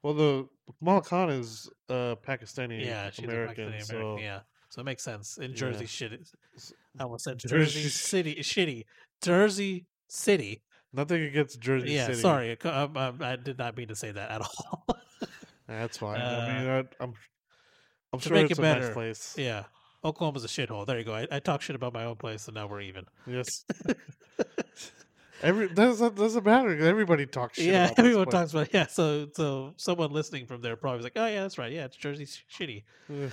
[SPEAKER 2] Well, the Kamala Khan is uh, Pakistani
[SPEAKER 1] Yeah, she's
[SPEAKER 2] American,
[SPEAKER 1] American. American
[SPEAKER 2] so
[SPEAKER 1] Yeah, so it makes sense. In
[SPEAKER 2] Yeah.
[SPEAKER 1] Jersey, shit. is-
[SPEAKER 2] S-
[SPEAKER 1] I almost said
[SPEAKER 2] Jersey
[SPEAKER 1] Jersey City. Shitty Jersey City.
[SPEAKER 2] nothing against Jersey
[SPEAKER 1] yeah,
[SPEAKER 2] City.
[SPEAKER 1] sorry, I co- um, um, I did not mean to say that at all.
[SPEAKER 2] That's fine.
[SPEAKER 1] Uh,
[SPEAKER 2] I mean, I, I'm I'm
[SPEAKER 1] to
[SPEAKER 2] sure
[SPEAKER 1] make
[SPEAKER 2] it's
[SPEAKER 1] it
[SPEAKER 2] a nice
[SPEAKER 1] better,
[SPEAKER 2] place.
[SPEAKER 1] yeah. Oklahoma's a shithole. There you go. I, I talk shit about my own place, and now we're even.
[SPEAKER 2] Yes. Every doesn't doesn't matter. 'cause Everybody talks shit.
[SPEAKER 1] yeah,
[SPEAKER 2] about this
[SPEAKER 1] everyone
[SPEAKER 2] place.
[SPEAKER 1] talks about yeah. So so someone listening from there probably was like, oh yeah, that's right. Yeah, it's Jersey's shitty.
[SPEAKER 2] Ugh.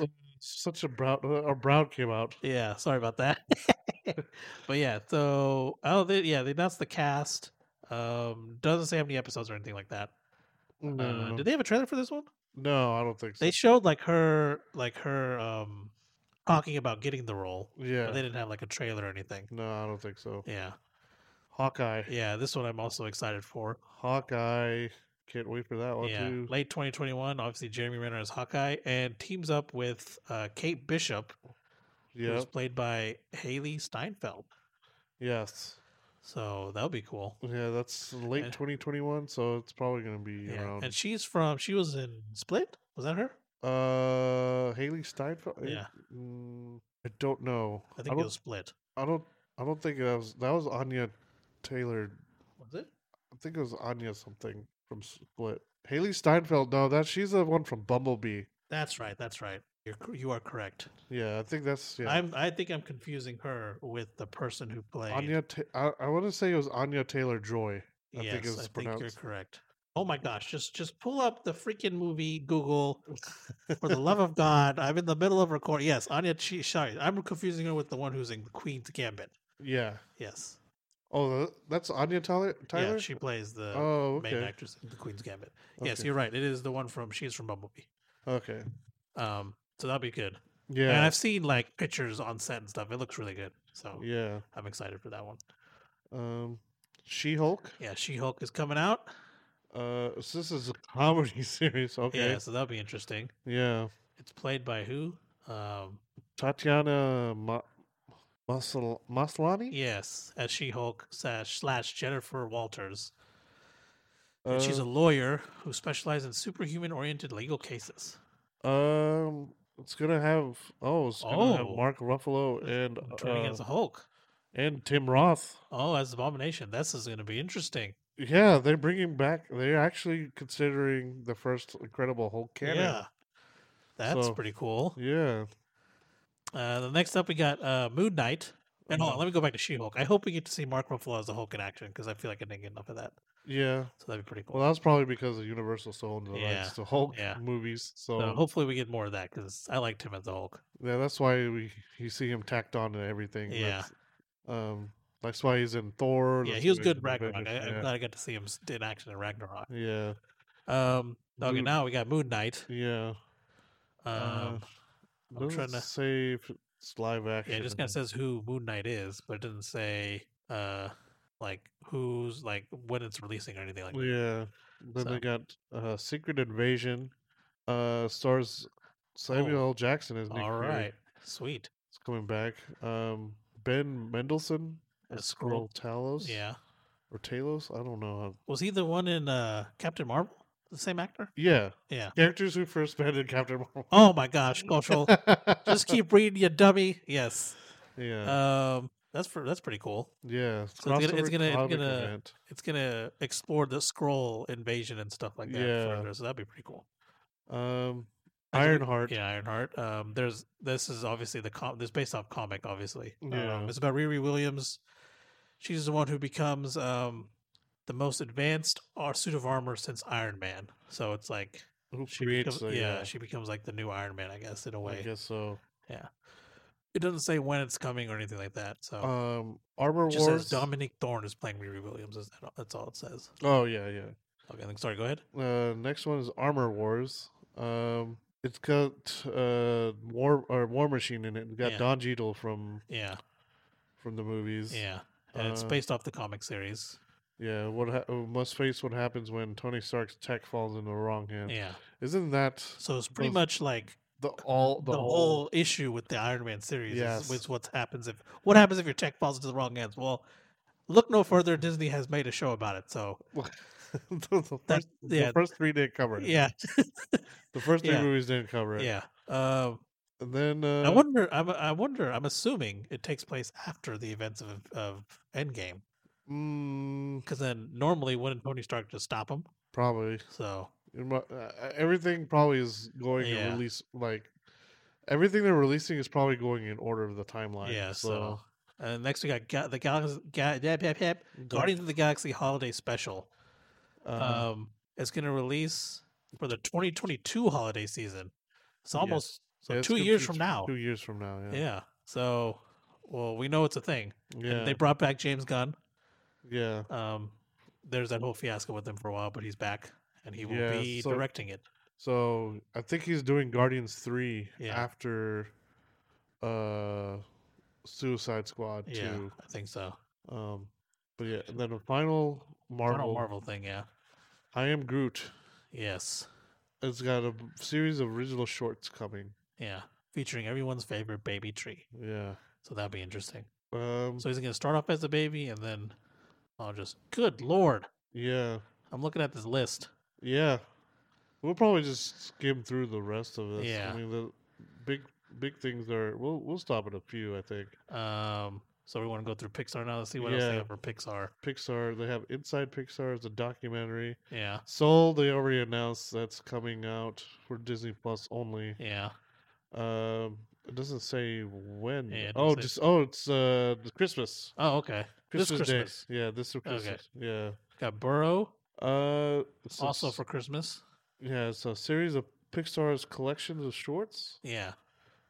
[SPEAKER 2] Ugh, Uh, Such a brow. uh, A brow came out.
[SPEAKER 1] Yeah, sorry about that. but yeah, so oh they, yeah, they announced the cast. Um, doesn't say how many episodes or anything like that.
[SPEAKER 2] No,
[SPEAKER 1] Uh,
[SPEAKER 2] no, no.
[SPEAKER 1] Did they have a trailer for this one?
[SPEAKER 2] mm, No, I don't think so.
[SPEAKER 1] They showed like her, like her, um, talking about getting the role.
[SPEAKER 2] yeah.
[SPEAKER 1] But they didn't have like a trailer or anything.
[SPEAKER 2] No, I don't think so.
[SPEAKER 1] Yeah,
[SPEAKER 2] Hawkeye.
[SPEAKER 1] yeah. This one I'm also excited for.
[SPEAKER 2] Hawkeye. Can't wait for that one
[SPEAKER 1] yeah,
[SPEAKER 2] too.
[SPEAKER 1] late 2021. Obviously, Jeremy Renner is Hawkeye and teams up with uh, Kate Bishop,
[SPEAKER 2] Yeah.
[SPEAKER 1] who's played by Haley Steinfeld.
[SPEAKER 2] Yes.
[SPEAKER 1] So that'll be cool.
[SPEAKER 2] Yeah, that's late
[SPEAKER 1] And-
[SPEAKER 2] 2021, so it's probably gonna be
[SPEAKER 1] Yeah,
[SPEAKER 2] around.
[SPEAKER 1] and she's from. She was in Split. Was that her?
[SPEAKER 2] Uh, Haley Steinfeld. I-
[SPEAKER 1] Yeah.
[SPEAKER 2] mm, I don't know.
[SPEAKER 1] I
[SPEAKER 2] I,
[SPEAKER 1] think
[SPEAKER 2] don't.
[SPEAKER 1] it was Split.
[SPEAKER 2] I don't. I don't think that was that was Anya Taylor.
[SPEAKER 1] Was it?
[SPEAKER 2] I think it was Anya something from Split. Haley Steinfeld. No, that she's the one from Bumblebee.
[SPEAKER 1] That's right. That's right. You're cor- you are correct.
[SPEAKER 2] Yeah, I think that's yeah.
[SPEAKER 1] I'm. I think I'm confusing her with the person who played.
[SPEAKER 2] Anya. Ta- I, I want to say it was Anya Taylor Joy. I
[SPEAKER 1] yes,
[SPEAKER 2] think it was
[SPEAKER 1] I think you're
[SPEAKER 2] pronounced.
[SPEAKER 1] correct. Oh my gosh! Just just pull up the freaking movie Google. For the love of God, I'm in the middle of recording. Yes, Anya. She, sorry, I'm confusing her with the one who's in Queen's Gambit.
[SPEAKER 2] Yeah.
[SPEAKER 1] Yes,
[SPEAKER 2] Oh, tha- that's Anya Tyler. Tyler.
[SPEAKER 1] yeah, she plays the
[SPEAKER 2] oh, okay.
[SPEAKER 1] main actress in the Queen's Gambit. Yes,
[SPEAKER 2] Okay.
[SPEAKER 1] you're right. It is the one from. She's from Bumblebee.
[SPEAKER 2] Okay.
[SPEAKER 1] Um, so that'll be good. And
[SPEAKER 2] Yeah.
[SPEAKER 1] I've seen like pictures on set and stuff. It looks really good. So
[SPEAKER 2] Yeah.
[SPEAKER 1] I'm excited for that one.
[SPEAKER 2] Um, She Hulk.
[SPEAKER 1] Yeah, She Hulk is coming out.
[SPEAKER 2] Uh, so this is a comedy series. Okay.
[SPEAKER 1] Yeah, so that'll be interesting.
[SPEAKER 2] Yeah.
[SPEAKER 1] It's played by who? Um,
[SPEAKER 2] Tatiana Ma- Masal- Maslany.
[SPEAKER 1] yes, as She Hulk slash slash Jennifer Walters. And she's a
[SPEAKER 2] Uh,
[SPEAKER 1] lawyer who specializes in superhuman oriented legal cases.
[SPEAKER 2] um. It's gonna have oh, it's gonna have
[SPEAKER 1] Oh.
[SPEAKER 2] Mark Ruffalo and
[SPEAKER 1] Turning
[SPEAKER 2] uh,
[SPEAKER 1] as a Hulk.
[SPEAKER 2] and Tim Roth.
[SPEAKER 1] Oh, as Abomination. This is going to be interesting.
[SPEAKER 2] Yeah, they're bringing back. They're actually considering the first Incredible Hulk canon.
[SPEAKER 1] Yeah. That's
[SPEAKER 2] So-
[SPEAKER 1] pretty cool.
[SPEAKER 2] Yeah.
[SPEAKER 1] Uh, the next up, we got uh, Moon Knight. And hold on,
[SPEAKER 2] Uh-huh.
[SPEAKER 1] let me go back to She Hulk. I hope we get to see Mark Ruffalo as the Hulk in action because I feel like I didn't get enough of that.
[SPEAKER 2] Yeah.
[SPEAKER 1] So that'd be pretty cool.
[SPEAKER 2] Well, that's probably because the Universal still owns the
[SPEAKER 1] Yeah,
[SPEAKER 2] rights to Hulk
[SPEAKER 1] yeah.
[SPEAKER 2] movies. So,
[SPEAKER 1] so hopefully we get more of that because I liked him as the Hulk.
[SPEAKER 2] yeah, that's why we you see him tacked on to everything.
[SPEAKER 1] Yeah.
[SPEAKER 2] That's, um, that's why he's in Thor.
[SPEAKER 1] Yeah,
[SPEAKER 2] that's
[SPEAKER 1] he was
[SPEAKER 2] why
[SPEAKER 1] good in
[SPEAKER 2] he's in
[SPEAKER 1] Ragnarok. I,
[SPEAKER 2] Avengers,
[SPEAKER 1] I'm glad I got to see him s- in action in Ragnarok.
[SPEAKER 2] yeah.
[SPEAKER 1] Um, okay,
[SPEAKER 2] Moon-
[SPEAKER 1] now we got Moon Knight.
[SPEAKER 2] Yeah. Yeah.
[SPEAKER 1] Um,
[SPEAKER 2] Mm-hmm. Uh,
[SPEAKER 1] I'm
[SPEAKER 2] doesn't
[SPEAKER 1] trying to.
[SPEAKER 2] say if it's live action.
[SPEAKER 1] Yeah, it just kind of says who Moon Knight is, but it doesn't say uh like who's like when it's releasing or anything like that.
[SPEAKER 2] Yeah. Then
[SPEAKER 1] So-
[SPEAKER 2] they got uh, Secret Invasion. Uh,
[SPEAKER 1] Oh.
[SPEAKER 2] stars Samuel L. Jackson as Nick
[SPEAKER 1] All
[SPEAKER 2] Fury.
[SPEAKER 1] right, sweet.
[SPEAKER 2] It's coming back. Um, Ben Mendelsohn.
[SPEAKER 1] A
[SPEAKER 2] as
[SPEAKER 1] scroll.
[SPEAKER 2] Skrull Talos.
[SPEAKER 1] Yeah,
[SPEAKER 2] Or Talos. I don't know. How...
[SPEAKER 1] was he the one in uh Captain Marvel? The same actor?
[SPEAKER 2] Yeah.
[SPEAKER 1] Yeah.
[SPEAKER 2] Characters who first met in Captain Marvel.
[SPEAKER 1] Oh my gosh, cultural. just keep reading, you dummy. Yes.
[SPEAKER 2] yeah.
[SPEAKER 1] Um, that's for that's pretty cool.
[SPEAKER 2] yeah.
[SPEAKER 1] so it's gonna- it's
[SPEAKER 2] crossover
[SPEAKER 1] gonna- it's
[SPEAKER 2] comic
[SPEAKER 1] gonna-
[SPEAKER 2] event.
[SPEAKER 1] It's gonna explore the scroll invasion and stuff like that
[SPEAKER 2] Yeah.
[SPEAKER 1] further, so that'd be pretty cool.
[SPEAKER 2] Um,
[SPEAKER 1] I think-
[SPEAKER 2] Ironheart.
[SPEAKER 1] Yeah, Ironheart. Um, there's this is obviously the com. This is based off comic, obviously.
[SPEAKER 2] Yeah.
[SPEAKER 1] Um, it's about Riri Williams. She's the one who becomes um the most advanced ar- suit of armor since Iron Man. So it's like
[SPEAKER 2] Who
[SPEAKER 1] she
[SPEAKER 2] creates?
[SPEAKER 1] becomes,
[SPEAKER 2] the,
[SPEAKER 1] yeah,
[SPEAKER 2] uh,
[SPEAKER 1] she becomes like the new Iron Man, I guess, in a
[SPEAKER 2] I
[SPEAKER 1] way.
[SPEAKER 2] guess so.
[SPEAKER 1] It doesn't say when it's coming or anything like that. So
[SPEAKER 2] Um, Armor
[SPEAKER 1] it Oh. just
[SPEAKER 2] Wars.
[SPEAKER 1] says Dominic Thorne is playing Riri Williams. Is that, that's all it says.
[SPEAKER 2] oh yeah, yeah.
[SPEAKER 1] Okay, then- sorry. Go ahead.
[SPEAKER 2] Uh, next one is Armor Wars. Um, it's got uh War or War Machine in it. We got
[SPEAKER 1] Yeah.
[SPEAKER 2] Don Cheadle from
[SPEAKER 1] Yeah,
[SPEAKER 2] from the movies.
[SPEAKER 1] yeah. And it's
[SPEAKER 2] Uh,
[SPEAKER 1] based off the comic series.
[SPEAKER 2] Yeah, What ha- uh, must face what happens when Tony Stark's tech falls into the wrong hand.
[SPEAKER 1] Yeah.
[SPEAKER 2] Isn't that
[SPEAKER 1] So it's pretty
[SPEAKER 2] those-
[SPEAKER 1] much like
[SPEAKER 2] the all the,
[SPEAKER 1] the,
[SPEAKER 2] whole,
[SPEAKER 1] whole issue with the Iron Man series
[SPEAKER 2] Yes.
[SPEAKER 1] is, is what happens if what happens if your tech falls into the wrong hands. Well, look no further. Disney has made a show about it. So
[SPEAKER 2] the, the first,
[SPEAKER 1] that, yeah,
[SPEAKER 2] the first three didn't cover it.
[SPEAKER 1] yeah,
[SPEAKER 2] The first three
[SPEAKER 1] yeah.
[SPEAKER 2] movies didn't cover it.
[SPEAKER 1] yeah. Um,
[SPEAKER 2] And then uh,
[SPEAKER 1] I wonder. I'm, I wonder. I'm assuming it takes place after the events of of Endgame,
[SPEAKER 2] mm,
[SPEAKER 1] because then normally wouldn't Tony Stark just stop him?
[SPEAKER 2] probably
[SPEAKER 1] So
[SPEAKER 2] It mu- uh, everything e-, probably is going to
[SPEAKER 1] Yeah.
[SPEAKER 2] release like everything they're releasing is probably going in order of the timeline.
[SPEAKER 1] Yeah,
[SPEAKER 2] so,
[SPEAKER 1] so- Uh, next we got Ga- the Galaxy, Ga- yep, yep, yep, Guardians of the Galaxy Holiday Special.
[SPEAKER 2] uh,
[SPEAKER 1] Um, it's going to release for the 2022 holiday season. It's almost so
[SPEAKER 2] yeah, it's
[SPEAKER 1] two
[SPEAKER 2] gonna
[SPEAKER 1] years
[SPEAKER 2] be
[SPEAKER 1] from
[SPEAKER 2] t-
[SPEAKER 1] now.
[SPEAKER 2] Two years from now,
[SPEAKER 1] yeah.
[SPEAKER 2] yeah,
[SPEAKER 1] So, well, we know it's a thing. And
[SPEAKER 2] yeah,
[SPEAKER 1] they brought back James Gunn.
[SPEAKER 2] yeah.
[SPEAKER 1] Um, there's that whole fiasco with him for a while, but he's back and he will
[SPEAKER 2] Yeah,
[SPEAKER 1] be
[SPEAKER 2] so-
[SPEAKER 1] directing it.
[SPEAKER 2] So I think he's doing Guardians three
[SPEAKER 1] Yeah.
[SPEAKER 2] after uh Suicide Squad
[SPEAKER 1] Yeah,
[SPEAKER 2] two.
[SPEAKER 1] I think so.
[SPEAKER 2] Um but yeah, and then the final Marvel,
[SPEAKER 1] Marvel. Marvel thing, yeah.
[SPEAKER 2] I am Groot.
[SPEAKER 1] Yes.
[SPEAKER 2] It's got a b- series of original shorts coming.
[SPEAKER 1] Yeah. Featuring everyone's favorite baby tree.
[SPEAKER 2] Yeah.
[SPEAKER 1] So that'll be interesting.
[SPEAKER 2] Um
[SPEAKER 1] So he's going to start off as a baby and then I'll just, good Lord.
[SPEAKER 2] yeah.
[SPEAKER 1] I'm looking at this list.
[SPEAKER 2] Yeah. We'll probably just skim through the rest of this.
[SPEAKER 1] Yeah.
[SPEAKER 2] I mean the big big things are we'll we'll stop at a few, I think.
[SPEAKER 1] Um, so we want to go through Pixar now. Let's see what else they
[SPEAKER 2] Yeah.
[SPEAKER 1] have for Pixar.
[SPEAKER 2] Pixar, they have Inside Pixar as a documentary.
[SPEAKER 1] Yeah,
[SPEAKER 2] Soul, they already announced that's coming out for Disney Plus only.
[SPEAKER 1] yeah,
[SPEAKER 2] Um, it doesn't say when.
[SPEAKER 1] Yeah, it doesn't
[SPEAKER 2] oh,
[SPEAKER 1] say.
[SPEAKER 2] just oh, it's uh the Christmas.
[SPEAKER 1] Oh, okay. This
[SPEAKER 2] Christmas
[SPEAKER 1] Christmas.
[SPEAKER 2] Day. Yeah, this for Christmas.
[SPEAKER 1] Got Burrow
[SPEAKER 2] Yeah. Uh, it's a
[SPEAKER 1] also
[SPEAKER 2] s-
[SPEAKER 1] for Christmas.
[SPEAKER 2] yeah, it's a series of Pixar's collections of shorts.
[SPEAKER 1] Yeah,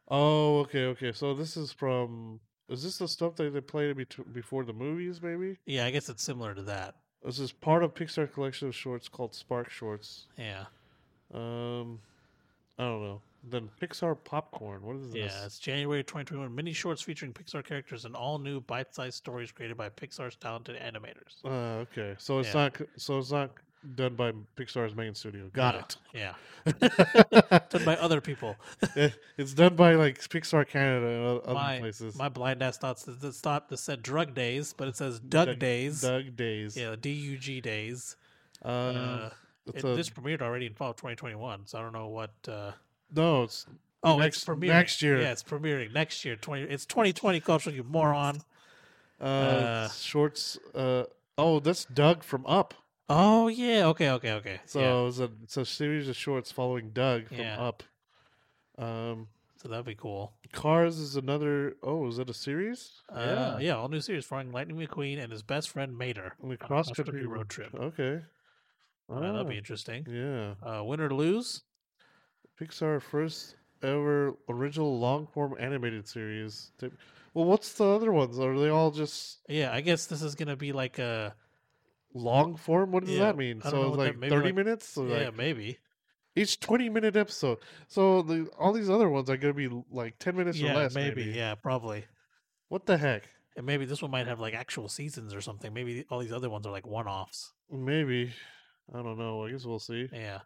[SPEAKER 2] Oh, okay, okay. So this is from. Is this the stuff that they played bet- before the movies? Maybe
[SPEAKER 1] yeah. I guess it's similar to that.
[SPEAKER 2] this is part of Pixar collection of shorts called Spark Shorts.
[SPEAKER 1] Yeah,
[SPEAKER 2] Um, I don't know. Then Pixar popcorn. What is
[SPEAKER 1] yeah.
[SPEAKER 2] this?
[SPEAKER 1] It's January 2021. Mini shorts featuring Pixar characters and all new bite-sized stories created by Pixar's talented animators.
[SPEAKER 2] Uh, okay. So it's
[SPEAKER 1] Yeah.
[SPEAKER 2] not c- so it's not done by Pixar's main studio. Got
[SPEAKER 1] No,
[SPEAKER 2] it.
[SPEAKER 1] Yeah, done by other people.
[SPEAKER 2] Eh, it's done by like Pixar Canada and o- other
[SPEAKER 1] My-
[SPEAKER 2] places.
[SPEAKER 1] My blind ass thoughts. This thought that said drug days, but it says Doug
[SPEAKER 2] Doug-
[SPEAKER 1] days.
[SPEAKER 2] Doug Days.
[SPEAKER 1] Yeah, D U G days.
[SPEAKER 2] Uh,
[SPEAKER 1] Uh,
[SPEAKER 2] it's
[SPEAKER 1] it-
[SPEAKER 2] a-
[SPEAKER 1] this premiered already in fall of 2021, so I don't know what. Uh,
[SPEAKER 2] no, it's
[SPEAKER 1] oh,
[SPEAKER 2] next
[SPEAKER 1] it's premiering
[SPEAKER 2] next year.
[SPEAKER 1] Yeah, it's premiering next year. 20. It's 2020 culture, you moron.
[SPEAKER 2] Uh,
[SPEAKER 1] uh,
[SPEAKER 2] shorts. Uh, oh, that's Doug from Up.
[SPEAKER 1] Oh yeah. Okay. Okay. Okay.
[SPEAKER 2] So
[SPEAKER 1] yeah.
[SPEAKER 2] it's a it's a series of shorts following Doug from
[SPEAKER 1] Yeah.
[SPEAKER 2] Up. Um,
[SPEAKER 1] so that'd be cool.
[SPEAKER 2] Cars is another. Oh, is that a series?
[SPEAKER 1] Uh, yeah. All new series starring Lightning McQueen and his best friend Mater.
[SPEAKER 2] On the
[SPEAKER 1] on Oh, a
[SPEAKER 2] cross country
[SPEAKER 1] road trip.
[SPEAKER 2] Okay.
[SPEAKER 1] Uh, that'll be
[SPEAKER 2] Ah,
[SPEAKER 1] interesting.
[SPEAKER 2] yeah.
[SPEAKER 1] Uh, win or lose.
[SPEAKER 2] Pixar first ever original long form animated series. They- Well, what's the other ones? Are they all just
[SPEAKER 1] Yeah, I guess this is gonna be like a
[SPEAKER 2] long form? What does
[SPEAKER 1] Yeah,
[SPEAKER 2] that mean?
[SPEAKER 1] I don't
[SPEAKER 2] So
[SPEAKER 1] know
[SPEAKER 2] it's
[SPEAKER 1] what that-
[SPEAKER 2] like
[SPEAKER 1] maybe
[SPEAKER 2] thirty
[SPEAKER 1] like-
[SPEAKER 2] minutes, so
[SPEAKER 1] yeah
[SPEAKER 2] like
[SPEAKER 1] maybe
[SPEAKER 2] each twenty minute episode. So the, all these other ones are gonna be l- like ten minutes
[SPEAKER 1] yeah
[SPEAKER 2] or less.
[SPEAKER 1] maybe,
[SPEAKER 2] Maybe.
[SPEAKER 1] yeah probably
[SPEAKER 2] What the heck?
[SPEAKER 1] and maybe this one might have like actual seasons or something. Maybe all these other ones are like one offs.
[SPEAKER 2] Maybe. I don't know. I guess we'll see.
[SPEAKER 1] Yeah.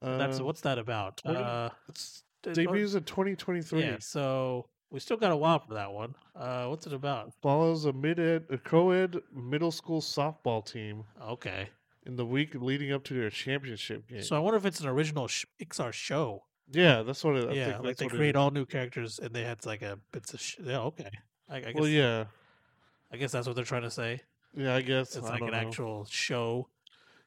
[SPEAKER 2] Uh,
[SPEAKER 1] That's what's that about?
[SPEAKER 2] what do you-
[SPEAKER 1] Uh,
[SPEAKER 2] it's
[SPEAKER 1] d- or-
[SPEAKER 2] debuts in twenty twenty three.
[SPEAKER 1] Yeah, so we still got a while for that one. Uh, what's it about?
[SPEAKER 2] Follows a mid ed, a co ed middle school softball team
[SPEAKER 1] Okay,
[SPEAKER 2] in the week leading up to their championship game.
[SPEAKER 1] so I wonder if it's an original sh- Pixar show.
[SPEAKER 2] Yeah, that's what it. I
[SPEAKER 1] yeah,
[SPEAKER 2] think
[SPEAKER 1] like
[SPEAKER 2] that's
[SPEAKER 1] they
[SPEAKER 2] what it
[SPEAKER 1] create
[SPEAKER 2] is.
[SPEAKER 1] all new characters and they had like a bits of sh- yeah. Okay, I, I guess
[SPEAKER 2] Well, yeah,
[SPEAKER 1] I guess that's what they're trying to say.
[SPEAKER 2] yeah, I guess
[SPEAKER 1] It's
[SPEAKER 2] I
[SPEAKER 1] like an
[SPEAKER 2] don't know.
[SPEAKER 1] actual show.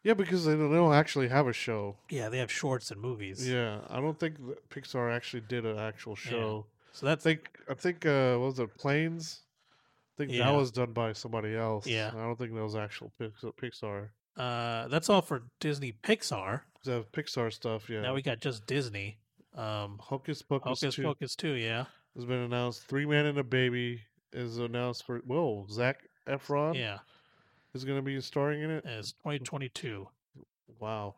[SPEAKER 2] Yeah, because they don't, they don't actually have a show.
[SPEAKER 1] Yeah, they have shorts and movies.
[SPEAKER 2] Yeah, I don't think that Pixar actually did an actual show.
[SPEAKER 1] so that's
[SPEAKER 2] I think I think uh, what was it Planes? I think
[SPEAKER 1] Yeah.
[SPEAKER 2] that was done by somebody else.
[SPEAKER 1] Yeah.
[SPEAKER 2] I don't think that was actual Pix- Pixar.
[SPEAKER 1] uh, that's all for Disney Pixar.
[SPEAKER 2] The Pixar stuff, yeah.
[SPEAKER 1] Now we got just Disney. Um,
[SPEAKER 2] Hocus Pocus
[SPEAKER 1] Hocus
[SPEAKER 2] two
[SPEAKER 1] Pocus too. Yeah,
[SPEAKER 2] has been announced. Three Man and a Baby is announced for. Whoa, Zach Efron
[SPEAKER 1] yeah.
[SPEAKER 2] is going to be starring in it.
[SPEAKER 1] and It's 2022.
[SPEAKER 2] Wow.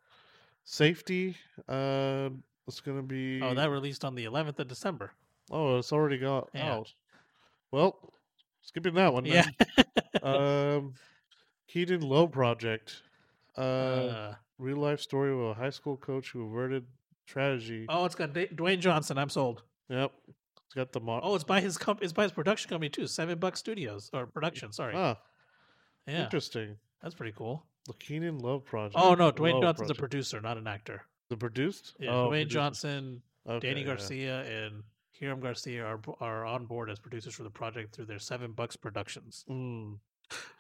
[SPEAKER 2] Safety, uh, it's gonna be.
[SPEAKER 1] Oh, that released on the 11th of December.
[SPEAKER 2] Oh, it's already got
[SPEAKER 1] Yeah.
[SPEAKER 2] out. Well, skipping that one.
[SPEAKER 1] Yeah.
[SPEAKER 2] then. um, Keaton Low Project, uh,
[SPEAKER 1] Uh,
[SPEAKER 2] real life story of a high school coach who averted tragedy.
[SPEAKER 1] oh, it's got Da- Dwayne Johnson. I'm sold.
[SPEAKER 2] Yep, it's got the mo-
[SPEAKER 1] Oh, it's by his comp- it's by his production company too, Seven Buck Studios or production. Sorry,
[SPEAKER 2] ah,
[SPEAKER 1] yeah,
[SPEAKER 2] interesting.
[SPEAKER 1] that's pretty cool.
[SPEAKER 2] The Keenan Love Project.
[SPEAKER 1] Oh no, Dwayne
[SPEAKER 2] Lowe
[SPEAKER 1] Johnson's a
[SPEAKER 2] Project.
[SPEAKER 1] producer, not an actor.
[SPEAKER 2] the produced.
[SPEAKER 1] Yeah,
[SPEAKER 2] Oh,
[SPEAKER 1] Dwayne
[SPEAKER 2] produced.
[SPEAKER 1] Johnson,
[SPEAKER 2] Okay,
[SPEAKER 1] Danny
[SPEAKER 2] yeah.
[SPEAKER 1] Garcia, and Hiram Garcia are are on board as producers for the project through their Seven Bucks Productions,
[SPEAKER 2] Mm,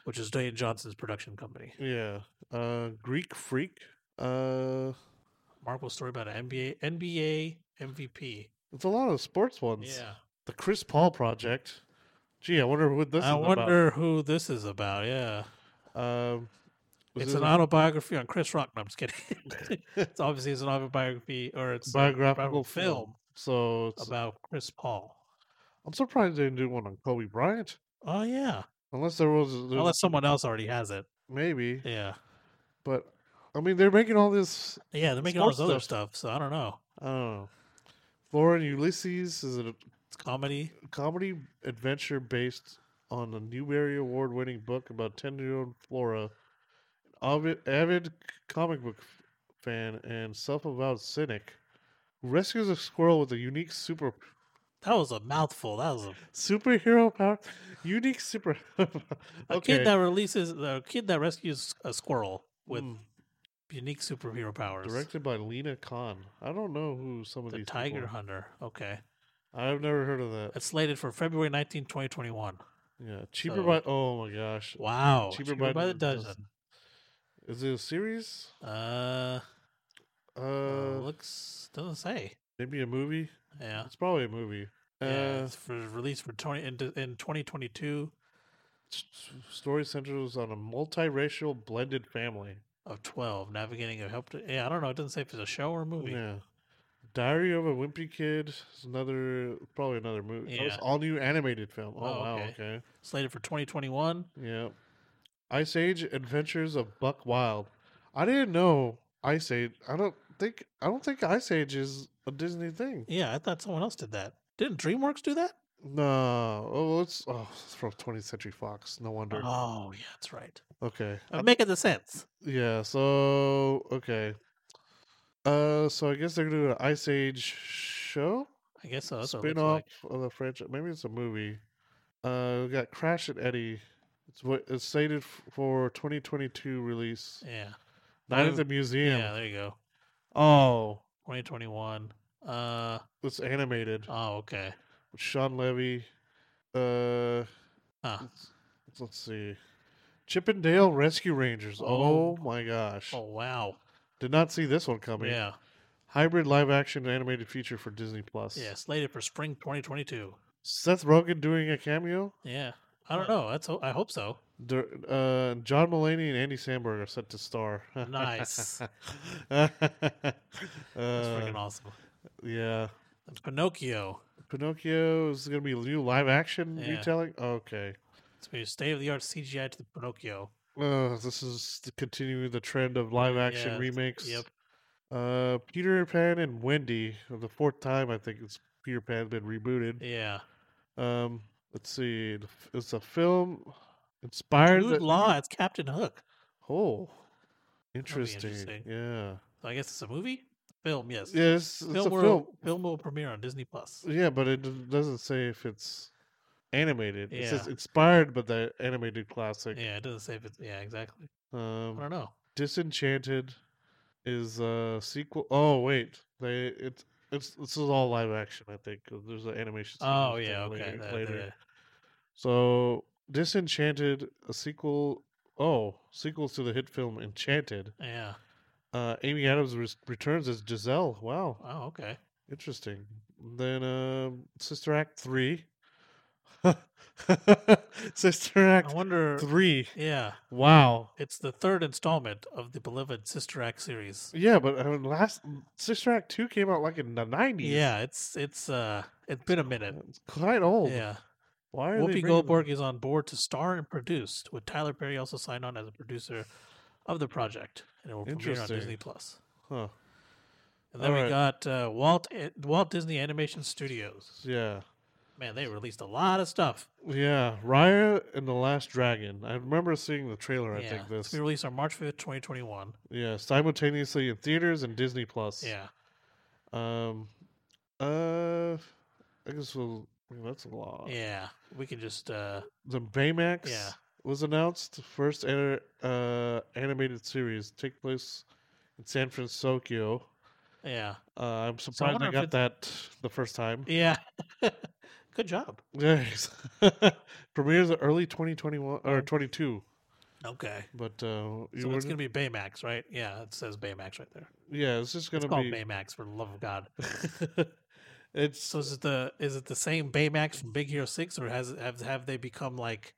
[SPEAKER 1] which is Dwayne Johnson's production company.
[SPEAKER 2] yeah. Uh, Greek Freak. Uh.
[SPEAKER 1] Marvel story about an NBA NBA MVP
[SPEAKER 2] It's a lot of sports ones.
[SPEAKER 1] Yeah.
[SPEAKER 2] The Chris Paul project. Gee, I wonder what this
[SPEAKER 1] I
[SPEAKER 2] is
[SPEAKER 1] wonder who this is about. Yeah.
[SPEAKER 2] about. Um, was
[SPEAKER 1] It's
[SPEAKER 2] it
[SPEAKER 1] an autobiography on Chris Rock. No, I'm just kidding. it's obviously it's an autobiography or it's a
[SPEAKER 2] biographical film.
[SPEAKER 1] film
[SPEAKER 2] So it's,
[SPEAKER 1] about Chris Paul.
[SPEAKER 2] I'm surprised they didn't do one on Kobe Bryant.
[SPEAKER 1] Oh yeah.
[SPEAKER 2] Unless there was, there-
[SPEAKER 1] Unless someone else already has it.
[SPEAKER 2] maybe,
[SPEAKER 1] Yeah.
[SPEAKER 2] but I mean, they're making all this.
[SPEAKER 1] Yeah, they're making all this
[SPEAKER 2] Sports
[SPEAKER 1] other stuff, so I don't know.
[SPEAKER 2] I don't know. Thor and Oh. Ulysses is it a
[SPEAKER 1] It's comedy.
[SPEAKER 2] comedy adventure based on a Newbery Award winning book about 10 year old Flora, an avid, avid comic book f- fan and self avowed cynic, who rescues a squirrel with a unique super
[SPEAKER 1] That was a mouthful. That was a,
[SPEAKER 2] superhero power. Unique super.
[SPEAKER 1] a
[SPEAKER 2] okay.
[SPEAKER 1] kid that releases a kid that rescues a squirrel with
[SPEAKER 2] Hmm.
[SPEAKER 1] unique superhero powers.
[SPEAKER 2] Directed by Lena Khan. I don't know who some of
[SPEAKER 1] the
[SPEAKER 2] these
[SPEAKER 1] Tiger
[SPEAKER 2] people are.
[SPEAKER 1] Hunter. Okay.
[SPEAKER 2] I've never heard of that.
[SPEAKER 1] It's slated for February 19, 2021.
[SPEAKER 2] Yeah, cheaper
[SPEAKER 1] So-
[SPEAKER 2] by. Oh my gosh,
[SPEAKER 1] Wow.
[SPEAKER 2] Cheaper by
[SPEAKER 1] the
[SPEAKER 2] the Dozen.
[SPEAKER 1] dozen.
[SPEAKER 2] is it a series?
[SPEAKER 1] Uh,
[SPEAKER 2] Uh, uh,
[SPEAKER 1] uh, looks doesn't say.
[SPEAKER 2] maybe a movie.
[SPEAKER 1] Yeah.
[SPEAKER 2] It's probably a movie.
[SPEAKER 1] yeah,
[SPEAKER 2] Uh,
[SPEAKER 1] it's for release for 20 in, in 2022
[SPEAKER 2] S- story centers on a multiracial blended family.
[SPEAKER 1] of 12 navigating a help to, yeah i don't know it doesn't say if it's a show or a movie
[SPEAKER 2] Yeah. Diary of a Wimpy Kid is another, probably another movie. That was
[SPEAKER 1] Yeah.
[SPEAKER 2] all new animated film. Oh,
[SPEAKER 1] Oh,
[SPEAKER 2] wow. Okay.
[SPEAKER 1] okay. slated for 2021
[SPEAKER 2] Yeah. Ice Age Adventures of Buck Wild. I didn't know Ice Age. I don't think, I don't think Ice Age is a Disney thing.
[SPEAKER 1] yeah i thought someone else did that didn't dreamworks do that
[SPEAKER 2] No. Oh, it's, oh, it's from 20th Century Fox. No wonder.
[SPEAKER 1] oh yeah that's right
[SPEAKER 2] Okay.
[SPEAKER 1] i'm making the sense
[SPEAKER 2] Yeah, so okay. Uh so I guess they're gonna do an Ice Age show?
[SPEAKER 1] i guess so Oh, that's what it
[SPEAKER 2] Spin
[SPEAKER 1] looks
[SPEAKER 2] off
[SPEAKER 1] like.
[SPEAKER 2] of the franchise. Maybe it's a movie. Uh we got Crash and Eddie. It's what it's slated f- for twenty twenty two release.
[SPEAKER 1] yeah
[SPEAKER 2] Night at
[SPEAKER 1] Ooh,
[SPEAKER 2] the museum.
[SPEAKER 1] yeah there you go
[SPEAKER 2] Oh.
[SPEAKER 1] 2021 uh
[SPEAKER 2] It's animated.
[SPEAKER 1] oh okay
[SPEAKER 2] With Sean Levy. Uh
[SPEAKER 1] huh.
[SPEAKER 2] let's, let's see. Chippendale Rescue Rangers.
[SPEAKER 1] Oh.
[SPEAKER 2] Oh, my gosh.
[SPEAKER 1] oh wow
[SPEAKER 2] Did not see this one coming.
[SPEAKER 1] yeah
[SPEAKER 2] Hybrid live action animated feature for Disney Plus.
[SPEAKER 1] yeah slated for spring 2022
[SPEAKER 2] Seth Rogen doing a cameo.
[SPEAKER 1] yeah i don't
[SPEAKER 2] Huh.
[SPEAKER 1] know that's ho- i hope so
[SPEAKER 2] Dur- uh, John Mulaney and Andy Samberg are set to star.
[SPEAKER 1] Nice.
[SPEAKER 2] Uh,
[SPEAKER 1] that's freaking awesome
[SPEAKER 2] Yeah,
[SPEAKER 1] pinocchio
[SPEAKER 2] Pinocchio is going to be a new live action
[SPEAKER 1] Yeah.
[SPEAKER 2] retelling. Okay,
[SPEAKER 1] It's going to be state of the art CGI to the Pinocchio.
[SPEAKER 2] uh, this is to continue the trend of live action
[SPEAKER 1] Yeah,
[SPEAKER 2] remakes.
[SPEAKER 1] Yep.
[SPEAKER 2] Uh, Peter Pan and Wendy. The fourth time I think it's Peter Pan been rebooted.
[SPEAKER 1] Yeah.
[SPEAKER 2] Um, let's see. the f- It's a film inspired.
[SPEAKER 1] Jude
[SPEAKER 2] the-
[SPEAKER 1] Law. It's Captain Hook.
[SPEAKER 2] Oh, interesting.
[SPEAKER 1] interesting.
[SPEAKER 2] Yeah.
[SPEAKER 1] So I guess it's a movie. Film. Yes.
[SPEAKER 2] Yeah, it's, it's a
[SPEAKER 1] Film, will,
[SPEAKER 2] film.
[SPEAKER 1] film will premiere on Disney Plus.
[SPEAKER 2] Yeah, but it d- doesn't say if it's animated. It says
[SPEAKER 1] Yeah.
[SPEAKER 2] inspired by the animated classic.
[SPEAKER 1] Yeah. It doesn't say if it's. Yeah. Exactly. I
[SPEAKER 2] Um,
[SPEAKER 1] don't know.
[SPEAKER 2] Disenchanted is a sequel. Oh wait, they it's it's this is all live action. I think 'cause there's an animation.
[SPEAKER 1] Oh
[SPEAKER 2] sequence
[SPEAKER 1] yeah.
[SPEAKER 2] thing
[SPEAKER 1] Okay.
[SPEAKER 2] Later,
[SPEAKER 1] that-
[SPEAKER 2] later.
[SPEAKER 1] that-
[SPEAKER 2] So Disenchanted, a sequel. Oh, sequels to the hit film Enchanted.
[SPEAKER 1] yeah.
[SPEAKER 2] Uh, Amy Adams res returns as Giselle. Wow.
[SPEAKER 1] Oh. Okay.
[SPEAKER 2] Interesting. Then um, Sister Act three. Sister
[SPEAKER 1] I
[SPEAKER 2] Act
[SPEAKER 1] wonder. Hmm.
[SPEAKER 2] three.
[SPEAKER 1] Yeah.
[SPEAKER 2] Wow.
[SPEAKER 1] It's the third installment of the beloved Sister Act series.
[SPEAKER 2] Yeah, but I mean, last mm, Sister Act two came out like in the nineties.
[SPEAKER 1] Yeah. It's it's uh it's been a minute.
[SPEAKER 2] it's quite old.
[SPEAKER 1] Yeah.
[SPEAKER 2] Why are they
[SPEAKER 1] Whoopi
[SPEAKER 2] bringing
[SPEAKER 1] Goldberg is on board to star and produce, with Tyler Perry also signed on as a producer of the project, and it will premiere on
[SPEAKER 2] Interesting.
[SPEAKER 1] Disney Plus.
[SPEAKER 2] Them? Huh.
[SPEAKER 1] And then we
[SPEAKER 2] Alright.
[SPEAKER 1] got uh, Walt eh, Walt Disney Animation Studios.
[SPEAKER 2] Yeah.
[SPEAKER 1] Man, they released a lot of stuff.
[SPEAKER 2] Yeah. Raya and the Last Dragon. I remember seeing the trailer. I
[SPEAKER 1] yeah,
[SPEAKER 2] think this.
[SPEAKER 1] we released on March fifth, twenty twenty one.
[SPEAKER 2] Yeah, simultaneously in theaters and Disney Plus.
[SPEAKER 1] Yeah,
[SPEAKER 2] Um. Uh. I guess we'll. That's a lot.
[SPEAKER 1] yeah. We can just uh,
[SPEAKER 2] The Baymax
[SPEAKER 1] Yeah.
[SPEAKER 2] was announced. First an- uh, animated series take place in San Francisco.
[SPEAKER 1] yeah,
[SPEAKER 2] Uh, I'm surprised
[SPEAKER 1] wonder
[SPEAKER 2] I
[SPEAKER 1] if
[SPEAKER 2] got that the first time.
[SPEAKER 1] yeah. Good job.
[SPEAKER 2] Yes. Premieres early 2021 or 22,
[SPEAKER 1] Okay,
[SPEAKER 2] but uh, you
[SPEAKER 1] so it's
[SPEAKER 2] wouldn't-
[SPEAKER 1] gonna be Baymax, right? Yeah, it says Baymax right there.
[SPEAKER 2] yeah, it's just
[SPEAKER 1] It's
[SPEAKER 2] gonna
[SPEAKER 1] called
[SPEAKER 2] be
[SPEAKER 1] Baymax for the love of God.
[SPEAKER 2] It's
[SPEAKER 1] So is it the is it the same Baymax from Big Hero Six, or has have have they become like?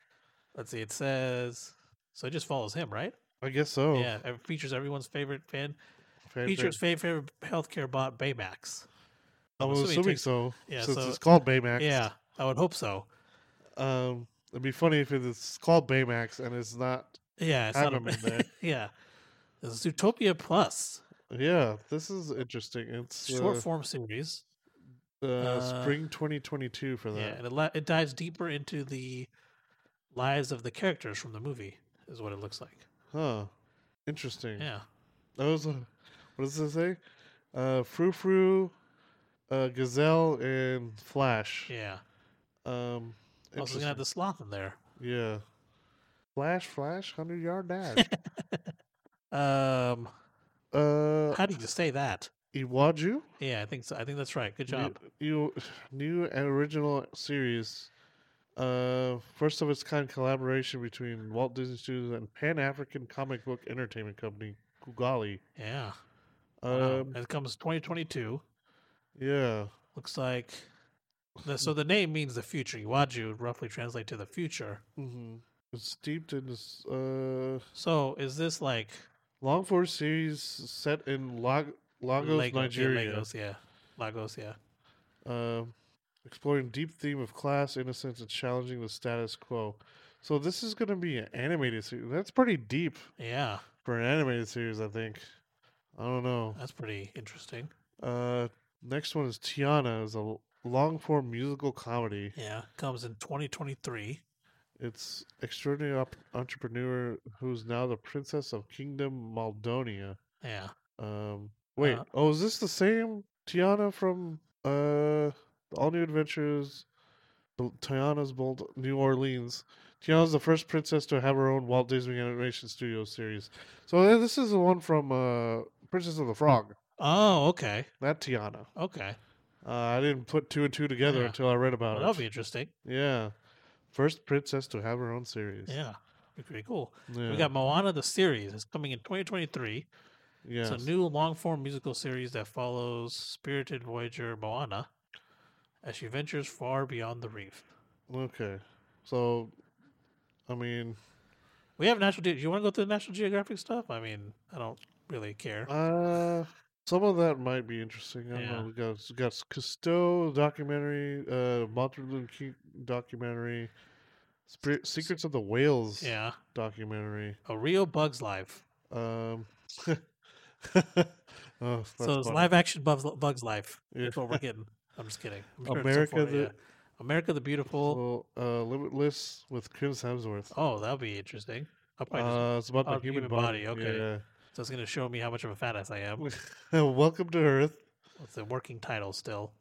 [SPEAKER 1] Let's see. It says so. It just follows him, right?
[SPEAKER 2] I guess so.
[SPEAKER 1] Yeah. It features everyone's favorite fan.
[SPEAKER 2] Fan-
[SPEAKER 1] Features favorite, favorite healthcare bot Baymax.
[SPEAKER 2] I'm assuming,
[SPEAKER 1] it takes-
[SPEAKER 2] so.
[SPEAKER 1] yeah,
[SPEAKER 2] since
[SPEAKER 1] so-
[SPEAKER 2] it's called Baymax.
[SPEAKER 1] Yeah, I would hope so.
[SPEAKER 2] Um, it'd be funny if it's called Baymax and it's not.
[SPEAKER 1] Yeah, it's
[SPEAKER 2] Have
[SPEAKER 1] not a,
[SPEAKER 2] him in there.
[SPEAKER 1] yeah. This is Zootopia Plus
[SPEAKER 2] Yeah, this is interesting. It's
[SPEAKER 1] short
[SPEAKER 2] uh,
[SPEAKER 1] form series.
[SPEAKER 2] uh,
[SPEAKER 1] uh,
[SPEAKER 2] spring 2022 for
[SPEAKER 1] Yeah,
[SPEAKER 2] that.
[SPEAKER 1] and it, li- it dives deeper into the lives of the characters from the movie, is what it looks like.
[SPEAKER 2] Huh. Interesting.
[SPEAKER 1] Yeah.
[SPEAKER 2] That was a, what does it say? Uh, Frou Frou, uh, Gazelle, and Flash.
[SPEAKER 1] Yeah.
[SPEAKER 2] Um,
[SPEAKER 1] Also, gonna have
[SPEAKER 2] interesting.
[SPEAKER 1] the sloth in there.
[SPEAKER 2] yeah. Flash, Flash, hundred yard dash.
[SPEAKER 1] Um,
[SPEAKER 2] uh,
[SPEAKER 1] how did you say that?
[SPEAKER 2] Iwaju.
[SPEAKER 1] Yeah, I think so. I think that's right. Good job.
[SPEAKER 2] New, new and original series. Uh, first of its kind collaboration between Walt Disney Studios and Pan African comic book entertainment company Kugali.
[SPEAKER 1] Yeah. Wow.
[SPEAKER 2] Um,
[SPEAKER 1] it comes 2022.
[SPEAKER 2] yeah,
[SPEAKER 1] Looks like. The,
[SPEAKER 2] Mm.
[SPEAKER 1] so the name means the future. Iwaju would roughly translate to the future.
[SPEAKER 2] hmm it's steeped in this uh,
[SPEAKER 1] So is this like
[SPEAKER 2] long form series set in Lag- Lagos,
[SPEAKER 1] Lagos, yeah,
[SPEAKER 2] Nigeria.
[SPEAKER 1] Lagos, yeah. Lagos, yeah.
[SPEAKER 2] um, exploring deep theme of class, innocence, and challenging the status quo. So this is going to be an animated series. That's pretty deep
[SPEAKER 1] Yeah.
[SPEAKER 2] for an animated series, I think. I don't know.
[SPEAKER 1] That's pretty interesting.
[SPEAKER 2] Uh, next one is Tiana. is a long form musical comedy.
[SPEAKER 1] Yeah. Comes in 2023.
[SPEAKER 2] It's extraordinary op- entrepreneur who's now the princess of Kingdom Maldonia.
[SPEAKER 1] Yeah.
[SPEAKER 2] Um, wait,
[SPEAKER 1] Uh,
[SPEAKER 2] oh, is this the same Tiana from uh, All New Adventures? Bel- Tiana's Bold New Orleans. Tiana's the first princess to have her own Walt Disney Animation Studio series. So th- this is the one from uh, Princess
[SPEAKER 1] Hmm.
[SPEAKER 2] of the Frog,
[SPEAKER 1] Oh, okay.
[SPEAKER 2] not Tiana.
[SPEAKER 1] Okay.
[SPEAKER 2] Uh, I didn't put two and two together
[SPEAKER 1] Yeah.
[SPEAKER 2] until I read
[SPEAKER 1] Well,
[SPEAKER 2] about
[SPEAKER 1] that'll
[SPEAKER 2] it.
[SPEAKER 1] be interesting.
[SPEAKER 2] Yeah, first princess to have her own series.
[SPEAKER 1] Yeah. Be pretty cool.
[SPEAKER 2] yeah.
[SPEAKER 1] We got Moana the series. It's coming in 2023.
[SPEAKER 2] yes.
[SPEAKER 1] It's a new long form musical series that follows spirited voyager Moana as she ventures far beyond the reef.
[SPEAKER 2] okay. So, I mean,
[SPEAKER 1] We have National Ge- Do you want to go through the National Geographic stuff? I mean, I don't really care.
[SPEAKER 2] Uh, some of that might be interesting. I don't
[SPEAKER 1] Yeah.
[SPEAKER 2] know. We got we got Cousteau documentary, uh, Martin Luther King documentary, Spirit, Secrets of the Whales
[SPEAKER 1] Yeah.
[SPEAKER 2] documentary.
[SPEAKER 1] A real bug's life.
[SPEAKER 2] Um, oh,
[SPEAKER 1] so it's live action Bugs, Bugs Life.
[SPEAKER 2] Yeah.
[SPEAKER 1] That's what we're getting. I'm just kidding. I'm sure it's so
[SPEAKER 2] America
[SPEAKER 1] far,
[SPEAKER 2] the
[SPEAKER 1] yeah. America the Beautiful.
[SPEAKER 2] well, uh, Limitless with Chris Hemsworth.
[SPEAKER 1] Oh, that'll be interesting. I'll probably just,
[SPEAKER 2] Uh, it's about
[SPEAKER 1] oh,
[SPEAKER 2] the
[SPEAKER 1] the
[SPEAKER 2] human,
[SPEAKER 1] human
[SPEAKER 2] body.
[SPEAKER 1] body, okay.
[SPEAKER 2] Yeah.
[SPEAKER 1] so it's going to show me how much of a fat ass I am.
[SPEAKER 2] Welcome to Earth.
[SPEAKER 1] It's a working title still.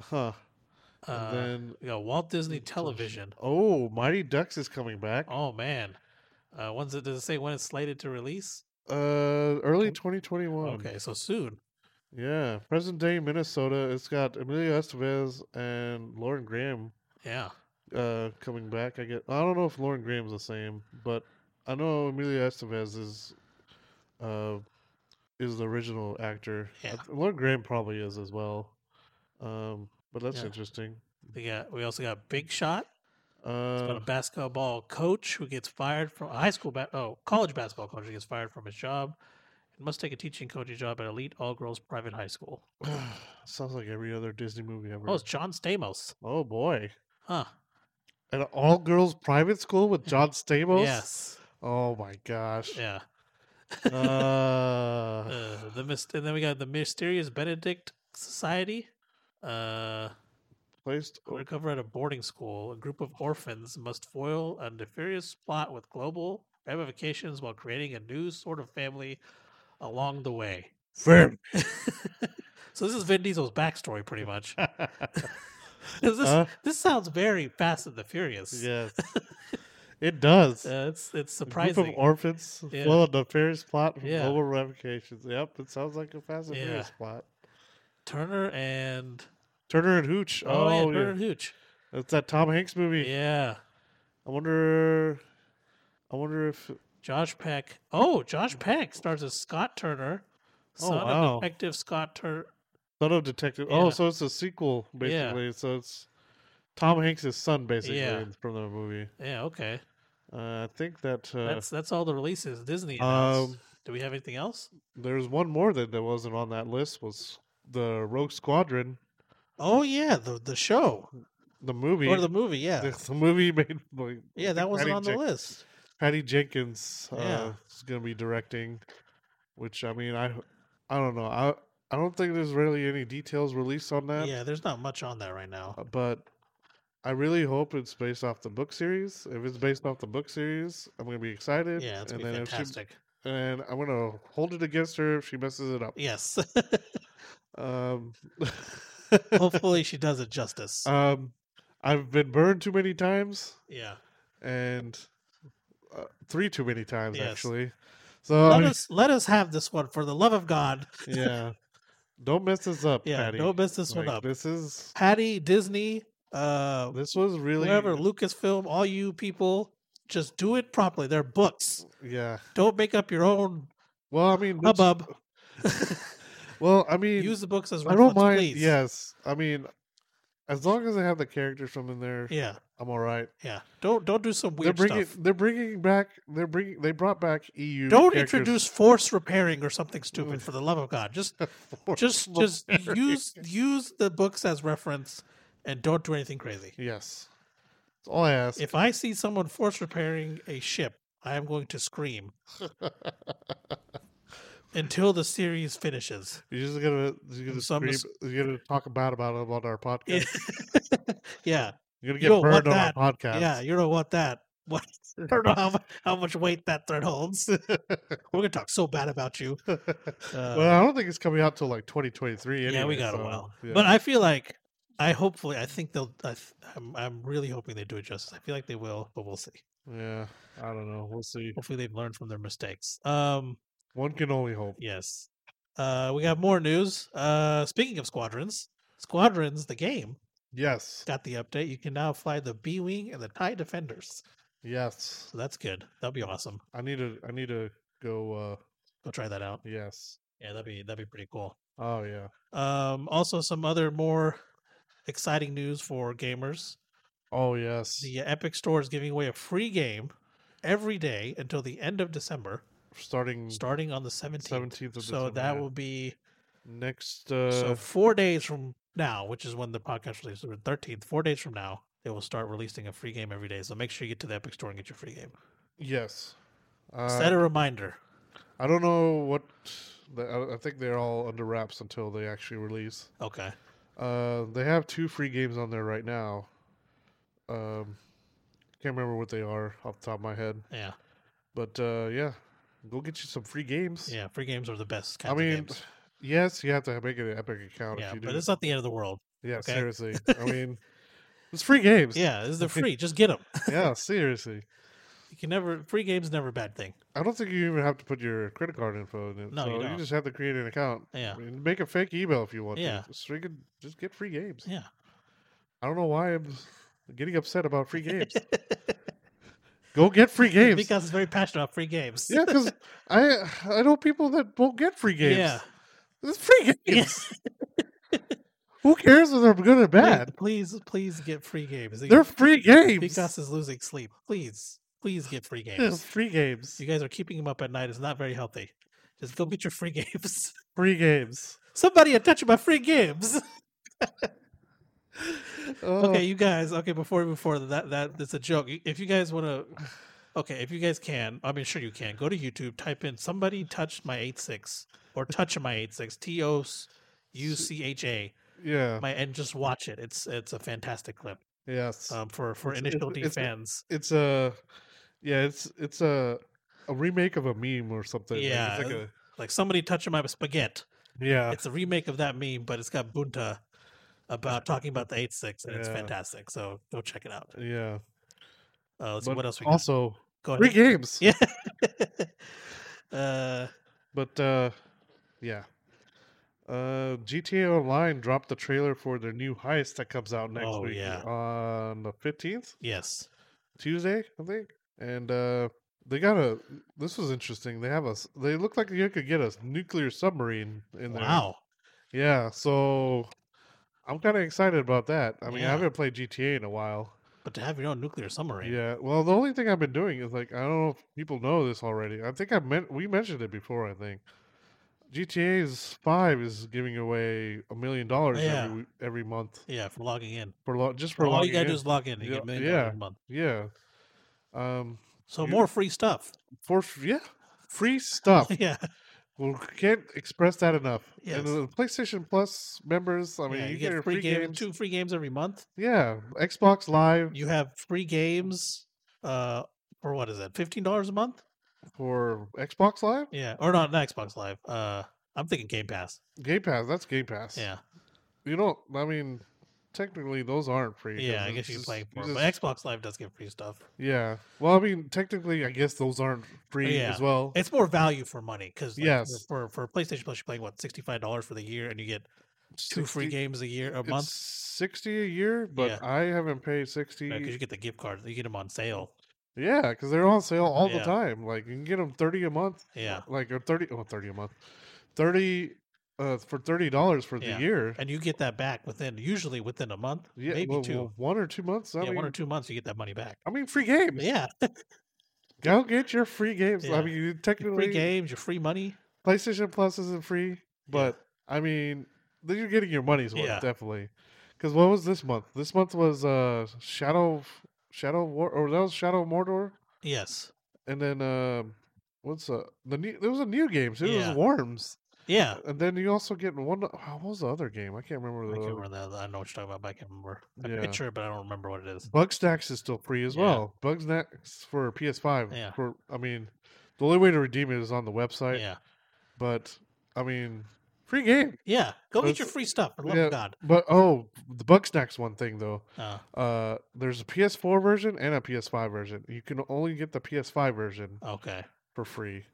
[SPEAKER 2] Huh. And
[SPEAKER 1] Uh,
[SPEAKER 2] then
[SPEAKER 1] we got Walt Disney Television.
[SPEAKER 2] oh, Mighty Ducks is coming back.
[SPEAKER 1] Oh man, uh, when's it? Does it say when it's slated to release?
[SPEAKER 2] Uh,
[SPEAKER 1] Oh,
[SPEAKER 2] early 2021.
[SPEAKER 1] Okay, so soon.
[SPEAKER 2] Yeah, present day Minnesota. It's got Emilio Estevez and Lauren Graham
[SPEAKER 1] Yeah,
[SPEAKER 2] uh, coming back. I get. I don't know if Lauren Graham's the same, but I know Emilio Estevez is uh, is the original actor. I
[SPEAKER 1] Yeah.
[SPEAKER 2] th- Lauren Graham probably is as well. Um, but that's
[SPEAKER 1] Yeah.
[SPEAKER 2] interesting.
[SPEAKER 1] we got. We also got Big Shot, it's about
[SPEAKER 2] Mm-hmm. Uh,
[SPEAKER 1] a basketball coach who gets fired from a high school. Ba- oh, college basketball coach who gets fired from his job and must take a teaching coaching job at elite all girls private high school.
[SPEAKER 2] sounds like every other Disney movie ever.
[SPEAKER 1] Oh, it's John Stamos.
[SPEAKER 2] Oh, boy,
[SPEAKER 1] Huh.
[SPEAKER 2] an all girls private school with John Stamos.
[SPEAKER 1] Yes.
[SPEAKER 2] Oh my gosh.
[SPEAKER 1] Yeah.
[SPEAKER 2] Uh,
[SPEAKER 1] Uh, the mist- and then we got the mysterious Benedict Society. Uh,
[SPEAKER 2] placed o-
[SPEAKER 1] undercover at a boarding school, a group of orphans must foil a nefarious plot with global ramifications while creating a new sort of family along the way.
[SPEAKER 2] Firm.
[SPEAKER 1] So this is Vin Diesel's backstory, pretty much.
[SPEAKER 2] yes.
[SPEAKER 1] this
[SPEAKER 2] Huh?
[SPEAKER 1] this sounds very Fast and the Furious.
[SPEAKER 2] It does.
[SPEAKER 1] Uh, it's it's
[SPEAKER 2] A group of
[SPEAKER 1] surprising.
[SPEAKER 2] orphans
[SPEAKER 1] Yeah.
[SPEAKER 2] full of nefarious plot from
[SPEAKER 1] Yeah.
[SPEAKER 2] global ramifications. Yep, it sounds like a Fast and
[SPEAKER 1] Yeah.
[SPEAKER 2] Furious plot.
[SPEAKER 1] Turner and
[SPEAKER 2] Turner and Hooch.
[SPEAKER 1] oh, yeah,
[SPEAKER 2] Oh,
[SPEAKER 1] Turner
[SPEAKER 2] yeah.
[SPEAKER 1] and Hooch.
[SPEAKER 2] It's that Tom Hanks movie.
[SPEAKER 1] Yeah,
[SPEAKER 2] I wonder. I wonder if.
[SPEAKER 1] Josh Peck. Oh, Josh Peck stars as Scott Turner,
[SPEAKER 2] Oh,
[SPEAKER 1] son
[SPEAKER 2] wow.
[SPEAKER 1] of Detective Scott Tur-
[SPEAKER 2] Photo Detective. Oh,
[SPEAKER 1] Yeah.
[SPEAKER 2] so it's a sequel basically. So it's Tom Hanks' son basically
[SPEAKER 1] Yeah.
[SPEAKER 2] in- from the movie.
[SPEAKER 1] Yeah, okay.
[SPEAKER 2] Uh, I think that uh,
[SPEAKER 1] That's that's all the releases Disney announced.
[SPEAKER 2] um,
[SPEAKER 1] Do we have anything else?
[SPEAKER 2] there's one more that, that wasn't on that list was the Rogue Squadron,
[SPEAKER 1] Oh yeah, the the show
[SPEAKER 2] the movie.
[SPEAKER 1] or the movie, yeah.
[SPEAKER 2] the, the movie made like,
[SPEAKER 1] yeah, that wasn't
[SPEAKER 2] Patty
[SPEAKER 1] on the
[SPEAKER 2] Jen-
[SPEAKER 1] list.
[SPEAKER 2] Patty Jenkins uh,
[SPEAKER 1] Yeah.
[SPEAKER 2] is going to be directing, which I mean I I don't know I I don't think there's really any details released on that.
[SPEAKER 1] Yeah, there's not much on that right now.
[SPEAKER 2] uh, But I really hope it's based off the book series. If it's based off the book series, I'm going to be excited.
[SPEAKER 1] Yeah, it's
[SPEAKER 2] and
[SPEAKER 1] gonna
[SPEAKER 2] then
[SPEAKER 1] be
[SPEAKER 2] if she-
[SPEAKER 1] fantastic.
[SPEAKER 2] and I'm going to hold it against her if she messes it up.
[SPEAKER 1] Yes.
[SPEAKER 2] Um,
[SPEAKER 1] Hopefully she does it justice.
[SPEAKER 2] um, I've been burned too many times.
[SPEAKER 1] yeah.
[SPEAKER 2] and uh, three too many times
[SPEAKER 1] Yes.
[SPEAKER 2] actually. So
[SPEAKER 1] Let
[SPEAKER 2] I-
[SPEAKER 1] us let us have this one for the love of God.
[SPEAKER 2] yeah, don't mess this up,
[SPEAKER 1] Yeah,
[SPEAKER 2] Patty.
[SPEAKER 1] don't mess this one
[SPEAKER 2] Like,
[SPEAKER 1] up.
[SPEAKER 2] This is
[SPEAKER 1] Patty, Disney, uh
[SPEAKER 2] this was really
[SPEAKER 1] whoever, Lucasfilm, all you people, just do it properly. They're books.
[SPEAKER 2] Oh. yeah.
[SPEAKER 1] Don't make up your own
[SPEAKER 2] Well, I mean, this-
[SPEAKER 1] hubbub.
[SPEAKER 2] well, I mean,
[SPEAKER 1] Use the books as
[SPEAKER 2] uh, I don't
[SPEAKER 1] reference,
[SPEAKER 2] mind.
[SPEAKER 1] please.
[SPEAKER 2] Yes, I mean, as long as I have the characters from in there,
[SPEAKER 1] Yeah.
[SPEAKER 2] I'm all right.
[SPEAKER 1] Yeah. Don't don't do some
[SPEAKER 2] they're
[SPEAKER 1] weird
[SPEAKER 2] bringing
[SPEAKER 1] stuff.
[SPEAKER 2] they're bringing back they're bringing they brought back EU.
[SPEAKER 1] Don't
[SPEAKER 2] characters
[SPEAKER 1] introduce force repairing or something stupid for the love of God. Just
[SPEAKER 2] for-
[SPEAKER 1] just just use use the books as reference and don't do anything crazy.
[SPEAKER 2] yes. That's all I ask.
[SPEAKER 1] If I see someone force repairing a ship, I am going to scream until the series finishes.
[SPEAKER 2] You're just gonna you're gonna,
[SPEAKER 1] Some
[SPEAKER 2] scream,
[SPEAKER 1] is-
[SPEAKER 2] you're gonna talk bad about it on our podcast.
[SPEAKER 1] yeah, You
[SPEAKER 2] You're gonna get
[SPEAKER 1] don't want
[SPEAKER 2] burned on our podcast.
[SPEAKER 1] yeah, you don't want that. What? I don't know how, mu- how much weight that thread holds. We're gonna talk so bad about you. Uh,
[SPEAKER 2] well, I don't think it's coming out till like 2023.
[SPEAKER 1] yeah, we
[SPEAKER 2] anyway,
[SPEAKER 1] got
[SPEAKER 2] so,
[SPEAKER 1] a while,
[SPEAKER 2] yeah.
[SPEAKER 1] but I feel like I hopefully I think they'll. I th- I'm, I'm really hoping they do it justice. I feel like they will, but we'll see.
[SPEAKER 2] yeah, I don't know. We'll see.
[SPEAKER 1] Hopefully they've learned from their mistakes. Um,
[SPEAKER 2] One can only hope.
[SPEAKER 1] yes. Uh, we got more news. Uh, speaking of squadrons, squadrons the game
[SPEAKER 2] Yes,
[SPEAKER 1] got the update. You can now fly the B Wing and the TIE Defenders.
[SPEAKER 2] yes.
[SPEAKER 1] So that's good. That'll be awesome.
[SPEAKER 2] I need to. I need to go. uh
[SPEAKER 1] Go try that out.
[SPEAKER 2] Yes.
[SPEAKER 1] Yeah, that'd be that'd be pretty cool.
[SPEAKER 2] Oh yeah.
[SPEAKER 1] Um, also some other more exciting news for gamers.
[SPEAKER 2] Oh yes.
[SPEAKER 1] The Epic Store is giving away a free game every day until the end of December,
[SPEAKER 2] Starting
[SPEAKER 1] starting on the 17th.
[SPEAKER 2] 17th Mm. of
[SPEAKER 1] so
[SPEAKER 2] December,
[SPEAKER 1] that
[SPEAKER 2] yeah.
[SPEAKER 1] will be
[SPEAKER 2] next. uh
[SPEAKER 1] so four days from now, which is when the podcast releases, or 13th, four days from now, they will start releasing a free game every day. So make sure you get to the Epic Store and get your free game.
[SPEAKER 2] Yes. Uh,
[SPEAKER 1] Set a reminder.
[SPEAKER 2] I don't know what. The, I- I think they're all under wraps until they actually release.
[SPEAKER 1] Okay.
[SPEAKER 2] Uh, they have two free games on there right now. Um, can't remember what they are off the top of my head,
[SPEAKER 1] Yeah.
[SPEAKER 2] but uh, yeah, go get you some free games.
[SPEAKER 1] Yeah, free games are the best
[SPEAKER 2] I
[SPEAKER 1] kind of
[SPEAKER 2] mean,
[SPEAKER 1] games.
[SPEAKER 2] yes, you have to make an Epic account
[SPEAKER 1] Yeah,
[SPEAKER 2] if you do.
[SPEAKER 1] but it's not the end of the world.
[SPEAKER 2] yeah,
[SPEAKER 1] okay.
[SPEAKER 2] seriously. I mean, it's free games.
[SPEAKER 1] Yeah, this is the free. Just get them.
[SPEAKER 2] yeah, seriously.
[SPEAKER 1] You can never free games never a bad thing.
[SPEAKER 2] I don't think you even have to put your credit card info in it.
[SPEAKER 1] No,
[SPEAKER 2] so
[SPEAKER 1] you
[SPEAKER 2] you,
[SPEAKER 1] don't.
[SPEAKER 2] just have to create an account.
[SPEAKER 1] Yeah.
[SPEAKER 2] I mean, make a fake email if you want.
[SPEAKER 1] Yeah.
[SPEAKER 2] to. Just, freaking- just get free games.
[SPEAKER 1] Yeah.
[SPEAKER 2] I don't know why I'm getting upset about free games. Go get free games.
[SPEAKER 1] Because it's very passionate about free games.
[SPEAKER 2] yeah, because I I know people that won't get free games.
[SPEAKER 1] Yeah.
[SPEAKER 2] it's free games.
[SPEAKER 1] Yes.
[SPEAKER 2] Who cares if they're good or bad?
[SPEAKER 1] Please, please get free games.
[SPEAKER 2] They're free games.
[SPEAKER 1] Because is losing sleep. Please, please get free
[SPEAKER 2] it's
[SPEAKER 1] games.
[SPEAKER 2] free games.
[SPEAKER 1] You guys are keeping him up at night. It's not very healthy. Just go get your free games.
[SPEAKER 2] Free games.
[SPEAKER 1] Somebody attach my free games.
[SPEAKER 2] Oh,
[SPEAKER 1] okay, you guys. Okay, before before that that that's a joke. You- If you guys want to, okay, if you guys can, I mean, sure you can. Go to YouTube, type in "somebody touched my 86 or "touch my 86 T O U C H A,
[SPEAKER 2] Yeah.
[SPEAKER 1] my and just watch it. It's it's a fantastic clip
[SPEAKER 2] yes.
[SPEAKER 1] um, for for
[SPEAKER 2] It's-
[SPEAKER 1] initial D
[SPEAKER 2] it's- it's-
[SPEAKER 1] fans.
[SPEAKER 2] it's a. Yeah. It's it's a a remake of a meme or something. like, it's
[SPEAKER 1] Yeah.
[SPEAKER 2] like a-
[SPEAKER 1] Like somebody touching my spaghetti.
[SPEAKER 2] yeah.
[SPEAKER 1] It's a remake of that meme, but it's got Bunta about talking about the 86 and it's
[SPEAKER 2] Yeah.
[SPEAKER 1] fantastic. So go check it out.
[SPEAKER 2] Yeah.
[SPEAKER 1] Uh, let's see
[SPEAKER 2] But
[SPEAKER 1] what else we got.
[SPEAKER 2] also
[SPEAKER 1] Go
[SPEAKER 2] free
[SPEAKER 1] ahead.
[SPEAKER 2] games.
[SPEAKER 1] Yeah. uh,
[SPEAKER 2] But uh yeah. Uh GTA Online dropped the trailer for their new heist that comes out next
[SPEAKER 1] Oh,
[SPEAKER 2] week
[SPEAKER 1] yeah.
[SPEAKER 2] on the 15th,
[SPEAKER 1] yes.
[SPEAKER 2] Tuesday, I think. And uh they got a this was interesting. They have a s- they look like you could get a s- nuclear submarine in there.
[SPEAKER 1] Wow.
[SPEAKER 2] Yeah, so I'm kind of excited about that. I mean,
[SPEAKER 1] Yeah.
[SPEAKER 2] I haven't played GTA in a while.
[SPEAKER 1] But to have your own nuclear submarine.
[SPEAKER 2] Yeah. Well, the only thing I've been doing is like I don't know if people know this already. I think I meant we mentioned it before. I think GTA's five is giving away a million dollars
[SPEAKER 1] Yeah.
[SPEAKER 2] every every month
[SPEAKER 1] Yeah, for logging in.
[SPEAKER 2] for lo- just for
[SPEAKER 1] Well, all you
[SPEAKER 2] logging
[SPEAKER 1] gotta
[SPEAKER 2] in.
[SPEAKER 1] do is log in. You
[SPEAKER 2] Yeah,
[SPEAKER 1] get a million
[SPEAKER 2] yeah.
[SPEAKER 1] dollars a month.
[SPEAKER 2] yeah. Um.
[SPEAKER 1] So
[SPEAKER 2] You-
[SPEAKER 1] more free stuff.
[SPEAKER 2] For yeah, free stuff.
[SPEAKER 1] yeah.
[SPEAKER 2] we can't express that enough.
[SPEAKER 1] Yes.
[SPEAKER 2] And the PlayStation Plus members, I mean,
[SPEAKER 1] yeah,
[SPEAKER 2] you, get, your free
[SPEAKER 1] game-
[SPEAKER 2] games.
[SPEAKER 1] two free games every month.
[SPEAKER 2] Yeah, Xbox Live
[SPEAKER 1] You have free games uh for what is that? Fifteen dollars a month?
[SPEAKER 2] for Xbox Live,
[SPEAKER 1] Yeah. Or not, not Xbox Live. Uh I'm thinking Game Pass.
[SPEAKER 2] Game Pass. That's Game Pass.
[SPEAKER 1] Yeah.
[SPEAKER 2] you don't. I mean, technically, those aren't free. 'cause
[SPEAKER 1] Yeah, I
[SPEAKER 2] it's
[SPEAKER 1] guess you can
[SPEAKER 2] just-
[SPEAKER 1] play
[SPEAKER 2] you
[SPEAKER 1] it for it,
[SPEAKER 2] just-
[SPEAKER 1] But Xbox Live does get free stuff.
[SPEAKER 2] yeah. Well, I mean, technically, I guess those aren't free
[SPEAKER 1] Yeah.
[SPEAKER 2] as well.
[SPEAKER 1] It's more value for money because
[SPEAKER 2] Yes.
[SPEAKER 1] for for PlayStation Plus, you're playing what sixty five dollars for the year, and you get two free
[SPEAKER 2] 60
[SPEAKER 1] games a year a
[SPEAKER 2] it's
[SPEAKER 1] month
[SPEAKER 2] sixty a year, but
[SPEAKER 1] Yeah.
[SPEAKER 2] I haven't paid sixty.
[SPEAKER 1] because you get the gift cards. You get them on sale.
[SPEAKER 2] yeah, because they're on sale all
[SPEAKER 1] Yeah.
[SPEAKER 2] the time. Like you can get them thirty a month.
[SPEAKER 1] Yeah,
[SPEAKER 2] like or 30 oh 30 a month 30 uh for 30 dollars for
[SPEAKER 1] Yeah.
[SPEAKER 2] the year
[SPEAKER 1] and you get that back within usually within a month,
[SPEAKER 2] yeah
[SPEAKER 1] maybe
[SPEAKER 2] well,
[SPEAKER 1] two.
[SPEAKER 2] well, one or two months I,
[SPEAKER 1] yeah,
[SPEAKER 2] mean,
[SPEAKER 1] one or two months you get that money back.
[SPEAKER 2] I mean free games
[SPEAKER 1] Yeah,
[SPEAKER 2] go get your free games
[SPEAKER 1] Yeah.
[SPEAKER 2] i mean you
[SPEAKER 1] your
[SPEAKER 2] technically
[SPEAKER 1] free games, your free money.
[SPEAKER 2] playstation plus isn't free but i mean then you're getting your money's worth
[SPEAKER 1] Yeah.
[SPEAKER 2] definitely because what was this month this month was uh shadow shadow war or that was shadow of mordor
[SPEAKER 1] Yes,
[SPEAKER 2] and then um what's uh the new there was a new game too it
[SPEAKER 1] Yeah.
[SPEAKER 2] was worms
[SPEAKER 1] yeah.
[SPEAKER 2] and then you also get one uh, what was the other game i can't remember
[SPEAKER 1] I
[SPEAKER 2] the
[SPEAKER 1] can't
[SPEAKER 2] other
[SPEAKER 1] remember that. I know what you're talking about, but I can't remember. I
[SPEAKER 2] Uh, Yeah.
[SPEAKER 1] picture it, but I don't remember what it is.
[SPEAKER 2] Bugstacks is still free as
[SPEAKER 1] Yeah.
[SPEAKER 2] well. Bugstacks for PS5.
[SPEAKER 1] Yeah.
[SPEAKER 2] For I mean, the only way to redeem it is on the website.
[SPEAKER 1] Yeah,
[SPEAKER 2] But I mean, free game.
[SPEAKER 1] yeah. Go get your
[SPEAKER 2] It's-
[SPEAKER 1] free stuff for the love
[SPEAKER 2] yeah.
[SPEAKER 1] of God.
[SPEAKER 2] But oh, the Bugstacks one thing though.
[SPEAKER 1] Uh,
[SPEAKER 2] Uh, there's a PS4 version and a PS5 version. You can only get the PS5 version
[SPEAKER 1] okay.
[SPEAKER 2] for free,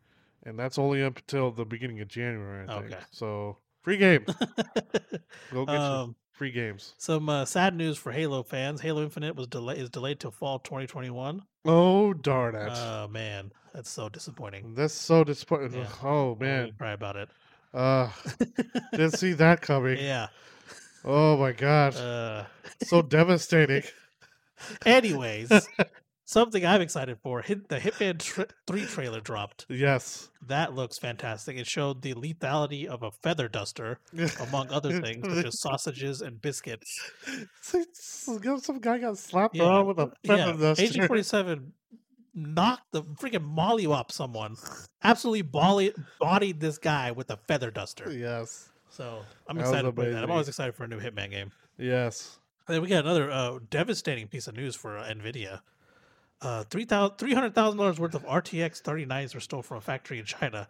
[SPEAKER 2] and that's only up until the beginning of January. I think.
[SPEAKER 1] Okay.
[SPEAKER 2] So free game. Go get your
[SPEAKER 1] um,
[SPEAKER 2] free games.
[SPEAKER 1] Some uh, sad news for Halo fans: Halo Infinite was delay is delayed till fall 2021.
[SPEAKER 2] Oh darn it!
[SPEAKER 1] Oh man, that's so disappointing.
[SPEAKER 2] that's so disappointing.
[SPEAKER 1] yeah.
[SPEAKER 2] Oh
[SPEAKER 1] I'm gonna
[SPEAKER 2] man.
[SPEAKER 1] cry about it.
[SPEAKER 2] Uh, didn't see that coming.
[SPEAKER 1] yeah.
[SPEAKER 2] Oh my gosh.
[SPEAKER 1] Uh,
[SPEAKER 2] so devastating.
[SPEAKER 1] anyways, something I'm excited for: hit the Hitman tr- Three trailer dropped.
[SPEAKER 2] Yes.
[SPEAKER 1] That looks fantastic. It showed the lethality of a feather duster, among other things, such as sausages and biscuits.
[SPEAKER 2] See, some some guy got slapped
[SPEAKER 1] Yeah.
[SPEAKER 2] around with a feather
[SPEAKER 1] yeah,
[SPEAKER 2] duster.
[SPEAKER 1] Agent 47 knocked the freaking mollywop someone, absolutely bolly, bodied this guy with a feather duster.
[SPEAKER 2] Yes.
[SPEAKER 1] So I'm
[SPEAKER 2] That was
[SPEAKER 1] excited for that. I'm
[SPEAKER 2] amazing.
[SPEAKER 1] always excited for a new Hitman game.
[SPEAKER 2] Yes.
[SPEAKER 1] And then we got another uh, devastating piece of news for uh, NVIDIA. Uh, three thousand three hundred thousand dollars worth of RTX 39s were stolen from a factory in China.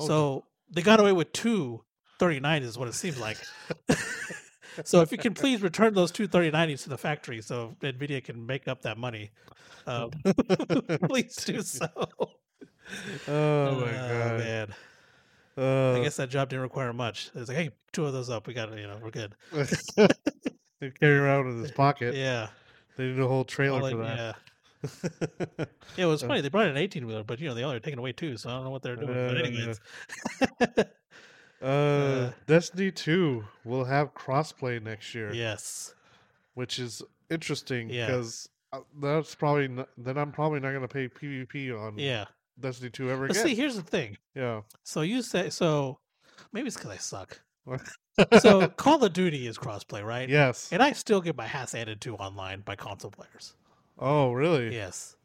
[SPEAKER 2] Oh,
[SPEAKER 1] So they got away with two 39s, is what it seems like. so if you can please return those two 39s to the factory, so Nvidia can make up that money, um, please do so. Oh
[SPEAKER 2] Oh my god.
[SPEAKER 1] man! I
[SPEAKER 2] Uh,
[SPEAKER 1] guess that job didn't require much. It's like, hey, two of those up. We got it. You know, we're good.
[SPEAKER 2] they carry around in his pocket.
[SPEAKER 1] Yeah.
[SPEAKER 2] They did a whole trailer
[SPEAKER 1] All
[SPEAKER 2] for
[SPEAKER 1] in-
[SPEAKER 2] that.
[SPEAKER 1] yeah. Yeah, it was
[SPEAKER 2] Uh,
[SPEAKER 1] funny. They brought in an 18 wheeler, but you know, they only are taking away two, so I don't know what they're doing. but
[SPEAKER 2] Uh,
[SPEAKER 1] anyways,
[SPEAKER 2] uh, Destiny 2 will have crossplay next year,
[SPEAKER 1] yes.
[SPEAKER 2] which is interesting
[SPEAKER 1] Yeah.
[SPEAKER 2] because that's probably not, then I'm probably not going to pay PvP on
[SPEAKER 1] Yeah.
[SPEAKER 2] Destiny 2 ever
[SPEAKER 1] But
[SPEAKER 2] again.
[SPEAKER 1] see, here's the thing.
[SPEAKER 2] yeah.
[SPEAKER 1] So you say so maybe it's because I suck.
[SPEAKER 2] What?
[SPEAKER 1] so Call of Duty is crossplay, right?
[SPEAKER 2] Yes.
[SPEAKER 1] And I still get my ass added to online by console players.
[SPEAKER 2] Oh, really?
[SPEAKER 1] Yes.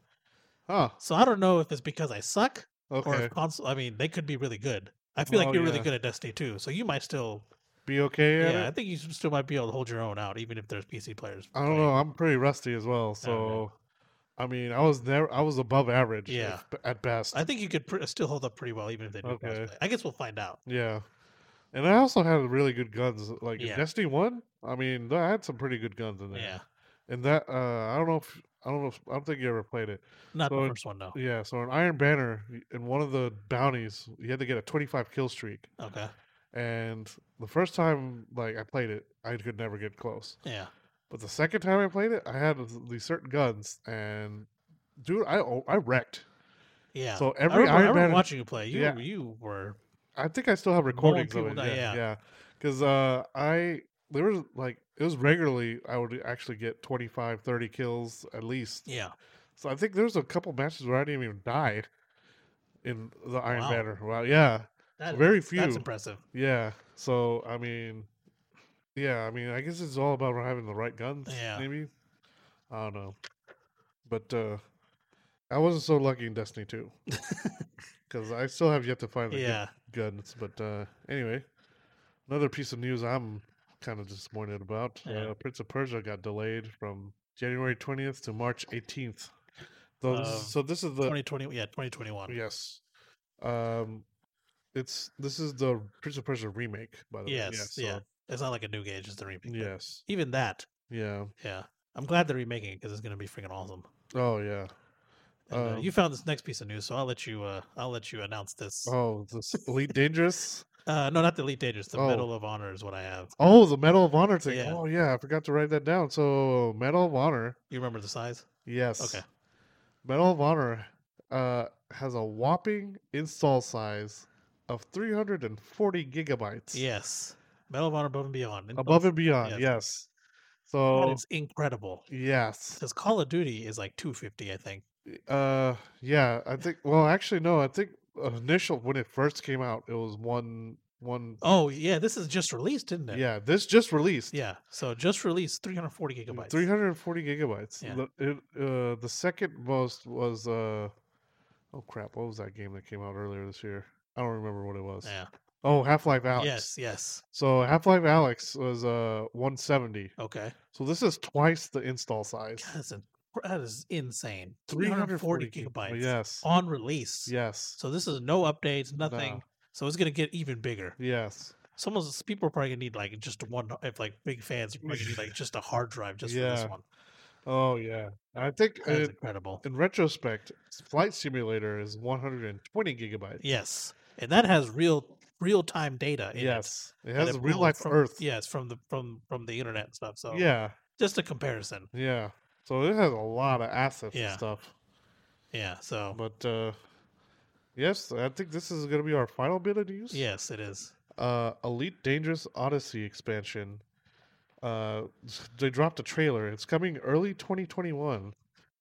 [SPEAKER 2] Huh.
[SPEAKER 1] So I don't know if it's because I suck
[SPEAKER 2] Okay.
[SPEAKER 1] or if console I mean they could be really good. I feel
[SPEAKER 2] Oh,
[SPEAKER 1] like you're really
[SPEAKER 2] yeah.
[SPEAKER 1] good at Destiny 2, so you might still
[SPEAKER 2] Be okay
[SPEAKER 1] Yeah,
[SPEAKER 2] at
[SPEAKER 1] I
[SPEAKER 2] it?
[SPEAKER 1] think you s- still might be able to hold your own out even if there's PC players.
[SPEAKER 2] I don't
[SPEAKER 1] playing.
[SPEAKER 2] know. I'm pretty rusty as
[SPEAKER 1] Oh,
[SPEAKER 2] well. So, I mean, I was never, I was above average.
[SPEAKER 1] Yeah.
[SPEAKER 2] if- at best.
[SPEAKER 1] I think you could pr- uh, still hold up pretty well even if they do
[SPEAKER 2] Okay.
[SPEAKER 1] crossplay. I guess we'll find out.
[SPEAKER 2] yeah. And I also had really good guns. Like in
[SPEAKER 1] Yeah.
[SPEAKER 2] Destiny One. I mean, I had some pretty good guns in there.
[SPEAKER 1] Yeah.
[SPEAKER 2] And that, uh, I don't know if. I don't know. If, I don't think you ever played it.
[SPEAKER 1] Not the
[SPEAKER 2] So-
[SPEAKER 1] first one, no.
[SPEAKER 2] Yeah. So in Iron Banner, y- in one of the bounties, you had to get a 25 kill streak.
[SPEAKER 1] Okay.
[SPEAKER 2] And the first time, like I played it, I could never get close.
[SPEAKER 1] Yeah.
[SPEAKER 2] But the second time I played it, I had these certain guns, and dude, I oh, I wrecked.
[SPEAKER 1] Yeah.
[SPEAKER 2] So
[SPEAKER 1] I
[SPEAKER 2] every
[SPEAKER 1] remember, I
[SPEAKER 2] Iron
[SPEAKER 1] remember
[SPEAKER 2] Man,
[SPEAKER 1] watching you play. You
[SPEAKER 2] Yeah.
[SPEAKER 1] you were
[SPEAKER 2] I think I still have recordings of
[SPEAKER 1] people
[SPEAKER 2] it.
[SPEAKER 1] down,
[SPEAKER 2] Yeah,
[SPEAKER 1] yeah.
[SPEAKER 2] yeah. because uh, I there was like it was regularly I would actually get 25, 30 kills at least.
[SPEAKER 1] Yeah.
[SPEAKER 2] So I think there was a couple matches where I didn't even die in the Iron
[SPEAKER 1] Wow.
[SPEAKER 2] Banner. Wow, yeah,
[SPEAKER 1] That-
[SPEAKER 2] Very
[SPEAKER 1] That's
[SPEAKER 2] few.
[SPEAKER 1] impressive.
[SPEAKER 2] yeah. So I mean, yeah, I mean, I guess it's all about having the right guns.
[SPEAKER 1] Yeah.
[SPEAKER 2] Maybe I don't know, but uh I wasn't so lucky in Destiny Two because I still have yet to find the good
[SPEAKER 1] Yeah.
[SPEAKER 2] guns. But uh, anyway, another piece of news I'm kind of disappointed about:
[SPEAKER 1] Yeah.
[SPEAKER 2] uh, Prince of Persia got delayed from January 20th to March 18th. So this,
[SPEAKER 1] Of
[SPEAKER 2] so this is the
[SPEAKER 1] 2020. Yeah. 2021.
[SPEAKER 2] yes, um, it's this is the Prince of Persia remake, by the way.
[SPEAKER 1] Yes. Yeah. It's not like a new game. It's just a remake.
[SPEAKER 2] so-
[SPEAKER 1] but
[SPEAKER 2] yes,
[SPEAKER 1] Even that.
[SPEAKER 2] yeah.
[SPEAKER 1] Yeah. I'm glad they're remaking it because it's gonna be freaking awesome.
[SPEAKER 2] Oh yeah.
[SPEAKER 1] And, uh,
[SPEAKER 2] Um,
[SPEAKER 1] you found this next piece of news, so I'll let you. Uh, I'll let you announce this.
[SPEAKER 2] Oh, this Elite Dangerous.
[SPEAKER 1] Uh, no, not the Elite Dangerous. The
[SPEAKER 2] Oh.
[SPEAKER 1] Medal of Honor is what I have.
[SPEAKER 2] Oh, the Medal of Honor thing.
[SPEAKER 1] Yeah.
[SPEAKER 2] Oh yeah, I forgot to write that down. So Medal of Honor
[SPEAKER 1] You remember the size?
[SPEAKER 2] Yes.
[SPEAKER 1] Okay.
[SPEAKER 2] Medal of Honor uh, has a whopping install size of 340 gigabytes.
[SPEAKER 1] Yes. Medal of Honor Above and Beyond. And
[SPEAKER 2] Above and beyond.
[SPEAKER 1] Yes.
[SPEAKER 2] Yes.
[SPEAKER 1] that
[SPEAKER 2] So
[SPEAKER 1] is incredible.
[SPEAKER 2] yes.
[SPEAKER 1] Because Call of Duty is like 250, I think.
[SPEAKER 2] Uh, yeah. I think. Well, actually, no. I think initial when it first came out, it was one one.
[SPEAKER 1] Oh yeah, this is just released, isn't it?
[SPEAKER 2] Yeah. This just released.
[SPEAKER 1] Yeah. So just released 340
[SPEAKER 2] Yeah,
[SPEAKER 1] gigabytes.
[SPEAKER 2] 340 gigabytes.
[SPEAKER 1] Yeah.
[SPEAKER 2] The, it, uh, the second most was uh, oh crap, what was that game that came out earlier this year? I don't remember what it was.
[SPEAKER 1] Yeah.
[SPEAKER 2] Oh, Half Life Alex.
[SPEAKER 1] Yes. Yes.
[SPEAKER 2] So Half Life Alex was uh 170.
[SPEAKER 1] Okay.
[SPEAKER 2] So this is twice the install size.
[SPEAKER 1] God, that's in- that is insane. 340
[SPEAKER 2] 340 gig-
[SPEAKER 1] gigabytes
[SPEAKER 2] Yes.
[SPEAKER 1] on release.
[SPEAKER 2] Yes.
[SPEAKER 1] So this is no updates, nothing.
[SPEAKER 2] Nah.
[SPEAKER 1] So it's gonna get even bigger.
[SPEAKER 2] Yes.
[SPEAKER 1] Someone's people are probably gonna need like just one. If like big fans, are probably gonna need like just a hard drive just for
[SPEAKER 2] Yeah.
[SPEAKER 1] this one.
[SPEAKER 2] Oh yeah. I think
[SPEAKER 1] That is
[SPEAKER 2] it-
[SPEAKER 1] incredible.
[SPEAKER 2] in retrospect, Flight Simulator is 120 gigabytes.
[SPEAKER 1] Yes, and that has real real time data. In it.
[SPEAKER 2] Yes. It
[SPEAKER 1] that
[SPEAKER 2] has
[SPEAKER 1] it
[SPEAKER 2] real
[SPEAKER 1] pulled
[SPEAKER 2] life
[SPEAKER 1] from,
[SPEAKER 2] Earth.
[SPEAKER 1] Yes, from the from from the internet and stuff. So
[SPEAKER 2] Yeah.
[SPEAKER 1] just a comparison.
[SPEAKER 2] Yeah. So it has a lot of assets
[SPEAKER 1] Yeah.
[SPEAKER 2] and stuff.
[SPEAKER 1] Yeah. So
[SPEAKER 2] But uh yes, I think this is going to be our final bit of news.
[SPEAKER 1] yes, it is.
[SPEAKER 2] uh, Elite Dangerous Odyssey expansion. Uh, they dropped a trailer. It's coming early 2021,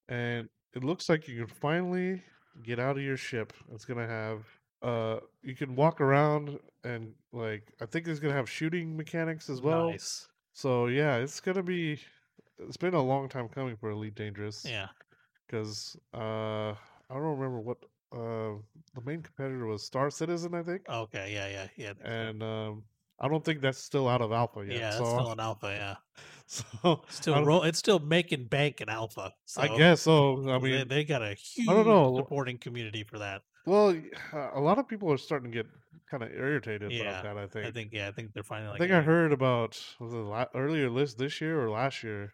[SPEAKER 2] and it looks like you can finally get out of your ship. It's gonna have uh, you can walk around and like I think it's gonna have shooting mechanics as well.
[SPEAKER 1] nice.
[SPEAKER 2] So yeah, it's gonna be. It's been a long time coming for Elite Dangerous
[SPEAKER 1] Yeah.
[SPEAKER 2] because uh, I don't remember what uh, the main competitor was. Star Citizen, I think
[SPEAKER 1] Okay. Yeah. Yeah. Yeah. I think so.
[SPEAKER 2] and um, I don't think that's still out of alpha
[SPEAKER 1] yeah,
[SPEAKER 2] yet.
[SPEAKER 1] it's
[SPEAKER 2] so,
[SPEAKER 1] still an alpha. Yeah,
[SPEAKER 2] so I
[SPEAKER 1] still
[SPEAKER 2] don't-
[SPEAKER 1] roll. It's still making bank in alpha. So
[SPEAKER 2] I guess so. I
[SPEAKER 1] they- they,
[SPEAKER 2] mean,
[SPEAKER 1] got a huge
[SPEAKER 2] don't know.
[SPEAKER 1] supporting community for that.
[SPEAKER 2] well, y- uh, a lot of people are starting to get kind of irritated
[SPEAKER 1] Yeah,
[SPEAKER 2] about that. I think.
[SPEAKER 1] I think. Yeah, I think they're finally.
[SPEAKER 2] I
[SPEAKER 1] Like,
[SPEAKER 2] think I
[SPEAKER 1] "Hey,
[SPEAKER 2] heard about was it la- earlier list this year or last year.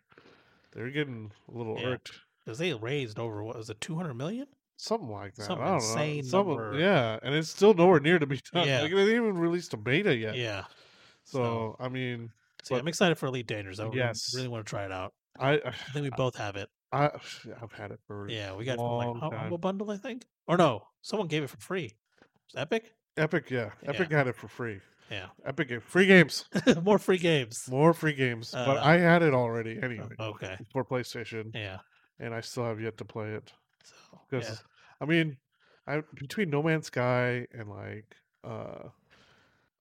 [SPEAKER 2] They're getting a little
[SPEAKER 1] Yeah.
[SPEAKER 2] irked,
[SPEAKER 1] 'cause they raised over what was it, two hundred million?
[SPEAKER 2] something like that.
[SPEAKER 1] Some
[SPEAKER 2] I don't
[SPEAKER 1] insane
[SPEAKER 2] know. Some of-
[SPEAKER 1] number.
[SPEAKER 2] yeah, and it's still nowhere near to be done.
[SPEAKER 1] Yeah.
[SPEAKER 2] Like, they didn't even released a beta
[SPEAKER 1] Yeah.
[SPEAKER 2] yet. So, I mean,
[SPEAKER 1] So yeah,
[SPEAKER 2] But-
[SPEAKER 1] I'm excited for Elite Dangerous. I really-
[SPEAKER 2] Yes.
[SPEAKER 1] really want to try it out.
[SPEAKER 2] I,
[SPEAKER 1] I think we both have it.
[SPEAKER 2] I, I've had it for
[SPEAKER 1] Yeah, we got it from like
[SPEAKER 2] long
[SPEAKER 1] Hum-
[SPEAKER 2] time.
[SPEAKER 1] Humble Bundle, I think. Or no, someone gave it for free. Was Epic?
[SPEAKER 2] Epic. Yeah,
[SPEAKER 1] Yeah.
[SPEAKER 2] Epic had it for free.
[SPEAKER 1] Yeah.
[SPEAKER 2] Epic ga- free games.
[SPEAKER 1] More free games.
[SPEAKER 2] More free games, but
[SPEAKER 1] Uh,
[SPEAKER 2] I had it already anyway
[SPEAKER 1] Okay.
[SPEAKER 2] for PlayStation,
[SPEAKER 1] Yeah.
[SPEAKER 2] and I still have yet to play it
[SPEAKER 1] So
[SPEAKER 2] because
[SPEAKER 1] yeah.
[SPEAKER 2] I mean, I between No Man's Sky and like, uh,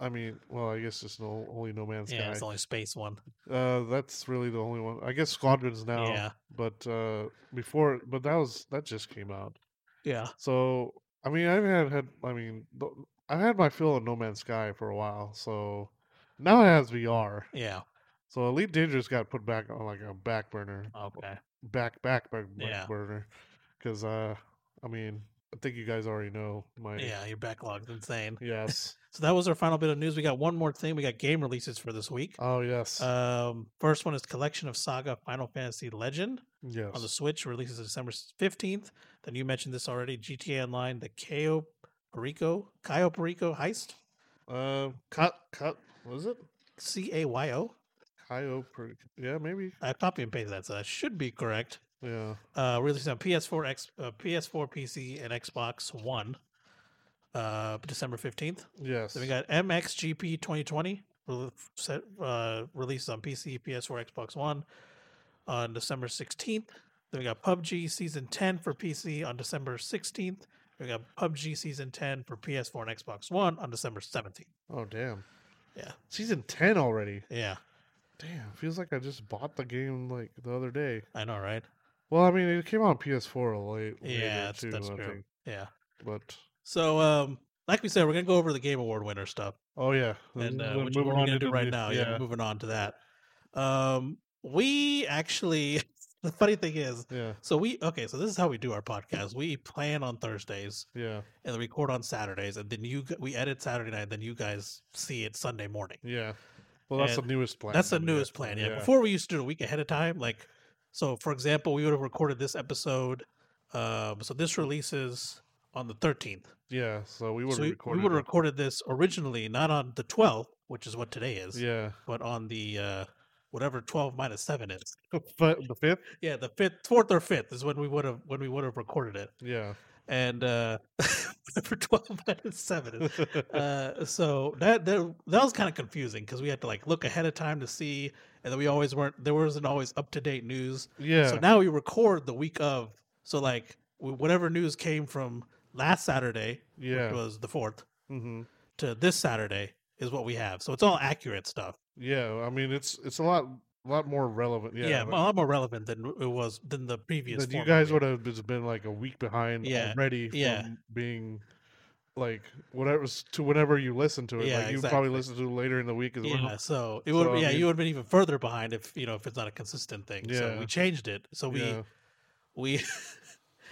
[SPEAKER 2] I mean, well, I guess it's no only No Man's
[SPEAKER 1] yeah, it's the
[SPEAKER 2] Sky.
[SPEAKER 1] only space one.
[SPEAKER 2] Uh, that's really the only one. I guess Squadrons now,
[SPEAKER 1] Yeah.
[SPEAKER 2] but uh, before, but that was that just came out.
[SPEAKER 1] Yeah.
[SPEAKER 2] So I mean, I've had had I mean, th- I've had my fill of No Man's Sky for a while. So now it has VR.
[SPEAKER 1] Yeah.
[SPEAKER 2] So Elite Dangerous got put back on like a back burner,
[SPEAKER 1] Okay.
[SPEAKER 2] back back back, back
[SPEAKER 1] Yeah.
[SPEAKER 2] burner, because uh, I mean, I think you guys already know my
[SPEAKER 1] Yeah, your backlog's insane.
[SPEAKER 2] yes,
[SPEAKER 1] So that was our final bit of news. We got one more thing. We got game releases for this week.
[SPEAKER 2] oh yes,
[SPEAKER 1] Um, first one is Collection of Saga Final Fantasy Legend
[SPEAKER 2] yes,
[SPEAKER 1] on the Switch, releases December 15th. Then you mentioned this already GTA Online, the KO Perico, Cayo Perico heist,
[SPEAKER 2] uh, cut cut was it
[SPEAKER 1] C A Y O.
[SPEAKER 2] Kyo per yeah maybe
[SPEAKER 1] I copy and pasted that, so that should be correct.
[SPEAKER 2] yeah
[SPEAKER 1] Uh, released on PS4, X, uh, PS4, PC, and Xbox One, uh, December 15th.
[SPEAKER 2] yes
[SPEAKER 1] Then we got MXGP 2020, rel- set, uh, released on PC, PS4, Xbox One on December 16th. Then we got PUBG Season 10 for PC on December 16th. We got PUBG Season 10 for PS4 and Xbox One on December 17th.
[SPEAKER 2] Oh damn.
[SPEAKER 1] Yeah.
[SPEAKER 2] Season ten already.
[SPEAKER 1] Yeah,
[SPEAKER 2] Damn. Feels like I just bought the game like the other day.
[SPEAKER 1] I know, right?
[SPEAKER 2] Well, I mean, it came out on PS4 late.
[SPEAKER 1] Yeah,
[SPEAKER 2] later,
[SPEAKER 1] that's- that's
[SPEAKER 2] I
[SPEAKER 1] true.
[SPEAKER 2] think.
[SPEAKER 1] Yeah.
[SPEAKER 2] But
[SPEAKER 1] So, um, like we said, we're gonna go over the Game Award winner stuff,
[SPEAKER 2] oh yeah,
[SPEAKER 1] and uh,
[SPEAKER 2] then
[SPEAKER 1] which
[SPEAKER 2] move
[SPEAKER 1] we're
[SPEAKER 2] on
[SPEAKER 1] gonna
[SPEAKER 2] into
[SPEAKER 1] do right
[SPEAKER 2] the-
[SPEAKER 1] now. Yeah. moving on to that. Um, we actually, the funny thing is,
[SPEAKER 2] yeah,
[SPEAKER 1] so we okay, so this is how we do our podcast. We plan on Thursdays
[SPEAKER 2] yeah,
[SPEAKER 1] and record on Saturdays, and then you g- we edit Saturday night, then you guys see it Sunday morning.
[SPEAKER 2] yeah. Well, that's
[SPEAKER 1] And
[SPEAKER 2] the newest plan.
[SPEAKER 1] That's the
[SPEAKER 2] then, yeah.
[SPEAKER 1] newest plan. Yeah. Before we used to do it a week ahead of time. Like, so for example, we would have recorded this episode. Um, so this releases on the 13th.
[SPEAKER 2] yeah. So we would
[SPEAKER 1] So we, we
[SPEAKER 2] record.
[SPEAKER 1] would have recorded this originally, not on the 12th, which is what today is,
[SPEAKER 2] Yeah,
[SPEAKER 1] but on the uh, whatever 12 minus 7 is.
[SPEAKER 2] but the fifth.
[SPEAKER 1] Yeah, the fifth, fourth or fifth is when we would have when we would have recorded it,
[SPEAKER 2] Yeah,
[SPEAKER 1] and uh, whatever 12 minus 7 is. Uh, so that that, that was kind of confusing because we had to like look ahead of time to see, and then we always weren't there wasn't always up to date news.
[SPEAKER 2] yeah.
[SPEAKER 1] So now we record the week of. So like wh- whatever news came from last Saturday,
[SPEAKER 2] yeah.
[SPEAKER 1] which was the fourth,
[SPEAKER 2] hmm
[SPEAKER 1] to this Saturday is what we have. So it's all accurate stuff.
[SPEAKER 2] Yeah. I mean, it's it's a lot lot more relevant.
[SPEAKER 1] Yeah,
[SPEAKER 2] Yeah.
[SPEAKER 1] a
[SPEAKER 2] but-
[SPEAKER 1] lot more relevant than it was than the previous.
[SPEAKER 2] Then you
[SPEAKER 1] format
[SPEAKER 2] guys
[SPEAKER 1] did.
[SPEAKER 2] would have just been like a week behind
[SPEAKER 1] Yeah,
[SPEAKER 2] already from
[SPEAKER 1] yeah.
[SPEAKER 2] being like whatever to whenever you listen to it.
[SPEAKER 1] Yeah,
[SPEAKER 2] like you
[SPEAKER 1] exactly.
[SPEAKER 2] probably listen to it later in the week as
[SPEAKER 1] Yeah,
[SPEAKER 2] well.
[SPEAKER 1] so it would.
[SPEAKER 2] So, I
[SPEAKER 1] yeah,
[SPEAKER 2] mean-
[SPEAKER 1] you would have been even further behind if you know if it's not a consistent thing. So
[SPEAKER 2] Yeah.
[SPEAKER 1] we changed it. So we
[SPEAKER 2] yeah.
[SPEAKER 1] we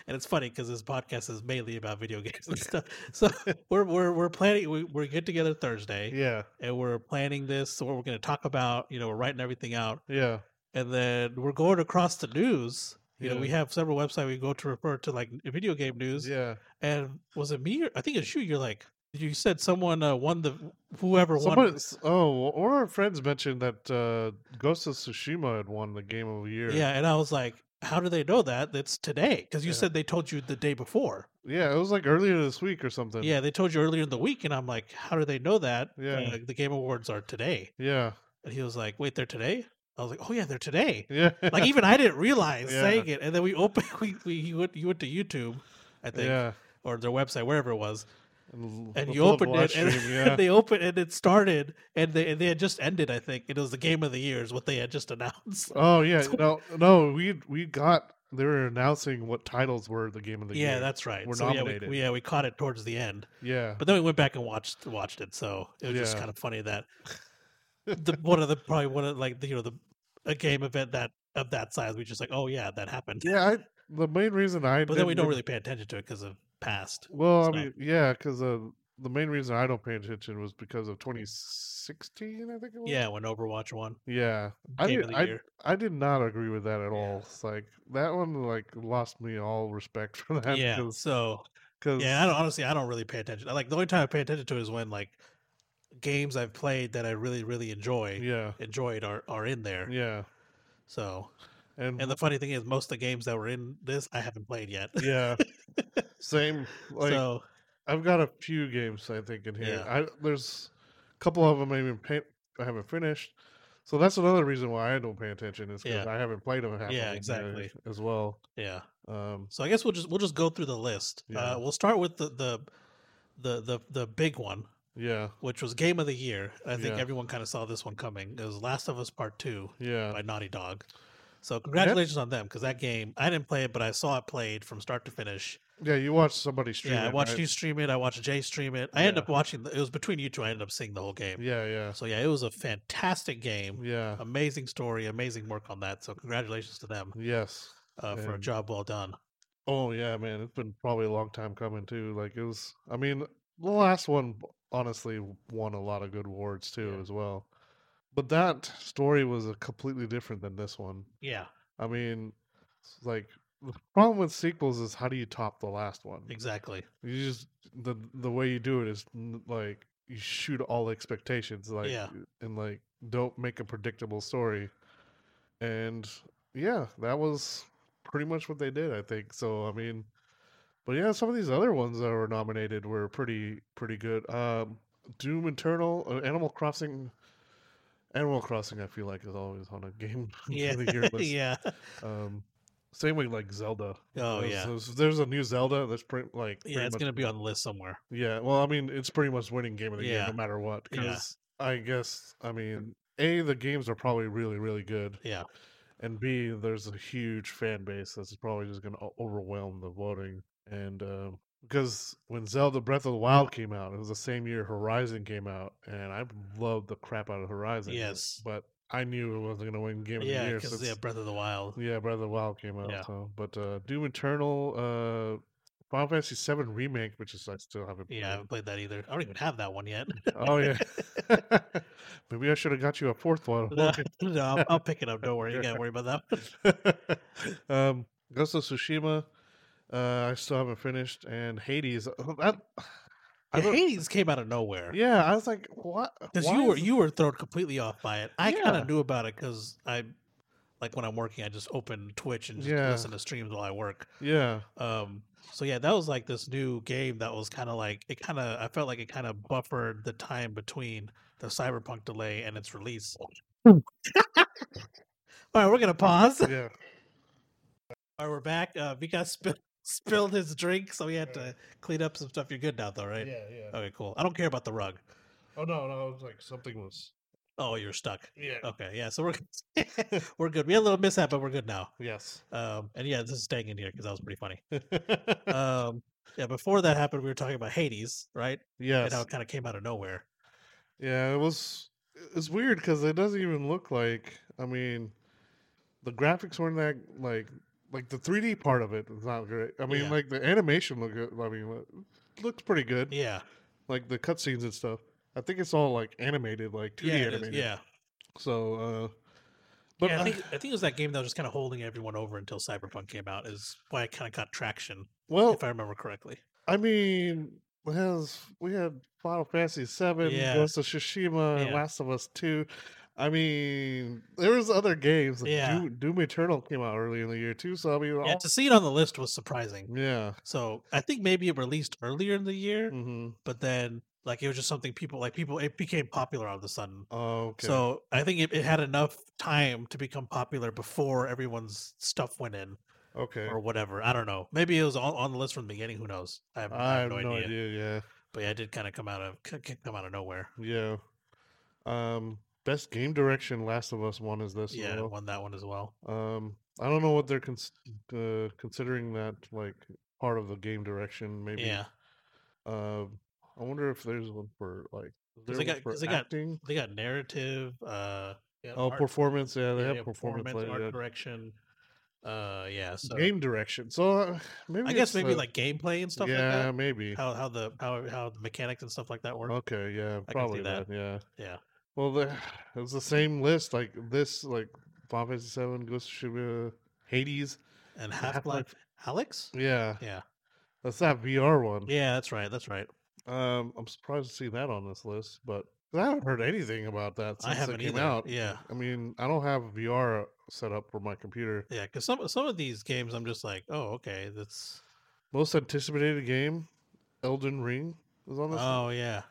[SPEAKER 1] and it's funny because this podcast is mainly about video games and stuff so we're we're, we're planning we, we're get together thursday
[SPEAKER 2] yeah.
[SPEAKER 1] and we're planning this so what we're going to talk about you know we're writing everything out
[SPEAKER 2] Yeah.
[SPEAKER 1] and then we're going across the news you know
[SPEAKER 2] Yeah.
[SPEAKER 1] we have several websites we go to refer to like video game news
[SPEAKER 2] Yeah.
[SPEAKER 1] and was it me or, i think it's you you're like you said someone uh, won the whoever
[SPEAKER 2] Somebody,
[SPEAKER 1] won
[SPEAKER 2] s- oh, one of our friends mentioned that uh, Ghost of Tsushima had won the Game of the Year.
[SPEAKER 1] yeah and i was like how do they know that that's today because you
[SPEAKER 2] Yeah.
[SPEAKER 1] said they told you the day before
[SPEAKER 2] Yeah, it was like earlier this week or something.
[SPEAKER 1] Yeah, they told you earlier in the week, and I'm like, how do they know that?
[SPEAKER 2] Yeah.
[SPEAKER 1] Uh, the Game Awards are today.
[SPEAKER 2] Yeah.
[SPEAKER 1] And he was like, wait, they're today? I was like, oh yeah, they're today.
[SPEAKER 2] Yeah.
[SPEAKER 1] Like even I didn't realize
[SPEAKER 2] Yeah.
[SPEAKER 1] saying it. And then we opened, we, we you went you went to YouTube, I think,
[SPEAKER 2] yeah.
[SPEAKER 1] or their website, wherever it was,
[SPEAKER 2] And,
[SPEAKER 1] and
[SPEAKER 2] the
[SPEAKER 1] you
[SPEAKER 2] full
[SPEAKER 1] opened
[SPEAKER 2] live
[SPEAKER 1] it, and
[SPEAKER 2] stream, yeah.
[SPEAKER 1] they opened and it started, and they and they had just ended. I think it was the Game of the Year is what they had just announced.
[SPEAKER 2] Oh yeah, no, no, we we got they were announcing what titles were the game of the
[SPEAKER 1] yeah,
[SPEAKER 2] year.
[SPEAKER 1] that's right.
[SPEAKER 2] We're
[SPEAKER 1] so, yeah, we,
[SPEAKER 2] nominated.
[SPEAKER 1] we- yeah, we caught it towards the end.
[SPEAKER 2] yeah,
[SPEAKER 1] But then we went back and watched watched it, so it was just
[SPEAKER 2] Yeah.
[SPEAKER 1] kind of funny that the one of the probably one of like the, you know the a game event that of that size we just like oh yeah that happened.
[SPEAKER 2] yeah. I, the main reason I
[SPEAKER 1] But then we
[SPEAKER 2] didn't-
[SPEAKER 1] don't really pay attention to it because of past.
[SPEAKER 2] well,
[SPEAKER 1] so.
[SPEAKER 2] I mean, yeah, because uh, the main reason I don't pay attention was because of 2016, I think it was.
[SPEAKER 1] Yeah, when Overwatch won
[SPEAKER 2] yeah. I
[SPEAKER 1] game
[SPEAKER 2] did,
[SPEAKER 1] of the
[SPEAKER 2] I
[SPEAKER 1] year.
[SPEAKER 2] I did not agree with that at
[SPEAKER 1] Yeah.
[SPEAKER 2] all. It's like that one like lost me all respect for that.
[SPEAKER 1] yeah,
[SPEAKER 2] because
[SPEAKER 1] so yeah, I don't, honestly I don't really pay attention. Like the only time I pay attention to it is when like games I've played that I really really enjoy
[SPEAKER 2] yeah,
[SPEAKER 1] enjoyed are are in there.
[SPEAKER 2] yeah,
[SPEAKER 1] So
[SPEAKER 2] and,
[SPEAKER 1] and the funny thing is most of the games that were in this I haven't played yet.
[SPEAKER 2] yeah, same like.
[SPEAKER 1] so
[SPEAKER 2] I've got a few games I think in here.
[SPEAKER 1] Yeah.
[SPEAKER 2] I, there's a couple of them I even pay, I haven't finished. So that's another reason why I don't pay attention is because
[SPEAKER 1] Yeah.
[SPEAKER 2] I haven't played them. half of
[SPEAKER 1] Yeah,
[SPEAKER 2] them here
[SPEAKER 1] exactly.
[SPEAKER 2] As well.
[SPEAKER 1] yeah.
[SPEAKER 2] Um,
[SPEAKER 1] So I guess we'll just we'll just go through the list.
[SPEAKER 2] Yeah.
[SPEAKER 1] Uh, we'll start with the, the the the the big one,
[SPEAKER 2] yeah,
[SPEAKER 1] which was Game of the Year. I think
[SPEAKER 2] Yeah.
[SPEAKER 1] everyone kind of saw this one coming. It was Last of Us Part Two
[SPEAKER 2] yeah,
[SPEAKER 1] by Naughty Dog. So congratulations on them because that game I didn't play it, but I saw it played from start to finish.
[SPEAKER 2] yeah. You watched somebody stream.
[SPEAKER 1] yeah, I
[SPEAKER 2] it,
[SPEAKER 1] watched
[SPEAKER 2] right?
[SPEAKER 1] you stream it. I watched Jay stream it. I ended
[SPEAKER 2] Yeah.
[SPEAKER 1] up watching. The, it was between you two. I ended up seeing the whole game.
[SPEAKER 2] Yeah, yeah,
[SPEAKER 1] So yeah, it was a fantastic game.
[SPEAKER 2] yeah.
[SPEAKER 1] Amazing story. Amazing work on that. So congratulations to them
[SPEAKER 2] yes.
[SPEAKER 1] uh, for a
[SPEAKER 2] And-
[SPEAKER 1] job well done.
[SPEAKER 2] Oh yeah, man. It's been probably a long time coming too. Like it was. I mean, the last one honestly won a lot of good awards too
[SPEAKER 1] Yeah.
[SPEAKER 2] as well. But that story was a completely different than this one.
[SPEAKER 1] Yeah,
[SPEAKER 2] I mean, it's like the problem with sequels is how do you top the last one?
[SPEAKER 1] exactly.
[SPEAKER 2] You just the the way you do it is n- like you shoot all expectations, like
[SPEAKER 1] Yeah.
[SPEAKER 2] and like don't make a predictable story. And yeah, that was pretty much what they did, I think. So I mean, but yeah, some of these other ones that were nominated were pretty pretty good. Um, Doom Eternal, uh, Animal Crossing Animal Crossing, I feel like, is always on a game
[SPEAKER 1] Yeah.
[SPEAKER 2] of the year list.
[SPEAKER 1] yeah.
[SPEAKER 2] Um, same with like Zelda.
[SPEAKER 1] Oh
[SPEAKER 2] There's-
[SPEAKER 1] yeah.
[SPEAKER 2] There's, there's a new Zelda that's pretty like
[SPEAKER 1] yeah,
[SPEAKER 2] uh, pretty
[SPEAKER 1] it's
[SPEAKER 2] much-
[SPEAKER 1] gonna be on the list somewhere.
[SPEAKER 2] Yeah, well, I mean, it's pretty much winning game of the year
[SPEAKER 1] Yeah.
[SPEAKER 2] no matter what.
[SPEAKER 1] Yeah.
[SPEAKER 2] Because I guess, I mean, a the games are probably really really good,
[SPEAKER 1] Yeah.
[SPEAKER 2] and b there's a huge fan base that's probably just going to overwhelm the voting. And um, because when Zelda Breath of the Wild came out, it was the same year Horizon came out, and I loved the crap out of Horizon.
[SPEAKER 1] Yes.
[SPEAKER 2] but I knew it wasn't going to win game of the
[SPEAKER 1] Yeah,
[SPEAKER 2] year.
[SPEAKER 1] because
[SPEAKER 2] since-
[SPEAKER 1] yeah, Breath of the Wild.
[SPEAKER 2] yeah, Breath of the Wild came out.
[SPEAKER 1] Yeah.
[SPEAKER 2] So, but uh, Doom Eternal, uh, Final Fantasy VII remake, which is I still haven't.
[SPEAKER 1] Yeah, I haven't played that either. I don't even have that one yet.
[SPEAKER 2] played. Oh yeah. Maybe I should have got you a fourth one.
[SPEAKER 1] no, no, I'll, I'll pick it up. Don't worry. You
[SPEAKER 2] Yeah.
[SPEAKER 1] can't worry about that.
[SPEAKER 2] um, Ghost of Tsushima, uh, I still haven't finished, and Hades. uh, That, I
[SPEAKER 1] Yeah,
[SPEAKER 2] don't-
[SPEAKER 1] Hades came out of nowhere.
[SPEAKER 2] yeah, I was like, what?
[SPEAKER 1] Because
[SPEAKER 2] why
[SPEAKER 1] you were
[SPEAKER 2] is-
[SPEAKER 1] you were thrown completely off by it. I kind
[SPEAKER 2] Yeah.
[SPEAKER 1] of knew about it because I, like when I'm working, I just open Twitch and just
[SPEAKER 2] Yeah.
[SPEAKER 1] listen to streams while I work.
[SPEAKER 2] Yeah,
[SPEAKER 1] Um, so yeah, that was like this new game that was kind of like it kind of I felt like it kind of buffered the time between the Cyberpunk delay and its release. All right, we're gonna pause. All
[SPEAKER 2] yeah.
[SPEAKER 1] right, we're back. Uh, Vikas sp- spilled his drink, so we had to clean up some stuff. You're good now, though, right?
[SPEAKER 2] yeah.
[SPEAKER 1] Okay, cool. I don't care about the rug.
[SPEAKER 2] Oh no, no, it was like something was.
[SPEAKER 1] Oh, you're stuck.
[SPEAKER 2] Yeah.
[SPEAKER 1] Okay, yeah. So we're we're good. We had a little mishap, but we're good now.
[SPEAKER 2] Yes.
[SPEAKER 1] Um, and yeah, this is staying in here because that was pretty funny. Um, yeah, before that happened, we were talking about Hades, right?
[SPEAKER 2] yes.
[SPEAKER 1] And how it kind of came out of nowhere.
[SPEAKER 2] Yeah, it was. It's weird because it doesn't even look like. I mean, the graphics weren't that like like the 3D part of it is not great. I mean,
[SPEAKER 1] Yeah.
[SPEAKER 2] like the animation look. good- I mean, it looks pretty good.
[SPEAKER 1] Yeah,
[SPEAKER 2] Like the cutscenes and stuff. I think it's all like animated, like 2D
[SPEAKER 1] yeah, it is,
[SPEAKER 2] animated.
[SPEAKER 1] yeah.
[SPEAKER 2] So, uh, but
[SPEAKER 1] yeah, I
[SPEAKER 2] I-
[SPEAKER 1] think I think it was that game that was just kind of holding everyone over until Cyberpunk came out. Is why it kind of got traction,
[SPEAKER 2] well,
[SPEAKER 1] if I remember correctly.
[SPEAKER 2] I mean, it has we had Final Fantasy Seven,
[SPEAKER 1] Yeah.
[SPEAKER 2] Ghost of Tsushima, and
[SPEAKER 1] Yeah.
[SPEAKER 2] Last of Us Two. I mean, there was other games. Like
[SPEAKER 1] Yeah.
[SPEAKER 2] Doom, Doom Eternal came out early in the year too. So I mean, all-
[SPEAKER 1] Yeah,
[SPEAKER 2] yeah,
[SPEAKER 1] to see it on the list was surprising. So I think maybe it released earlier in the year,
[SPEAKER 2] hmm
[SPEAKER 1] but then like it was just something people like people it became popular all of a sudden.
[SPEAKER 2] Oh, okay.
[SPEAKER 1] So I think it, it had enough time to become popular before everyone's stuff went in
[SPEAKER 2] okay.
[SPEAKER 1] or whatever. I don't know. Maybe it was on, on the list from the beginning. Who knows? I have,
[SPEAKER 2] I have no idea. Yeah,
[SPEAKER 1] But yeah, it did kind of come out of c- c- come out of nowhere.
[SPEAKER 2] yeah. Um, best game direction. Last of Us One is this. as
[SPEAKER 1] yeah,
[SPEAKER 2] well.
[SPEAKER 1] won that one as well.
[SPEAKER 2] Um, I don't know what they're cons- uh, considering that like part of the game direction. Maybe.
[SPEAKER 1] Yeah,
[SPEAKER 2] Um, I wonder if there's one for like. is
[SPEAKER 1] 'Cause
[SPEAKER 2] there
[SPEAKER 1] they
[SPEAKER 2] one
[SPEAKER 1] got-
[SPEAKER 2] for
[SPEAKER 1] 'cause they got
[SPEAKER 2] acting?
[SPEAKER 1] they got narrative. Uh, yeah,
[SPEAKER 2] oh,
[SPEAKER 1] art-
[SPEAKER 2] performance. Yeah, they
[SPEAKER 1] yeah,
[SPEAKER 2] have
[SPEAKER 1] yeah,
[SPEAKER 2] performance.
[SPEAKER 1] art
[SPEAKER 2] later,
[SPEAKER 1] direction. Uh, yeah. So
[SPEAKER 2] Game direction. So uh, maybe
[SPEAKER 1] I guess
[SPEAKER 2] it's
[SPEAKER 1] maybe
[SPEAKER 2] the-
[SPEAKER 1] like gameplay and stuff
[SPEAKER 2] yeah,
[SPEAKER 1] like
[SPEAKER 2] maybe.
[SPEAKER 1] that. How how the how how the mechanics and stuff like that work.
[SPEAKER 2] Okay, yeah,
[SPEAKER 1] see
[SPEAKER 2] probably
[SPEAKER 1] that.
[SPEAKER 2] that. Yeah,
[SPEAKER 1] Yeah.
[SPEAKER 2] Well, the, it was the same list. Like this, like Final Fantasy Seven, Ghost of Tsushima, Hades.
[SPEAKER 1] and
[SPEAKER 2] Half-Life-
[SPEAKER 1] Half Life Alex.
[SPEAKER 2] Yeah,
[SPEAKER 1] Yeah.
[SPEAKER 2] that's that VR one.
[SPEAKER 1] Yeah, that's right. That's right.
[SPEAKER 2] Um, I'm surprised to see that on this list, but 'cause I haven't heard anything about that
[SPEAKER 1] I
[SPEAKER 2] since it
[SPEAKER 1] haven't
[SPEAKER 2] came
[SPEAKER 1] either.
[SPEAKER 2] out.
[SPEAKER 1] Yeah.
[SPEAKER 2] I mean, I don't have VR set up for my computer.
[SPEAKER 1] Yeah, because some some of these games, I'm just like, oh, okay, that's
[SPEAKER 2] Most anticipated game, Elden Ring is on this. list.
[SPEAKER 1] oh yeah,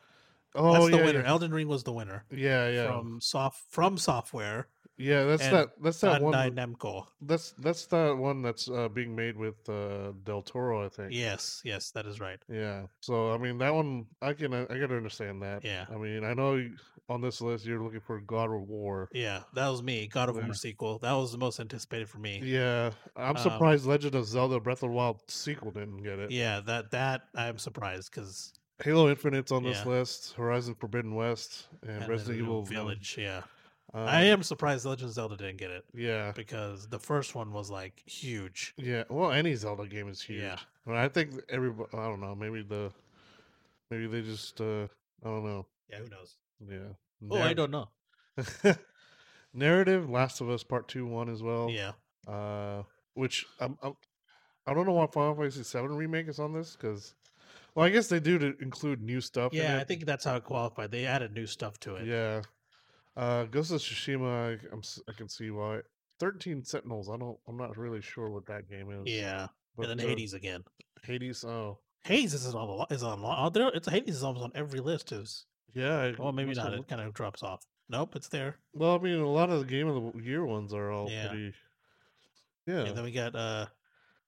[SPEAKER 2] oh,
[SPEAKER 1] that's the
[SPEAKER 2] yeah,
[SPEAKER 1] winner.
[SPEAKER 2] yeah,
[SPEAKER 1] Elden Ring was the winner
[SPEAKER 2] yeah, yeah,
[SPEAKER 1] from soft from software
[SPEAKER 2] yeah. That's
[SPEAKER 1] and
[SPEAKER 2] that. That's that one.
[SPEAKER 1] Bandai Namco.
[SPEAKER 2] That's that's that one that's uh, being made with uh, Del Toro, I think.
[SPEAKER 1] Yes, yes, that is right.
[SPEAKER 2] Yeah. So I mean, that one I can I can understand that.
[SPEAKER 1] Yeah.
[SPEAKER 2] I mean, I know you- on this list you're looking for God of War.
[SPEAKER 1] Yeah, that was me. God of
[SPEAKER 2] Yeah.
[SPEAKER 1] War sequel. That was the most anticipated for me.
[SPEAKER 2] Yeah,
[SPEAKER 1] Um,
[SPEAKER 2] I'm surprised Legend of Zelda Breath of the Wild sequel didn't get it.
[SPEAKER 1] Yeah, that that I'm surprised because
[SPEAKER 2] Halo Infinite's on this
[SPEAKER 1] Yeah.
[SPEAKER 2] list, Horizon Forbidden West, and, Resident Evil
[SPEAKER 1] Village. Yeah,
[SPEAKER 2] Um,
[SPEAKER 1] I am surprised Legend of Zelda didn't get it
[SPEAKER 2] Yeah,
[SPEAKER 1] because the first one was like huge.
[SPEAKER 2] yeah. Well, any Zelda game is huge.
[SPEAKER 1] Yeah.
[SPEAKER 2] I, mean, I think everybody. I don't know. Maybe the, maybe they just. uh I don't know.
[SPEAKER 1] Yeah, who knows?
[SPEAKER 2] Yeah.
[SPEAKER 1] Oh, I don't know.
[SPEAKER 2] don't. Narrative, Last of Us Part Two, One as well.
[SPEAKER 1] Yeah,
[SPEAKER 2] Uh, which I'm, I'm, I don't know why Final Fantasy Seven remake is on this because, well, I guess they do to include new stuff. in
[SPEAKER 1] yeah.
[SPEAKER 2] it.
[SPEAKER 1] I think that's how it qualified. They added new stuff to it.
[SPEAKER 2] Yeah. Uh, Ghost of Tsushima, I, am I can see why. Thirteen Sentinels. I don't. I'm not really sure what that game is.
[SPEAKER 1] yeah.
[SPEAKER 2] but,
[SPEAKER 1] and
[SPEAKER 2] uh,
[SPEAKER 1] then Hades again.
[SPEAKER 2] Hades. Oh,
[SPEAKER 1] Hades isn't on oh, the lo- is on lo- out there. It's Hades is almost on every list. Is
[SPEAKER 2] yeah.
[SPEAKER 1] well, maybe
[SPEAKER 2] must have
[SPEAKER 1] not. It
[SPEAKER 2] looked-
[SPEAKER 1] kind of drops off. Nope, it's there.
[SPEAKER 2] Well, I mean, a lot of the game of the year ones are all
[SPEAKER 1] Yeah.
[SPEAKER 2] pretty. Yeah,
[SPEAKER 1] And then we got uh,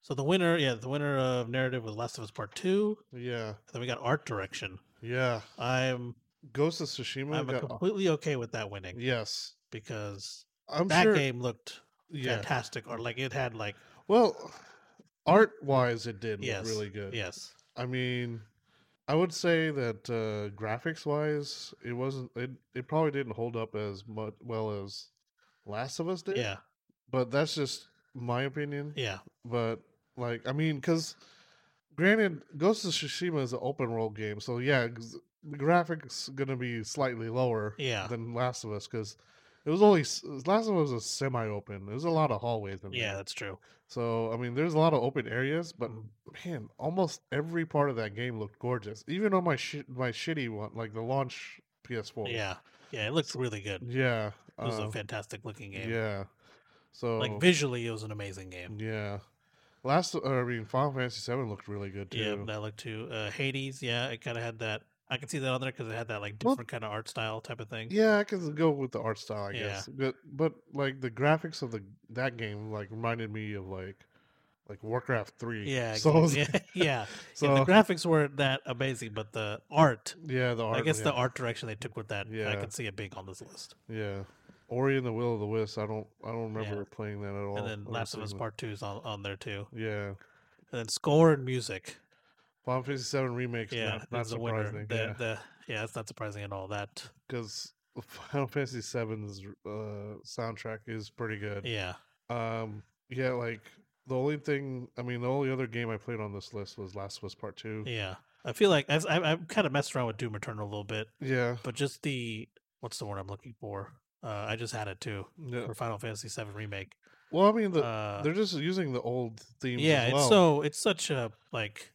[SPEAKER 1] so the winner, yeah, the winner of narrative was Last of Us Part Two.
[SPEAKER 2] yeah,
[SPEAKER 1] And then we got art direction.
[SPEAKER 2] yeah.
[SPEAKER 1] I'm
[SPEAKER 2] Ghost of Tsushima.
[SPEAKER 1] I'm
[SPEAKER 2] got-
[SPEAKER 1] completely okay with that winning
[SPEAKER 2] yes,
[SPEAKER 1] because
[SPEAKER 2] I'm
[SPEAKER 1] that
[SPEAKER 2] sure.
[SPEAKER 1] game looked
[SPEAKER 2] yeah.
[SPEAKER 1] fantastic, or like it had like
[SPEAKER 2] Well, art wise, it did
[SPEAKER 1] yes,
[SPEAKER 2] look really good.
[SPEAKER 1] Yes,
[SPEAKER 2] I mean, I would say that uh, graphics wise, it wasn't. It it probably didn't hold up as much well as Last of Us did.
[SPEAKER 1] yeah,
[SPEAKER 2] But that's just my opinion.
[SPEAKER 1] yeah,
[SPEAKER 2] But like, I mean, because granted, Ghost of Tsushima is an open world game, so yeah, g- the graphics gonna be slightly lower
[SPEAKER 1] Yeah.
[SPEAKER 2] than Last of Us because. It was only s- Last of Us was semi-open. There's a lot of hallways in there.
[SPEAKER 1] yeah. Mm. That's true.
[SPEAKER 2] So I mean, there's a lot of open areas, but man, almost every part of that game looked gorgeous. Even on my shi my shitty one, like the launch PS4.
[SPEAKER 1] Yeah, yeah. It looked really good. It
[SPEAKER 2] yeah,
[SPEAKER 1] was
[SPEAKER 2] uh,
[SPEAKER 1] a fantastic looking game.
[SPEAKER 2] yeah. So
[SPEAKER 1] Like visually, it was an amazing game.
[SPEAKER 2] yeah, last or, I mean, Final Fantasy VII looked really good too.
[SPEAKER 1] Yeah, that looked too. Uh, Hades, yeah, it kind of had that. I could see that on there because it had that like
[SPEAKER 2] Well-
[SPEAKER 1] different kind of art style type of thing.
[SPEAKER 2] Yeah, I can go with the art style, I
[SPEAKER 1] Yeah.
[SPEAKER 2] guess. But but like the graphics of the that game like reminded me of like like Warcraft three.
[SPEAKER 1] Yeah,
[SPEAKER 2] So it was-
[SPEAKER 1] yeah, yeah.
[SPEAKER 2] so
[SPEAKER 1] yeah, the graphics weren't that amazing, but the art,
[SPEAKER 2] yeah, the art.
[SPEAKER 1] I guess
[SPEAKER 2] yeah.
[SPEAKER 1] the art direction they took with that, I
[SPEAKER 2] Yeah.
[SPEAKER 1] could see it big on this list.
[SPEAKER 2] Yeah. Ori and the Will of the Wisps. I don't. I don't
[SPEAKER 1] Yeah.
[SPEAKER 2] remember playing that at all.
[SPEAKER 1] and then
[SPEAKER 2] or
[SPEAKER 1] Last of
[SPEAKER 2] seeing
[SPEAKER 1] Us
[SPEAKER 2] that.
[SPEAKER 1] Part Two is on, on there too.
[SPEAKER 2] Yeah.
[SPEAKER 1] And then score and music,
[SPEAKER 2] Final Fantasy Seven remake.
[SPEAKER 1] yeah,
[SPEAKER 2] Not, not
[SPEAKER 1] is the winner.
[SPEAKER 2] surprising.
[SPEAKER 1] The, the, yeah, it's not surprising at all. That
[SPEAKER 2] Because Final Fantasy VII's uh, soundtrack is pretty good.
[SPEAKER 1] yeah,
[SPEAKER 2] Um. Yeah. Like the only thing. I mean, the only other game I played on this list was Last of Us Part Two.
[SPEAKER 1] yeah. I feel like I've, I've, I've kind of messed around with Doom Eternal a little bit,
[SPEAKER 2] Yeah.
[SPEAKER 1] but just the what's the word I'm looking for? Uh, I just had it too
[SPEAKER 2] Yeah.
[SPEAKER 1] for Final Fantasy VII remake.
[SPEAKER 2] Well, I mean, the,
[SPEAKER 1] uh,
[SPEAKER 2] they're just using the old themes.
[SPEAKER 1] yeah,
[SPEAKER 2] as well.
[SPEAKER 1] it's so it's such a like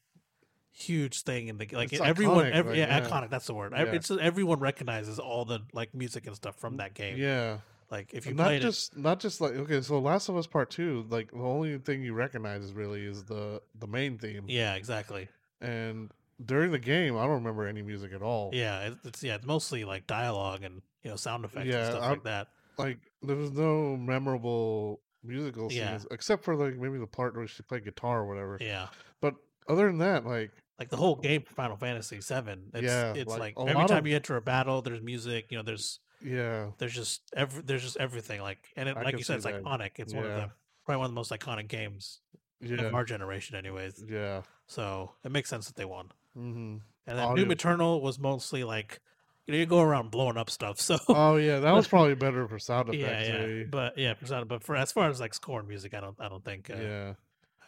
[SPEAKER 1] huge thing in the like
[SPEAKER 2] It's
[SPEAKER 1] everyone,
[SPEAKER 2] iconic,
[SPEAKER 1] every,
[SPEAKER 2] like,
[SPEAKER 1] yeah,
[SPEAKER 2] yeah.
[SPEAKER 1] iconic. That's the word. Ev-
[SPEAKER 2] Yeah. Mm,
[SPEAKER 1] It's just, everyone recognizes all the like music and stuff from that game.
[SPEAKER 2] Yeah.
[SPEAKER 1] Like if you
[SPEAKER 2] not
[SPEAKER 1] played it,
[SPEAKER 2] just not just like okay, so Last of Us Part Two, like the only thing you recognize really is the the main theme.
[SPEAKER 1] yeah, exactly.
[SPEAKER 2] And during the game, I don't remember any music at all.
[SPEAKER 1] Yeah, it- it's yeah, it's mostly like dialogue and you know sound effects and
[SPEAKER 2] Yeah,
[SPEAKER 1] stuff
[SPEAKER 2] I'm-
[SPEAKER 1] like that.
[SPEAKER 2] Like there was no memorable musical scenes
[SPEAKER 1] Yeah.
[SPEAKER 2] except for like maybe the part where she played guitar or whatever.
[SPEAKER 1] Yeah,
[SPEAKER 2] But other than that, like
[SPEAKER 1] like the whole game, for Final Fantasy Seven. It's,
[SPEAKER 2] Yeah,
[SPEAKER 1] it's like,
[SPEAKER 2] like, a
[SPEAKER 1] every
[SPEAKER 2] lot
[SPEAKER 1] time
[SPEAKER 2] of-
[SPEAKER 1] you enter a battle, there's music. You know, there's
[SPEAKER 2] yeah,
[SPEAKER 1] there's just every there's just everything. Like and it,
[SPEAKER 2] I
[SPEAKER 1] like
[SPEAKER 2] can
[SPEAKER 1] you said, it's
[SPEAKER 2] see that.
[SPEAKER 1] iconic. It's one of
[SPEAKER 2] Yeah.
[SPEAKER 1] the probably one of the most iconic games
[SPEAKER 2] yeah,
[SPEAKER 1] of our generation, anyways.
[SPEAKER 2] yeah.
[SPEAKER 1] So it makes sense that they won.
[SPEAKER 2] Mm-hmm.
[SPEAKER 1] And then
[SPEAKER 2] Audio-
[SPEAKER 1] Doom Eternal was mostly like you know you go around blowing up stuff. So
[SPEAKER 2] Oh yeah, that was probably better for sound
[SPEAKER 1] yeah,
[SPEAKER 2] effects.
[SPEAKER 1] yeah.
[SPEAKER 2] eh?
[SPEAKER 1] But yeah, for sound- but for as far as like score and music, I don't I don't think uh,
[SPEAKER 2] yeah.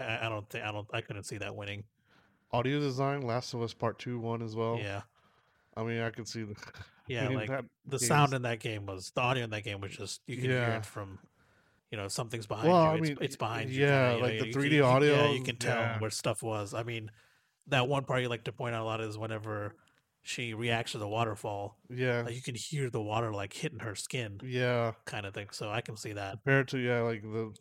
[SPEAKER 1] I, I don't think I don't I couldn't see that winning.
[SPEAKER 2] Audio design, Last of Us Part Two, one as well.
[SPEAKER 1] Yeah,
[SPEAKER 2] I mean, I could see the I
[SPEAKER 1] yeah.
[SPEAKER 2] mean,
[SPEAKER 1] like
[SPEAKER 2] that
[SPEAKER 1] the
[SPEAKER 2] game's-
[SPEAKER 1] sound in that game was the audio in that game was just you can hear
[SPEAKER 2] Yeah.
[SPEAKER 1] it from you know something's behind
[SPEAKER 2] Well,
[SPEAKER 1] you.
[SPEAKER 2] I
[SPEAKER 1] it's,
[SPEAKER 2] mean,
[SPEAKER 1] it's behind you.
[SPEAKER 2] yeah,
[SPEAKER 1] kinda,
[SPEAKER 2] like
[SPEAKER 1] you
[SPEAKER 2] the
[SPEAKER 1] you
[SPEAKER 2] 3D
[SPEAKER 1] you Yeah, you
[SPEAKER 2] audio,
[SPEAKER 1] can tell
[SPEAKER 2] yeah.
[SPEAKER 1] where stuff was. I mean, that one part you like to point out a lot is whenever she reacts to the waterfall,
[SPEAKER 2] yeah,
[SPEAKER 1] like, you can hear the water like hitting her skin,
[SPEAKER 2] yeah.
[SPEAKER 1] kind of thing. So I can see that.
[SPEAKER 2] Compared to yeah, like the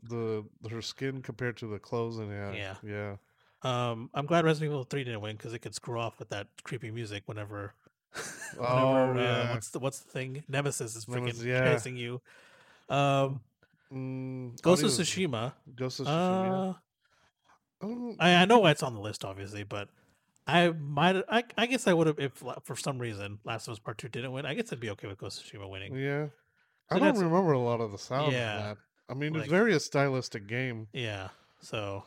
[SPEAKER 2] the her skin compared to the clothes and yeah,
[SPEAKER 1] Yeah.
[SPEAKER 2] yeah.
[SPEAKER 1] Um, I'm glad Resident Evil 3 didn't win because it could screw off with that creepy music whenever. whenever
[SPEAKER 2] Oh,
[SPEAKER 1] uh,
[SPEAKER 2] yeah.
[SPEAKER 1] what's the what's the thing? Nemesis is freaking
[SPEAKER 2] Nemesis, yeah.
[SPEAKER 1] chasing you. Um,
[SPEAKER 2] Mm,
[SPEAKER 1] Ghost of
[SPEAKER 2] audio-
[SPEAKER 1] Tsushima.
[SPEAKER 2] Ghost of Tsushima. Oh,
[SPEAKER 1] Uh,
[SPEAKER 2] I don't-
[SPEAKER 1] I, I know why it's on the list, obviously, but I might. I, I guess I would have if la- for some reason Last of Us Part Two didn't win. I guess I'd be okay with Ghost of Tsushima winning.
[SPEAKER 2] yeah,
[SPEAKER 1] So
[SPEAKER 2] I don't
[SPEAKER 1] that's-
[SPEAKER 2] remember a lot of the sound.
[SPEAKER 1] Yeah,
[SPEAKER 2] Yeah, that. I mean
[SPEAKER 1] like-
[SPEAKER 2] it's very a stylistic game,
[SPEAKER 1] Yeah. So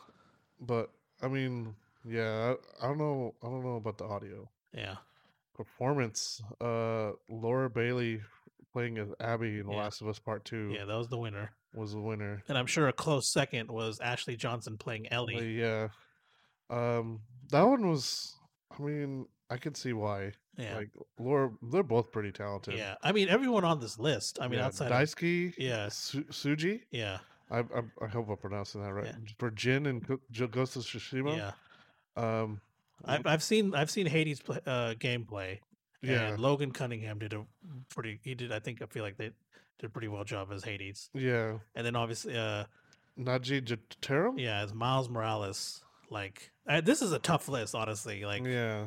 [SPEAKER 2] but I mean, yeah, I, I don't know, I don't know about the audio
[SPEAKER 1] yeah,
[SPEAKER 2] performance. Uh, Laura Bailey playing as Abby in The
[SPEAKER 1] Yeah.
[SPEAKER 2] Last of Us Part Two
[SPEAKER 1] yeah, that was the winner,
[SPEAKER 2] was the winner.
[SPEAKER 1] and I'm sure a close second was Ashley Johnson playing
[SPEAKER 2] But
[SPEAKER 1] Ellie.
[SPEAKER 2] yeah, um, that one was. I mean, I could see why.
[SPEAKER 1] yeah.
[SPEAKER 2] Like Laura, they're both pretty talented.
[SPEAKER 1] yeah. I mean, everyone on this list. I mean,
[SPEAKER 2] yeah,
[SPEAKER 1] outside. of-
[SPEAKER 2] Daisuke,
[SPEAKER 1] yeah.
[SPEAKER 2] Su- Suji.
[SPEAKER 1] yeah.
[SPEAKER 2] I, I I hope I'm pronouncing that right.
[SPEAKER 1] Yeah.
[SPEAKER 2] For Jin and Go- Jo- Ghost of Tsushima.
[SPEAKER 1] Yeah.
[SPEAKER 2] Um.
[SPEAKER 1] I've, I've seen I've seen Hades play, uh, gameplay.
[SPEAKER 2] Yeah.
[SPEAKER 1] And Logan Cunningham did a pretty. He did. I think I feel like they did a pretty well job as Hades.
[SPEAKER 2] Yeah.
[SPEAKER 1] And then obviously. uh
[SPEAKER 2] Naji Jeterum.
[SPEAKER 1] Yeah, it's Miles Morales. Like uh, this is a tough list, honestly. Like
[SPEAKER 2] Yeah.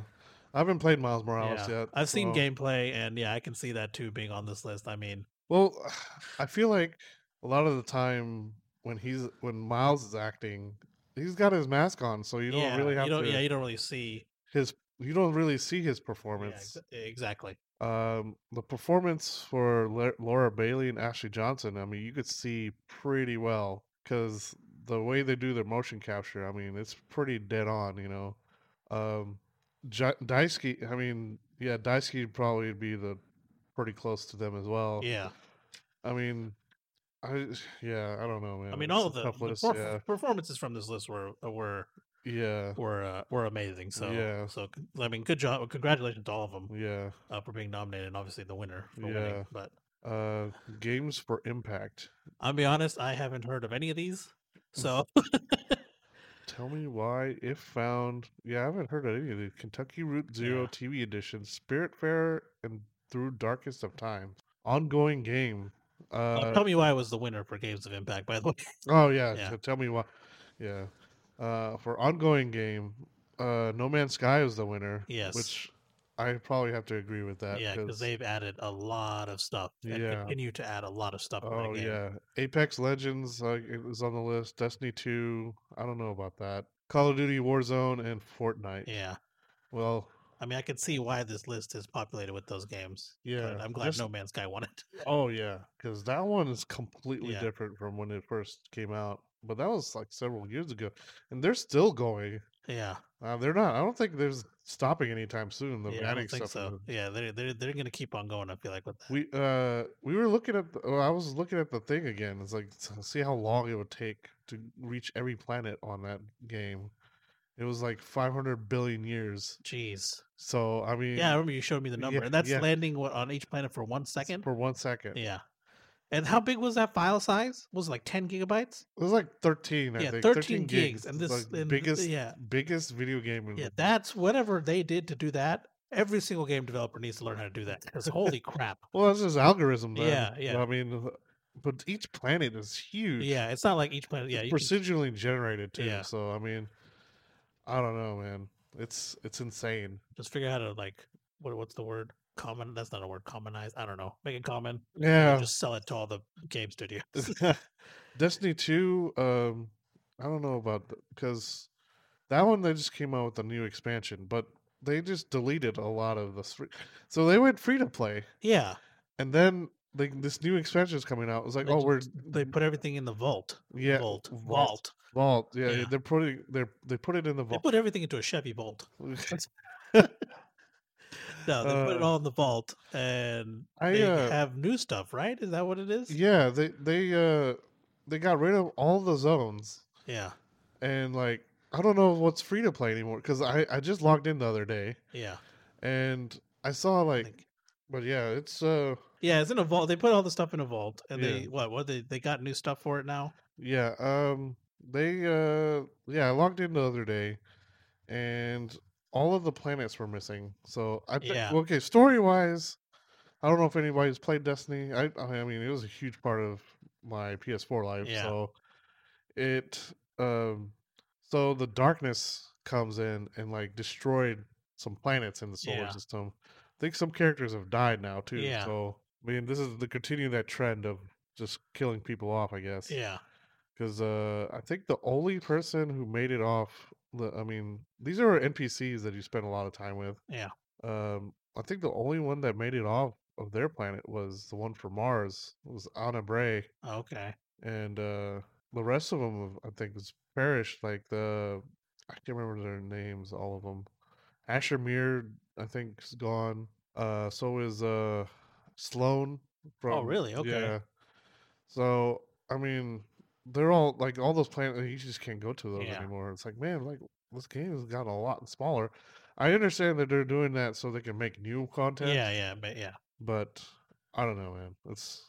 [SPEAKER 2] I haven't played Miles Morales
[SPEAKER 1] yeah.
[SPEAKER 2] yet.
[SPEAKER 1] I've seen
[SPEAKER 2] so-
[SPEAKER 1] gameplay, and yeah, I can see that too being on this list. I mean,
[SPEAKER 2] Well, I feel like a lot of the time when he's when Miles is acting, he's got his mask on, so you don't
[SPEAKER 1] yeah,
[SPEAKER 2] really have
[SPEAKER 1] you don't,
[SPEAKER 2] to
[SPEAKER 1] yeah, you don't really see.
[SPEAKER 2] his you don't really see his
[SPEAKER 1] Yeah,
[SPEAKER 2] performance.
[SPEAKER 1] ex- exactly.
[SPEAKER 2] Um, the performance for La- Laura Bailey and Ashley Johnson, I mean, you could see pretty well because the way they do their motion capture, I mean, it's pretty dead on, you know. Um, J- Daisuke, I mean, yeah, Daisuke would probably be the pretty close to them as well.
[SPEAKER 1] Yeah.
[SPEAKER 2] I mean, I yeah, I don't know, man.
[SPEAKER 1] I mean,
[SPEAKER 2] It's
[SPEAKER 1] all
[SPEAKER 2] a
[SPEAKER 1] of the,
[SPEAKER 2] tough
[SPEAKER 1] the
[SPEAKER 2] list,
[SPEAKER 1] perf-
[SPEAKER 2] yeah,
[SPEAKER 1] performances from this list were were
[SPEAKER 2] yeah,
[SPEAKER 1] were uh, were amazing. So
[SPEAKER 2] Yeah.
[SPEAKER 1] so c- I mean, good job, congratulations to all of them
[SPEAKER 2] yeah.
[SPEAKER 1] uh, for being nominated, and obviously the winner for
[SPEAKER 2] Yeah.
[SPEAKER 1] winning. But
[SPEAKER 2] Uh, games for impact.
[SPEAKER 1] I'll be honest, I haven't heard of any of these. So
[SPEAKER 2] Tell me why, if found. Yeah, I haven't heard of any of the Kentucky Route Zero
[SPEAKER 1] Yeah.
[SPEAKER 2] TV edition, Spirit Fair, and Through Darkest of Time. Ongoing game.
[SPEAKER 1] uh,
[SPEAKER 2] Uh,
[SPEAKER 1] tell me why it was the winner for Games of Impact. By the way,
[SPEAKER 2] oh, yeah.
[SPEAKER 1] yeah.
[SPEAKER 2] t- tell me why. Yeah. Uh, for ongoing game, uh, No Man's Sky was the winner.
[SPEAKER 1] Yes.
[SPEAKER 2] Which I probably have to agree with that.
[SPEAKER 1] yeah, because they've added a lot of stuff and
[SPEAKER 2] Yeah.
[SPEAKER 1] continue to add a lot of stuff. to
[SPEAKER 2] Oh
[SPEAKER 1] that game.
[SPEAKER 2] yeah, Apex Legends uh, it was on the list. Destiny Two, I don't know about that. Call of Duty Warzone and Fortnite.
[SPEAKER 1] yeah.
[SPEAKER 2] Well,
[SPEAKER 1] I mean, I can see why this list is populated with those games.
[SPEAKER 2] yeah.
[SPEAKER 1] but I'm glad
[SPEAKER 2] just-
[SPEAKER 1] No Man's Sky won it.
[SPEAKER 2] Oh yeah, because that one is completely
[SPEAKER 1] Yeah.
[SPEAKER 2] different from when it first came out. But that was like several years ago, and they're still going.
[SPEAKER 1] yeah,
[SPEAKER 2] Uh, they're not. I don't think there's stopping anytime soon. The
[SPEAKER 1] yeah I
[SPEAKER 2] banning
[SPEAKER 1] don't think
[SPEAKER 2] stuff. in
[SPEAKER 1] so. Yeah, they're they're they're gonna keep on going. I feel like with that.
[SPEAKER 2] the- We uh we were looking at. The, well, I was looking at the thing again. It's like to see how long it would take to reach every planet on that game. It was like 500 billion years.
[SPEAKER 1] Jeez.
[SPEAKER 2] So I mean,
[SPEAKER 1] Yeah, I remember you showed me the
[SPEAKER 2] yeah,
[SPEAKER 1] number, and that's
[SPEAKER 2] yeah.
[SPEAKER 1] landing what on each planet for one second.
[SPEAKER 2] for one second,
[SPEAKER 1] Yeah. And how big was that file size? Was it like 10 gigabytes?
[SPEAKER 2] it was like 13. I
[SPEAKER 1] yeah,
[SPEAKER 2] think
[SPEAKER 1] 13, gigs. And
[SPEAKER 2] It's,
[SPEAKER 1] this
[SPEAKER 2] like,
[SPEAKER 1] and th-
[SPEAKER 2] biggest Mm-hmm.
[SPEAKER 1] yeah,
[SPEAKER 2] biggest video game. in
[SPEAKER 1] yeah,
[SPEAKER 2] the-
[SPEAKER 1] that's whatever they did to do that. Every single game developer needs to learn how to do that. 'cause holy crap.
[SPEAKER 2] Well, that's his algorithm. Then.
[SPEAKER 1] Yeah, yeah.
[SPEAKER 2] I mean, uh, but each planet is huge.
[SPEAKER 1] Yeah, it's not like each planet. Yeah, you
[SPEAKER 2] it's
[SPEAKER 1] can-
[SPEAKER 2] procedurally generated too.
[SPEAKER 1] Yeah.
[SPEAKER 2] So I mean, I don't know, man. It's it's insane.
[SPEAKER 1] just figure out how to like what what's the word? Common that's not a word, commonize. I don't know. Make it common. and
[SPEAKER 2] Yeah.
[SPEAKER 1] Just sell it to all the game studios.
[SPEAKER 2] Destiny two. Um, I don't know about because that one they just came out with a new expansion, but they just deleted a lot of the. Free- so they went free to play,
[SPEAKER 1] yeah.
[SPEAKER 2] and then. Like this new expansion is coming out. It's like,
[SPEAKER 1] They
[SPEAKER 2] oh,
[SPEAKER 1] ju-
[SPEAKER 2] we're
[SPEAKER 1] They put everything in the vault.
[SPEAKER 2] yeah,
[SPEAKER 1] vault. Vault.
[SPEAKER 2] vault. Yeah,
[SPEAKER 1] Yeah.
[SPEAKER 2] they're putting they're they put it in the
[SPEAKER 1] They
[SPEAKER 2] vault.
[SPEAKER 1] put everything into a Chevy vault. No, they put it
[SPEAKER 2] Uh,
[SPEAKER 1] all in the vault, and
[SPEAKER 2] I,
[SPEAKER 1] they
[SPEAKER 2] uh,
[SPEAKER 1] have new stuff, right? Is that what it is?
[SPEAKER 2] Yeah, they they uh they got rid of all the zones
[SPEAKER 1] yeah,
[SPEAKER 2] and like I don't know what's free to play anymore because I I just logged in the other day
[SPEAKER 1] yeah.
[SPEAKER 2] and I saw like
[SPEAKER 1] Like-
[SPEAKER 2] but yeah it's uh
[SPEAKER 1] Yeah, it's in a vault. They put all the stuff in a vault, and
[SPEAKER 2] Yeah.
[SPEAKER 1] they what? What they they got new stuff for it now?
[SPEAKER 2] yeah um they uh yeah I logged in the other day and all of the planets were missing so I think
[SPEAKER 1] Yeah.
[SPEAKER 2] okay story wise I don't know if anybody's played Destiny I I mean it was a huge part of my PS4 life
[SPEAKER 1] Yeah.
[SPEAKER 2] so it um so the darkness comes in and like destroyed some planets in the solar
[SPEAKER 1] Yeah.
[SPEAKER 2] system i think some characters have died now too
[SPEAKER 1] Yeah.
[SPEAKER 2] so i mean this is the continue that trend of just killing people off i guess
[SPEAKER 1] Yeah,
[SPEAKER 2] because uh i think the only person who made it off the i mean these are npcs that you spend a lot of time with
[SPEAKER 1] Yeah.
[SPEAKER 2] um i think the only one that made it off of their planet was the one for mars it was anna bray
[SPEAKER 1] okay.
[SPEAKER 2] and uh the rest of them i think is perished like the i can't remember their names all of them asher Mir, i think is gone uh so is uh sloan from
[SPEAKER 1] Oh, really? Okay.
[SPEAKER 2] so i mean they're all like all those planets you just can't go to those
[SPEAKER 1] Yeah.
[SPEAKER 2] anymore it's like man like this game has gotten a lot smaller i understand that they're doing that so they can make new content
[SPEAKER 1] Yeah, yeah, but yeah,
[SPEAKER 2] but I don't know, man. It's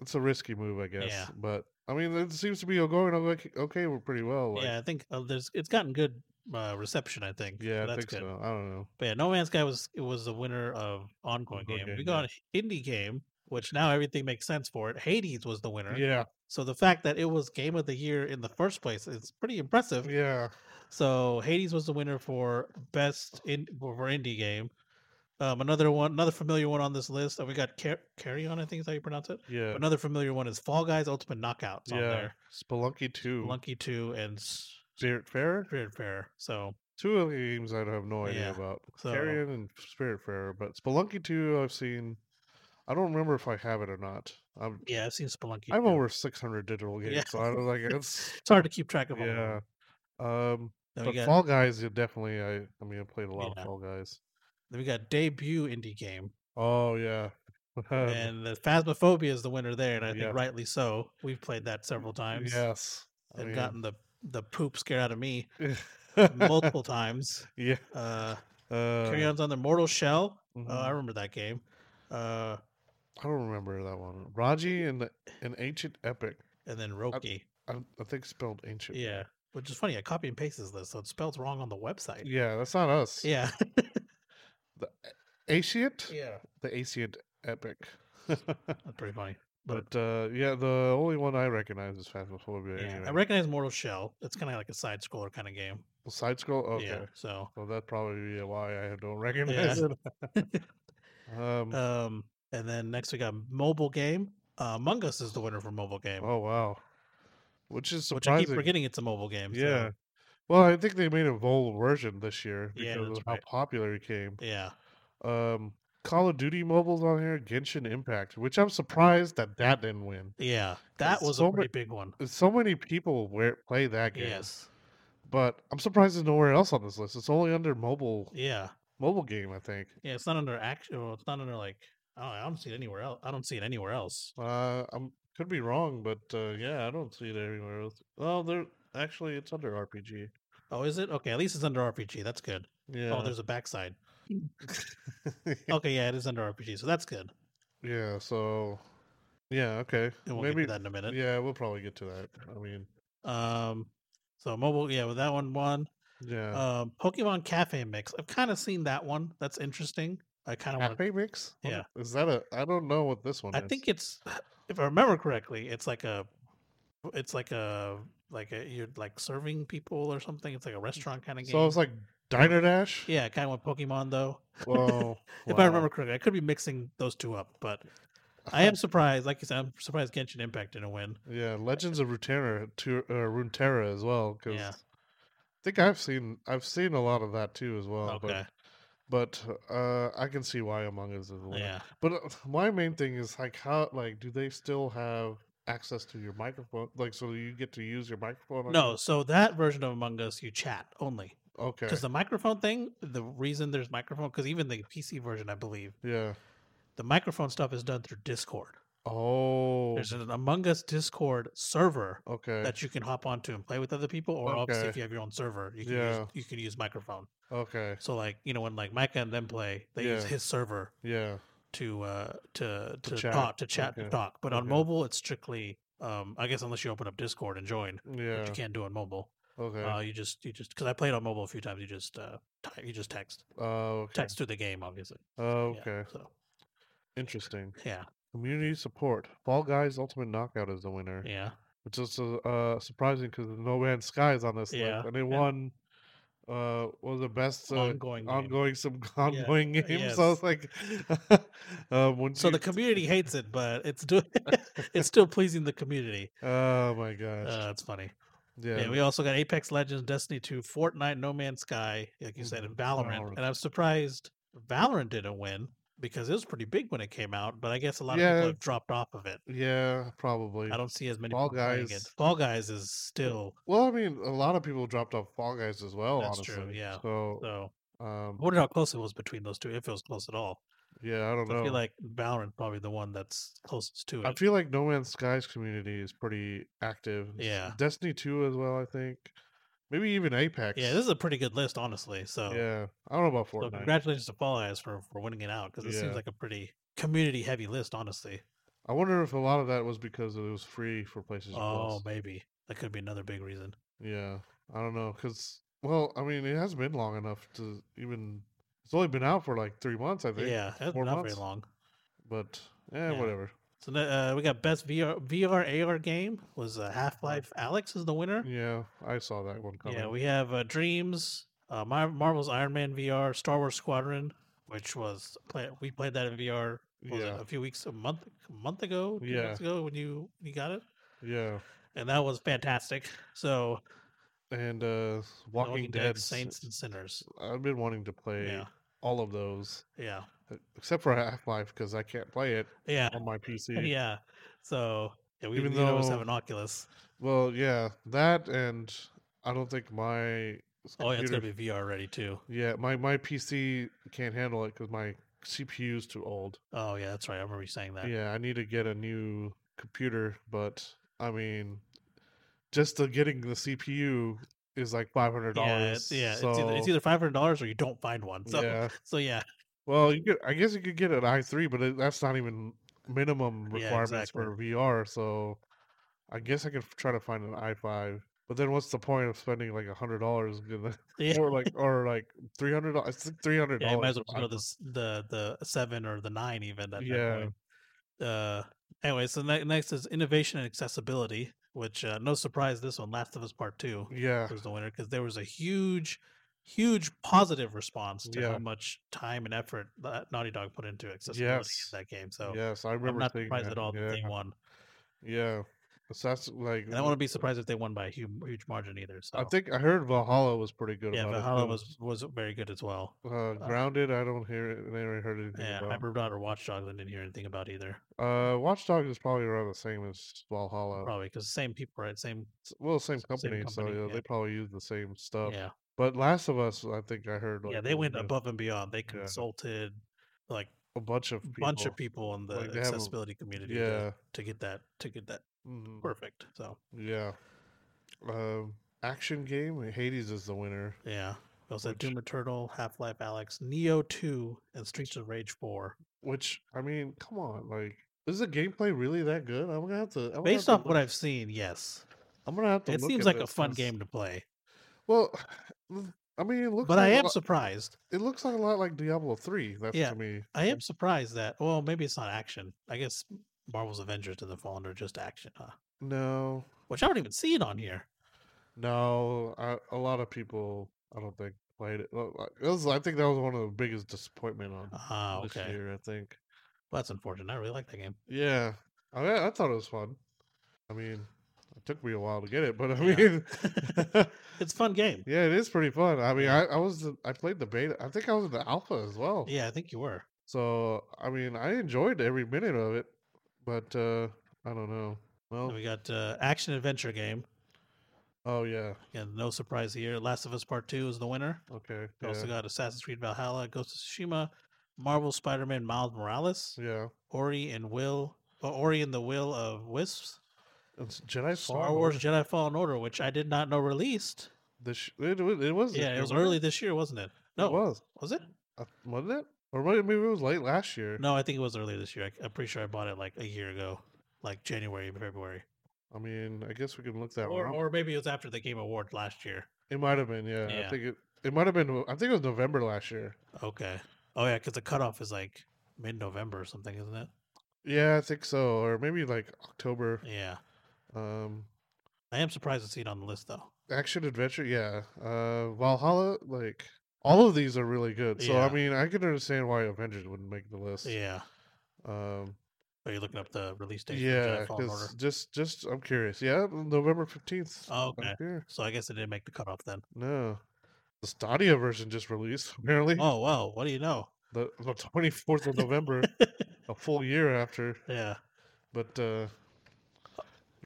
[SPEAKER 2] it's a risky move, I guess.
[SPEAKER 1] Yeah.
[SPEAKER 2] But I mean, it seems to be going okay. Okay, we're pretty well. Like,
[SPEAKER 1] yeah. I think uh, there's it's gotten good uh, reception. I think. so
[SPEAKER 2] yeah, I
[SPEAKER 1] that's
[SPEAKER 2] think
[SPEAKER 1] good.
[SPEAKER 2] so. I don't know.
[SPEAKER 1] But yeah, No Man's Sky was it was the winner of ongoing
[SPEAKER 2] Ongoing
[SPEAKER 1] game.
[SPEAKER 2] game,
[SPEAKER 1] we got indie game, which now everything makes sense for it. Hades was the winner.
[SPEAKER 2] Yeah,
[SPEAKER 1] So the fact that it was game of the year in the first place is pretty impressive.
[SPEAKER 2] yeah,
[SPEAKER 1] So Hades was the winner for best in for for indie game. Um, another one, another familiar one on this list. uh, We got Car- Carry On, I think is how you pronounce it.
[SPEAKER 2] Yeah.
[SPEAKER 1] Another familiar one is Fall Guys Ultimate Knockouts on
[SPEAKER 2] yeah.
[SPEAKER 1] there.
[SPEAKER 2] Spelunky 2.
[SPEAKER 1] Lunky Two and S-
[SPEAKER 2] Spirit Fair.
[SPEAKER 1] Spirit Fair. So
[SPEAKER 2] Two of the games I have no idea
[SPEAKER 1] Yeah,
[SPEAKER 2] about.
[SPEAKER 1] so-
[SPEAKER 2] Carrion and Spirit Fair, but Spelunky 2 I've seen. I don't remember if I have it or not. I'm
[SPEAKER 1] yeah, I've seen Spelunky.
[SPEAKER 2] I'm
[SPEAKER 1] too.
[SPEAKER 2] over 600 digital games,
[SPEAKER 1] Yeah.
[SPEAKER 2] so I was like, it's
[SPEAKER 1] It's hard to keep track of. all of them.
[SPEAKER 2] yeah. Um,
[SPEAKER 1] Then we
[SPEAKER 2] but
[SPEAKER 1] got
[SPEAKER 2] Fall Guys, yeah, definitely. I I mean, I played a lot
[SPEAKER 1] Yeah.
[SPEAKER 2] of Fall Guys.
[SPEAKER 1] then we got debut indie game,
[SPEAKER 2] Oh yeah,
[SPEAKER 1] and the Phasmophobia is the winner there, and I think
[SPEAKER 2] Um, yeah.
[SPEAKER 1] rightly so. We've played that several times
[SPEAKER 2] yes, I
[SPEAKER 1] and
[SPEAKER 2] mean,
[SPEAKER 1] gotten the the poop scared out of me multiple times.
[SPEAKER 2] yeah.
[SPEAKER 1] Uh,
[SPEAKER 2] Uh,
[SPEAKER 1] Carry On's on the Mortal Shell.
[SPEAKER 2] mhm.
[SPEAKER 1] Oh, I remember that game. Uh,
[SPEAKER 2] I don't remember that one. Raji and an ancient epic.
[SPEAKER 1] and then Roki.
[SPEAKER 2] I, I think spelled ancient.
[SPEAKER 1] Yeah, which is funny. I copy and paste this list, so it spells wrong on the website.
[SPEAKER 2] yeah, that's not us.
[SPEAKER 1] Yeah,
[SPEAKER 2] The Ancient,
[SPEAKER 1] yeah,
[SPEAKER 2] the Ancient epic.
[SPEAKER 1] that's pretty funny. But,
[SPEAKER 2] but uh, yeah, the only one I recognize is Phasmophobia.
[SPEAKER 1] yeah, I
[SPEAKER 2] anyway.
[SPEAKER 1] recognize Mortal Shell. It's kind of like a side scroller kind of game.
[SPEAKER 2] Side scroll. Okay.
[SPEAKER 1] Yeah, so
[SPEAKER 2] Well, that probably be why I don't recognize it. um,
[SPEAKER 1] um, and then next we got mobile game. Uh, Among Us is the winner for mobile game,
[SPEAKER 2] oh wow, which is
[SPEAKER 1] which I
[SPEAKER 2] surprising.
[SPEAKER 1] keep forgetting it's a mobile game. so-
[SPEAKER 2] Yeah. Well, I think they made a mobile version this year
[SPEAKER 1] Yeah,
[SPEAKER 2] because of
[SPEAKER 1] that's
[SPEAKER 2] how
[SPEAKER 1] right.
[SPEAKER 2] popular it came.
[SPEAKER 1] yeah,
[SPEAKER 2] Um, Call of Duty mobiles on here, Genshin Impact, which I'm surprised that that didn't win.
[SPEAKER 1] yeah. That
[SPEAKER 2] It's
[SPEAKER 1] was
[SPEAKER 2] so
[SPEAKER 1] a
[SPEAKER 2] ma-
[SPEAKER 1] pretty big one.
[SPEAKER 2] So many people wear, play that game,
[SPEAKER 1] Yes,
[SPEAKER 2] but I'm surprised it's nowhere else on this list. It's only under mobile
[SPEAKER 1] yeah,
[SPEAKER 2] mobile game, I think.
[SPEAKER 1] yeah. It's not under action. Well, it's not under like. I don't, I don't see it anywhere else. I don't see it anywhere else.
[SPEAKER 2] Uh, I'm could be wrong, but uh, yeah, I don't see it anywhere else. Well, there actually it's under RPG.
[SPEAKER 1] Oh, is it okay? At least it's under RPG. That's good.
[SPEAKER 2] Yeah.
[SPEAKER 1] Oh, there's a backside. Okay, yeah, it is under RPG, so that's good.
[SPEAKER 2] yeah. So, yeah. Okay.
[SPEAKER 1] And we'll get
[SPEAKER 2] Maybe.
[SPEAKER 1] to that in a minute.
[SPEAKER 2] Yeah, we'll probably get to that. I mean,
[SPEAKER 1] Um, so mobile, yeah, with that one won.
[SPEAKER 2] yeah.
[SPEAKER 1] Um, Pokemon Cafe Mix. I've kind of seen that one. That's interesting. I kind of want.
[SPEAKER 2] Cafe mix. What
[SPEAKER 1] yeah.
[SPEAKER 2] Is that a? I don't know what this one
[SPEAKER 1] I
[SPEAKER 2] is.
[SPEAKER 1] think it's, if I remember correctly, it's like a, it's like a like a you're like serving people or something. It's like a restaurant kind of game.
[SPEAKER 2] Mm. so. It's like Diner Dash.
[SPEAKER 1] yeah, kind of with Pokemon though.
[SPEAKER 2] Well,
[SPEAKER 1] If I remember correctly, I could be mixing those two up, but I am surprised. Like you said, I'm surprised Genshin Impact didn't win.
[SPEAKER 2] Yeah, Legends of Runeterra, to, uh, Runeterra as well. Cause
[SPEAKER 1] Yeah.
[SPEAKER 2] I think I've seen I've seen a lot of that too as well.
[SPEAKER 1] okay.
[SPEAKER 2] But but uh, I can see why Among Us is the winner.
[SPEAKER 1] Yeah.
[SPEAKER 2] But uh, my main thing is like how like do they still have access to your microphone? Like so you get to use your microphone? on
[SPEAKER 1] No,
[SPEAKER 2] your-
[SPEAKER 1] so that version of Among Us, you chat only.
[SPEAKER 2] Okay.
[SPEAKER 1] Because the microphone thing, the reason there's microphone, because even the PC version, I believe,
[SPEAKER 2] Yeah.
[SPEAKER 1] the microphone stuff is done through Discord.
[SPEAKER 2] Oh.
[SPEAKER 1] There's an Among Us Discord server
[SPEAKER 2] okay.
[SPEAKER 1] that you can hop onto and play with other people, or obviously if you have your own server, you can
[SPEAKER 2] Yeah.
[SPEAKER 1] use, you can use microphone.
[SPEAKER 2] okay.
[SPEAKER 1] So like you know when like Micah and them play, they use
[SPEAKER 2] Yeah.
[SPEAKER 1] his server
[SPEAKER 2] Yeah.
[SPEAKER 1] to uh to to,
[SPEAKER 2] chat.
[SPEAKER 1] talk to chat to
[SPEAKER 2] Okay.
[SPEAKER 1] talk. But on
[SPEAKER 2] Okay.
[SPEAKER 1] mobile, it's strictly um I guess unless you open up Discord and join,
[SPEAKER 2] Yeah.
[SPEAKER 1] which you can't do on mobile.
[SPEAKER 2] Okay.
[SPEAKER 1] Uh, you just you just because I played on mobile a few times. You just uh, type, you just text
[SPEAKER 2] Oh, okay.
[SPEAKER 1] text through the game, obviously.
[SPEAKER 2] Oh,
[SPEAKER 1] Yeah,
[SPEAKER 2] okay.
[SPEAKER 1] so
[SPEAKER 2] Interesting.
[SPEAKER 1] yeah,
[SPEAKER 2] Community support. Fall Guys Ultimate Knockout is the winner,
[SPEAKER 1] yeah,
[SPEAKER 2] which is uh, uh, surprising because No Man's Sky is on this
[SPEAKER 1] Yeah,
[SPEAKER 2] list, and it
[SPEAKER 1] yeah.
[SPEAKER 2] won uh, one of the best uh, ongoing,
[SPEAKER 1] ongoing. game. uh,
[SPEAKER 2] some ongoing games. So I
[SPEAKER 1] yes.
[SPEAKER 2] was like, um, when
[SPEAKER 1] So
[SPEAKER 2] you-
[SPEAKER 1] the community hates it, but it's doing it's still pleasing the community.
[SPEAKER 2] oh my gosh,
[SPEAKER 1] Uh, it's funny.
[SPEAKER 2] yeah,
[SPEAKER 1] Yeah. we also got Apex Legends, Destiny 2, Fortnite, No Man's Sky, like you said,
[SPEAKER 2] Mhm,
[SPEAKER 1] and Valorant.
[SPEAKER 2] Valorant.
[SPEAKER 1] And I'm surprised Valorant didn't win because it was pretty big when it came out. But I guess a lot of
[SPEAKER 2] Yeah.
[SPEAKER 1] people have dropped off of it.
[SPEAKER 2] yeah, probably.
[SPEAKER 1] I don't see as many
[SPEAKER 2] Fall
[SPEAKER 1] people playing it.
[SPEAKER 2] Guys-
[SPEAKER 1] Fall Guys is still
[SPEAKER 2] Well, I mean, a lot of people dropped off Fall Guys as well.
[SPEAKER 1] That's
[SPEAKER 2] honestly.
[SPEAKER 1] true, yeah.
[SPEAKER 2] So,
[SPEAKER 1] so. I
[SPEAKER 2] um,
[SPEAKER 1] wonder how close it was between those two, if it was close at all.
[SPEAKER 2] yeah, I don't know.
[SPEAKER 1] I feel like Valorant's probably the one that's closest to it.
[SPEAKER 2] I feel like No Man's Sky's community is pretty active. S-
[SPEAKER 1] Yeah.
[SPEAKER 2] Destiny 2 as well, I think. Maybe even Apex.
[SPEAKER 1] yeah, this is a pretty good list, honestly. So,
[SPEAKER 2] Yeah. I don't know about
[SPEAKER 1] so
[SPEAKER 2] Fortnite.
[SPEAKER 1] congratulations to Fall Guys for, for winning it out because it
[SPEAKER 2] Yeah.
[SPEAKER 1] seems like a pretty community heavy list, honestly.
[SPEAKER 2] I wonder if a lot of that was because it was free for PlayStation
[SPEAKER 1] Oh,
[SPEAKER 2] Plus.
[SPEAKER 1] maybe that could be another big reason.
[SPEAKER 2] Yeah. I don't know. Because, well, I mean, it hasn't been long enough to even. It's only been out for like three months, I think.
[SPEAKER 1] yeah, that's
[SPEAKER 2] four
[SPEAKER 1] not
[SPEAKER 2] months?
[SPEAKER 1] very long.
[SPEAKER 2] But, eh,
[SPEAKER 1] Yeah.
[SPEAKER 2] whatever.
[SPEAKER 1] So ne- uh, we got best VR VR AR game was uh, Half Life. Alex is the winner.
[SPEAKER 2] Yeah. I saw that one coming.
[SPEAKER 1] Yeah, we have uh, Dreams, uh, Mar- Marvel's Iron Man VR, Star Wars Squadron, which was play, we played that in VR what was it,
[SPEAKER 2] Yeah.
[SPEAKER 1] a few weeks, a month, a month ago, two
[SPEAKER 2] Yeah.
[SPEAKER 1] months ago when you when you got it,
[SPEAKER 2] Yeah.
[SPEAKER 1] and that was fantastic. So
[SPEAKER 2] And uh Walking, Dead.
[SPEAKER 1] Saints and Sinners,
[SPEAKER 2] I've been wanting to play
[SPEAKER 1] yeah,
[SPEAKER 2] all of those
[SPEAKER 1] yeah,
[SPEAKER 2] except for Half-Life cuz I can't play it
[SPEAKER 1] yeah,
[SPEAKER 2] on my PC.
[SPEAKER 1] yeah. So yeah, we
[SPEAKER 2] Even
[SPEAKER 1] even though always
[SPEAKER 2] though-
[SPEAKER 1] have an Oculus,
[SPEAKER 2] Well, yeah, that and I don't think my
[SPEAKER 1] oh yeah, it's
[SPEAKER 2] computer-
[SPEAKER 1] gonna be VR ready too.
[SPEAKER 2] yeah, my my PC can't handle it cuz my CPU's too old.
[SPEAKER 1] Oh yeah, that's right. I remember you saying that.
[SPEAKER 2] Yeah, I need to get a new computer, but I mean just the getting the CPU is like $500.
[SPEAKER 1] yeah, it's, yeah. It's either, it's
[SPEAKER 2] so-
[SPEAKER 1] either five hundred dollars or you don't find one. So
[SPEAKER 2] yeah.
[SPEAKER 1] so yeah,
[SPEAKER 2] Well, you could, I guess you could get an i3, but it, that's not even minimum
[SPEAKER 1] Yeah,
[SPEAKER 2] requirements
[SPEAKER 1] exactly.
[SPEAKER 2] for VR. So I guess I could f- try to find an i5. But then what's the point of spending like a hundred dollars
[SPEAKER 1] yeah.
[SPEAKER 2] or like or like three hundred dollars? Three hundred
[SPEAKER 1] Yeah,
[SPEAKER 2] dollars.
[SPEAKER 1] you might as well just go to the s- the the seven or the nine even at
[SPEAKER 2] Yeah.
[SPEAKER 1] that point. Uh, anyway, so ne- next is innovation and accessibility, which uh, no surprise, this one, Last of Us Part Two,
[SPEAKER 2] yeah,
[SPEAKER 1] was the winner because there was a huge, huge positive response to
[SPEAKER 2] Yeah.
[SPEAKER 1] how much time and effort that Naughty Dog put into accessibility
[SPEAKER 2] Yes.
[SPEAKER 1] in that game. So
[SPEAKER 2] yes, I
[SPEAKER 1] I'm
[SPEAKER 2] remember.
[SPEAKER 1] not
[SPEAKER 2] seeing
[SPEAKER 1] surprised
[SPEAKER 2] that.
[SPEAKER 1] at all
[SPEAKER 2] Yeah,
[SPEAKER 1] that they won,
[SPEAKER 2] yeah. So that's like
[SPEAKER 1] and I wouldn't be surprised if they won by a huge, huge margin either. So
[SPEAKER 2] I think I heard Valhalla was pretty good.
[SPEAKER 1] yeah,
[SPEAKER 2] about
[SPEAKER 1] Valhalla
[SPEAKER 2] it. It
[SPEAKER 1] was was very good as well.
[SPEAKER 2] uh, grounded. I don't hear it. Never heard anything
[SPEAKER 1] Yeah,
[SPEAKER 2] about.
[SPEAKER 1] Hyperdot or Watch Dogs, I didn't hear anything about either.
[SPEAKER 2] Uh, Watch Dogs is probably around the same as Valhalla.
[SPEAKER 1] Probably because same people, right? Same
[SPEAKER 2] S- Well, same
[SPEAKER 1] S- same
[SPEAKER 2] company, so
[SPEAKER 1] company,
[SPEAKER 2] yeah,
[SPEAKER 1] yeah.
[SPEAKER 2] they probably use the same stuff.
[SPEAKER 1] yeah.
[SPEAKER 2] But Last of Us, I think I heard. Oh, Like,
[SPEAKER 1] yeah, they
[SPEAKER 2] was
[SPEAKER 1] went
[SPEAKER 2] a-
[SPEAKER 1] above and beyond. They
[SPEAKER 2] Yeah.
[SPEAKER 1] consulted like
[SPEAKER 2] a bunch of people.
[SPEAKER 1] bunch of people in the
[SPEAKER 2] Like, they have a-
[SPEAKER 1] accessibility community to-
[SPEAKER 2] Yeah,
[SPEAKER 1] to, get that to get that
[SPEAKER 2] mhm,
[SPEAKER 1] perfect. So
[SPEAKER 2] yeah. Um, action game. Hades is the winner.
[SPEAKER 1] yeah, we also had
[SPEAKER 2] Which-
[SPEAKER 1] Doom Eternal, Half Life, Alex, Neo Two, and Streets of Rage Four.
[SPEAKER 2] Which I mean, come on, like, is the gameplay really Oh, that good? I'm gonna have to. I'm gonna
[SPEAKER 1] Based
[SPEAKER 2] have
[SPEAKER 1] off
[SPEAKER 2] to
[SPEAKER 1] what
[SPEAKER 2] look-
[SPEAKER 1] I've seen, yes,
[SPEAKER 2] I'm gonna have to.
[SPEAKER 1] it
[SPEAKER 2] look
[SPEAKER 1] seems
[SPEAKER 2] at
[SPEAKER 1] like a
[SPEAKER 2] this
[SPEAKER 1] fun
[SPEAKER 2] 'cause-
[SPEAKER 1] game to play.
[SPEAKER 2] Well, I mean, it looks.
[SPEAKER 1] But
[SPEAKER 2] like
[SPEAKER 1] I
[SPEAKER 2] a
[SPEAKER 1] am
[SPEAKER 2] lot-
[SPEAKER 1] surprised.
[SPEAKER 2] it looks like a lot like Diablo three. That's
[SPEAKER 1] Yeah.
[SPEAKER 2] to me.
[SPEAKER 1] I am surprised that well, maybe it's not action. I guess Marvel's Avengers doesn't fall under just action, huh?
[SPEAKER 2] No,
[SPEAKER 1] Which I don't even see it on here.
[SPEAKER 2] No, I, a lot of people, I don't think played it. Well, like, It was, I think that was one of the biggest disappointment on
[SPEAKER 1] Ah,
[SPEAKER 2] this
[SPEAKER 1] okay.
[SPEAKER 2] year. I think.
[SPEAKER 1] Well, that's unfortunate. I really like that game.
[SPEAKER 2] Yeah, I mean, I thought it was fun. I mean, it took me a while to get it, but I
[SPEAKER 1] Yeah.
[SPEAKER 2] mean,
[SPEAKER 1] It's a fun game.
[SPEAKER 2] yeah, it is pretty fun. I mean,
[SPEAKER 1] Yeah.
[SPEAKER 2] I, I was the, I played the beta. I think I was in the alpha as well.
[SPEAKER 1] Yeah, I think you were.
[SPEAKER 2] So I mean, I enjoyed every minute of it, but uh I don't know.
[SPEAKER 1] Then
[SPEAKER 2] Well,
[SPEAKER 1] We got uh, action adventure game.
[SPEAKER 2] oh yeah,
[SPEAKER 1] Again, no surprise here. Last of Us Part Two is the winner.
[SPEAKER 2] okay,
[SPEAKER 1] We also
[SPEAKER 2] yeah,
[SPEAKER 1] got Assassin's Creed Valhalla, Ghost of Tsushima, Marvel Spider-Man Miles Morales,
[SPEAKER 2] yeah.
[SPEAKER 1] Ori and Will, uh, Ori and the Will of Wisps,
[SPEAKER 2] It's Jedi
[SPEAKER 1] Star
[SPEAKER 2] Fallen
[SPEAKER 1] Wars
[SPEAKER 2] Order.
[SPEAKER 1] Jedi Fallen Order, which I did not know released.
[SPEAKER 2] The sh- it, wa- it was this
[SPEAKER 1] Yeah, it
[SPEAKER 2] year,
[SPEAKER 1] was
[SPEAKER 2] wasn't
[SPEAKER 1] early this year, wasn't it? No,
[SPEAKER 2] it was.
[SPEAKER 1] was it?
[SPEAKER 2] Uh, wasn't it? Or may- maybe it was late last year.
[SPEAKER 1] No, I think it was early this year. I, am pretty sure I bought it like a year ago, like January, February,
[SPEAKER 2] I mean, I guess we can look that
[SPEAKER 1] or
[SPEAKER 2] one up.
[SPEAKER 1] or maybe it was after the Game Award last year.
[SPEAKER 2] It might have been, yeah. I
[SPEAKER 1] Yeah.
[SPEAKER 2] think it. It might have been. I think it was November last year.
[SPEAKER 1] Okay. Oh yeah, because the cutoff is like mid-November or something, isn't it?
[SPEAKER 2] Yeah, I think so, or maybe like October.
[SPEAKER 1] Yeah.
[SPEAKER 2] Um,
[SPEAKER 1] I am surprised to see it on the list though.
[SPEAKER 2] action adventure, yeah. Uh, Valhalla, like all of these are really good. So I
[SPEAKER 1] Yeah.
[SPEAKER 2] mean, I can understand why Avengers wouldn't make the list.
[SPEAKER 1] Yeah.
[SPEAKER 2] Um,
[SPEAKER 1] Are you looking up the release date? for Jedi
[SPEAKER 2] yeah,
[SPEAKER 1] Fallen Order?
[SPEAKER 2] 'cause um just just I'm curious. Yeah, November fifteenth.
[SPEAKER 1] Oh, okay.
[SPEAKER 2] Here.
[SPEAKER 1] So I guess it didn't make the cutoff then.
[SPEAKER 2] No, the Stadia version just released apparently.
[SPEAKER 1] Oh wow, what do you know?
[SPEAKER 2] the the twenty fourth of November, a full year after.
[SPEAKER 1] Yeah.
[SPEAKER 2] But uh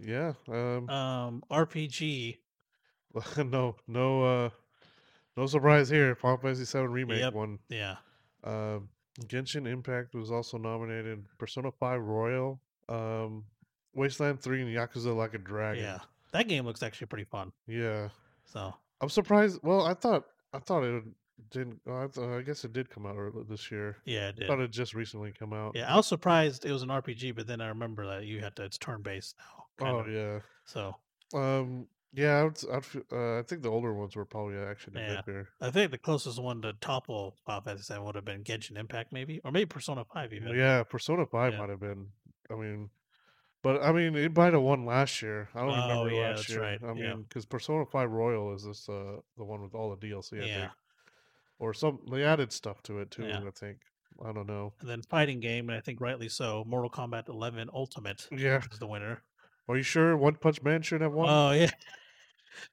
[SPEAKER 2] yeah, um
[SPEAKER 1] Um RPG.
[SPEAKER 2] no no uh no surprise here. Final Fantasy Seven remake
[SPEAKER 1] Yep.
[SPEAKER 2] won.
[SPEAKER 1] Yeah.
[SPEAKER 2] Um Genshin Impact was also nominated. Persona Five Royal, um, Wasteland Three, and Yakuza Like a Dragon.
[SPEAKER 1] Yeah. That game looks actually pretty fun.
[SPEAKER 2] yeah.
[SPEAKER 1] So
[SPEAKER 2] I'm surprised. Well, I thought I thought it didn't. well, I, th- I guess it did come out earl- this year.
[SPEAKER 1] yeah, it
[SPEAKER 2] I
[SPEAKER 1] did.
[SPEAKER 2] thought it just recently come out.
[SPEAKER 1] Yeah, I was surprised it was an RPG, but then I remember that you had to it's turn based now. kind
[SPEAKER 2] Oh
[SPEAKER 1] of.
[SPEAKER 2] yeah.
[SPEAKER 1] So
[SPEAKER 2] Um. Yeah, I would, s- I'd, f- uh, I think the older ones were probably uh, action
[SPEAKER 1] Yeah.
[SPEAKER 2] adventure.
[SPEAKER 1] I think the closest one to topple Final Fantasy 7 would have been Genshin Impact, maybe, or maybe Persona 5 even.
[SPEAKER 2] Yeah, Persona Five
[SPEAKER 1] Yeah.
[SPEAKER 2] might have been. I mean, but I mean, it might have won last year. I don't
[SPEAKER 1] Oh,
[SPEAKER 2] remember
[SPEAKER 1] yeah,
[SPEAKER 2] last
[SPEAKER 1] that's
[SPEAKER 2] year.
[SPEAKER 1] right, yeah.
[SPEAKER 2] I mean, because Persona Five Royal is this uh, the one with all the DLC? I
[SPEAKER 1] Yeah.
[SPEAKER 2] think. or some they added stuff to it too.
[SPEAKER 1] Yeah.
[SPEAKER 2] I think I don't know.
[SPEAKER 1] And then fighting game, and I think rightly so, Mortal Kombat 11 Ultimate
[SPEAKER 2] Yeah,
[SPEAKER 1] is the winner.
[SPEAKER 2] are you sure One Punch Man should have won?
[SPEAKER 1] Oh yeah.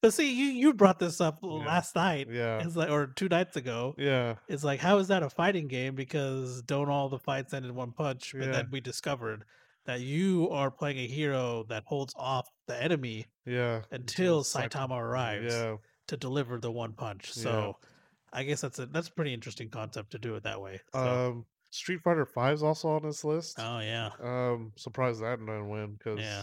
[SPEAKER 1] But see, you you brought this up
[SPEAKER 2] Yeah.
[SPEAKER 1] last night.
[SPEAKER 2] yeah,
[SPEAKER 1] It's like or two nights ago.
[SPEAKER 2] yeah,
[SPEAKER 1] It's like how is that a fighting game? Because don't all the fights end in one punch? But
[SPEAKER 2] Yeah.
[SPEAKER 1] then we discovered that you are playing a hero that holds off the enemy
[SPEAKER 2] yeah.
[SPEAKER 1] until
[SPEAKER 2] Saito-
[SPEAKER 1] Saitama arrives
[SPEAKER 2] Yeah,
[SPEAKER 1] to deliver the one punch.
[SPEAKER 2] Yeah.
[SPEAKER 1] So I guess that's a that's a pretty interesting concept to do it that way. So,
[SPEAKER 2] um, Street Fighter Five is also on this list.
[SPEAKER 1] oh yeah,
[SPEAKER 2] Um, surprised that didn't win because
[SPEAKER 1] Yeah.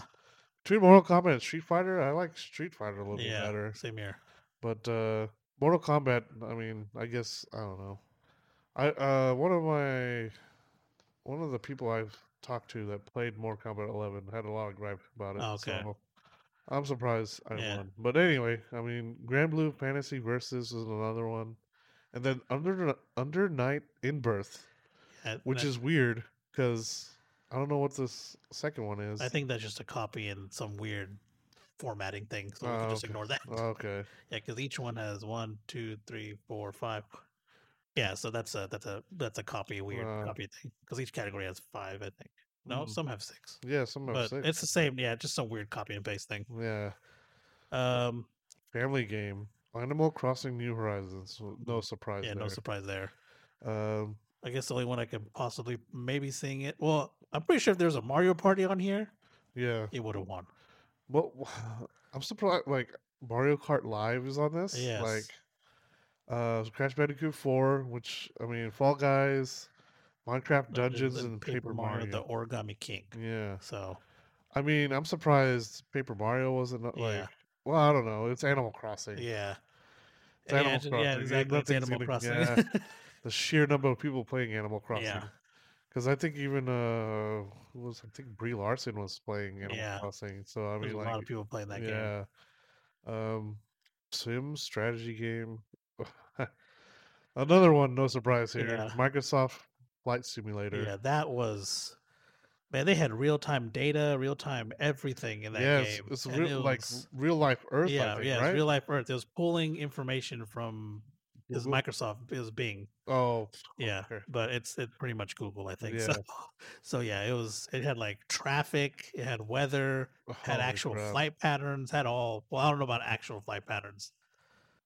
[SPEAKER 2] between Mortal Kombat and Street Fighter, I like Street Fighter a little
[SPEAKER 1] Yeah.
[SPEAKER 2] bit better.
[SPEAKER 1] same here.
[SPEAKER 2] But uh, Mortal Kombat, I mean, I guess I don't know. I uh, one of my one of the people I've talked to that played Mortal Kombat 11 had a lot of gripe about it.
[SPEAKER 1] Okay.
[SPEAKER 2] so I'm surprised I
[SPEAKER 1] Yeah.
[SPEAKER 2] won. But anyway, I mean, Grand Blue Fantasy Versus is another one, and then Under Under Night in Birth,
[SPEAKER 1] Uh,
[SPEAKER 2] which
[SPEAKER 1] that-
[SPEAKER 2] is weird because I don't know what this second one is.
[SPEAKER 1] I think that's just a copy and some weird formatting thing. So we
[SPEAKER 2] Oh,
[SPEAKER 1] can just
[SPEAKER 2] okay.
[SPEAKER 1] ignore that.
[SPEAKER 2] okay.
[SPEAKER 1] Yeah, because each one has one, two, three, four, five. Yeah, so that's a that's a that's a copy weird
[SPEAKER 2] Wow.
[SPEAKER 1] copy thing because each category has five, I think. No,
[SPEAKER 2] Uh Mm.
[SPEAKER 1] some have six,
[SPEAKER 2] Yeah, some
[SPEAKER 1] but
[SPEAKER 2] have six.
[SPEAKER 1] it's the same. Yeah, just some weird copy and paste thing.
[SPEAKER 2] Yeah.
[SPEAKER 1] Um,
[SPEAKER 2] Family game. Animal Crossing New Horizons. so No surprise
[SPEAKER 1] Mm, yeah,
[SPEAKER 2] there.
[SPEAKER 1] no surprise there.
[SPEAKER 2] Um,
[SPEAKER 1] I guess the only one I could possibly maybe seeing it. Well, I'm pretty sure if there's a Mario Party on here,
[SPEAKER 2] yeah.
[SPEAKER 1] it would have won.
[SPEAKER 2] Well, I'm surprised. Like Mario Kart Live is on this.
[SPEAKER 1] Yes.
[SPEAKER 2] Like uh, Crash Bandicoot Four, which I mean, Fall Guys, Minecraft
[SPEAKER 1] But it-
[SPEAKER 2] Dungeons, and Paper, Mario.
[SPEAKER 1] the Origami King.
[SPEAKER 2] Yeah.
[SPEAKER 1] So
[SPEAKER 2] I mean, I'm surprised Paper Mario wasn't uh, like.
[SPEAKER 1] Yeah.
[SPEAKER 2] Well, I don't know. It's Animal Crossing.
[SPEAKER 1] yeah,
[SPEAKER 2] It's Animal
[SPEAKER 1] yeah,
[SPEAKER 2] Crossing.
[SPEAKER 1] yeah,
[SPEAKER 2] and
[SPEAKER 1] exactly. It's
[SPEAKER 2] nothing's
[SPEAKER 1] Animal
[SPEAKER 2] gonna-
[SPEAKER 1] Crossing.
[SPEAKER 2] yeah. the sheer number of people playing Animal Crossing.
[SPEAKER 1] Yeah.
[SPEAKER 2] Because I think even uh, who was I think Brie Larson was playing Animal
[SPEAKER 1] Yeah.
[SPEAKER 2] Crossing. So I mean,
[SPEAKER 1] There's
[SPEAKER 2] like,
[SPEAKER 1] a lot of people playing that game.
[SPEAKER 2] yeah. Um, Sim strategy game. Another one, no surprise here.
[SPEAKER 1] Yeah.
[SPEAKER 2] Microsoft Flight Simulator.
[SPEAKER 1] Yeah, that was man. They had real time data, real time everything in that
[SPEAKER 2] Yeah, it's,
[SPEAKER 1] game.
[SPEAKER 2] it's
[SPEAKER 1] and
[SPEAKER 2] real,
[SPEAKER 1] it
[SPEAKER 2] like
[SPEAKER 1] was-
[SPEAKER 2] real life Earth.
[SPEAKER 1] yeah,
[SPEAKER 2] I think,
[SPEAKER 1] yeah, it's
[SPEAKER 2] right?
[SPEAKER 1] real life Earth. It was pulling information from is
[SPEAKER 2] Google?
[SPEAKER 1] Microsoft is Bing.
[SPEAKER 2] Mm-hmm. Oh,
[SPEAKER 1] Yeah,
[SPEAKER 2] okay.
[SPEAKER 1] but it's it's pretty much Google, I think.
[SPEAKER 2] Yeah.
[SPEAKER 1] So, so yeah, it was. It had like traffic. It had weather. Had
[SPEAKER 2] holy
[SPEAKER 1] actual
[SPEAKER 2] crap.
[SPEAKER 1] flight patterns. Had all. Well, I don't know about actual flight patterns,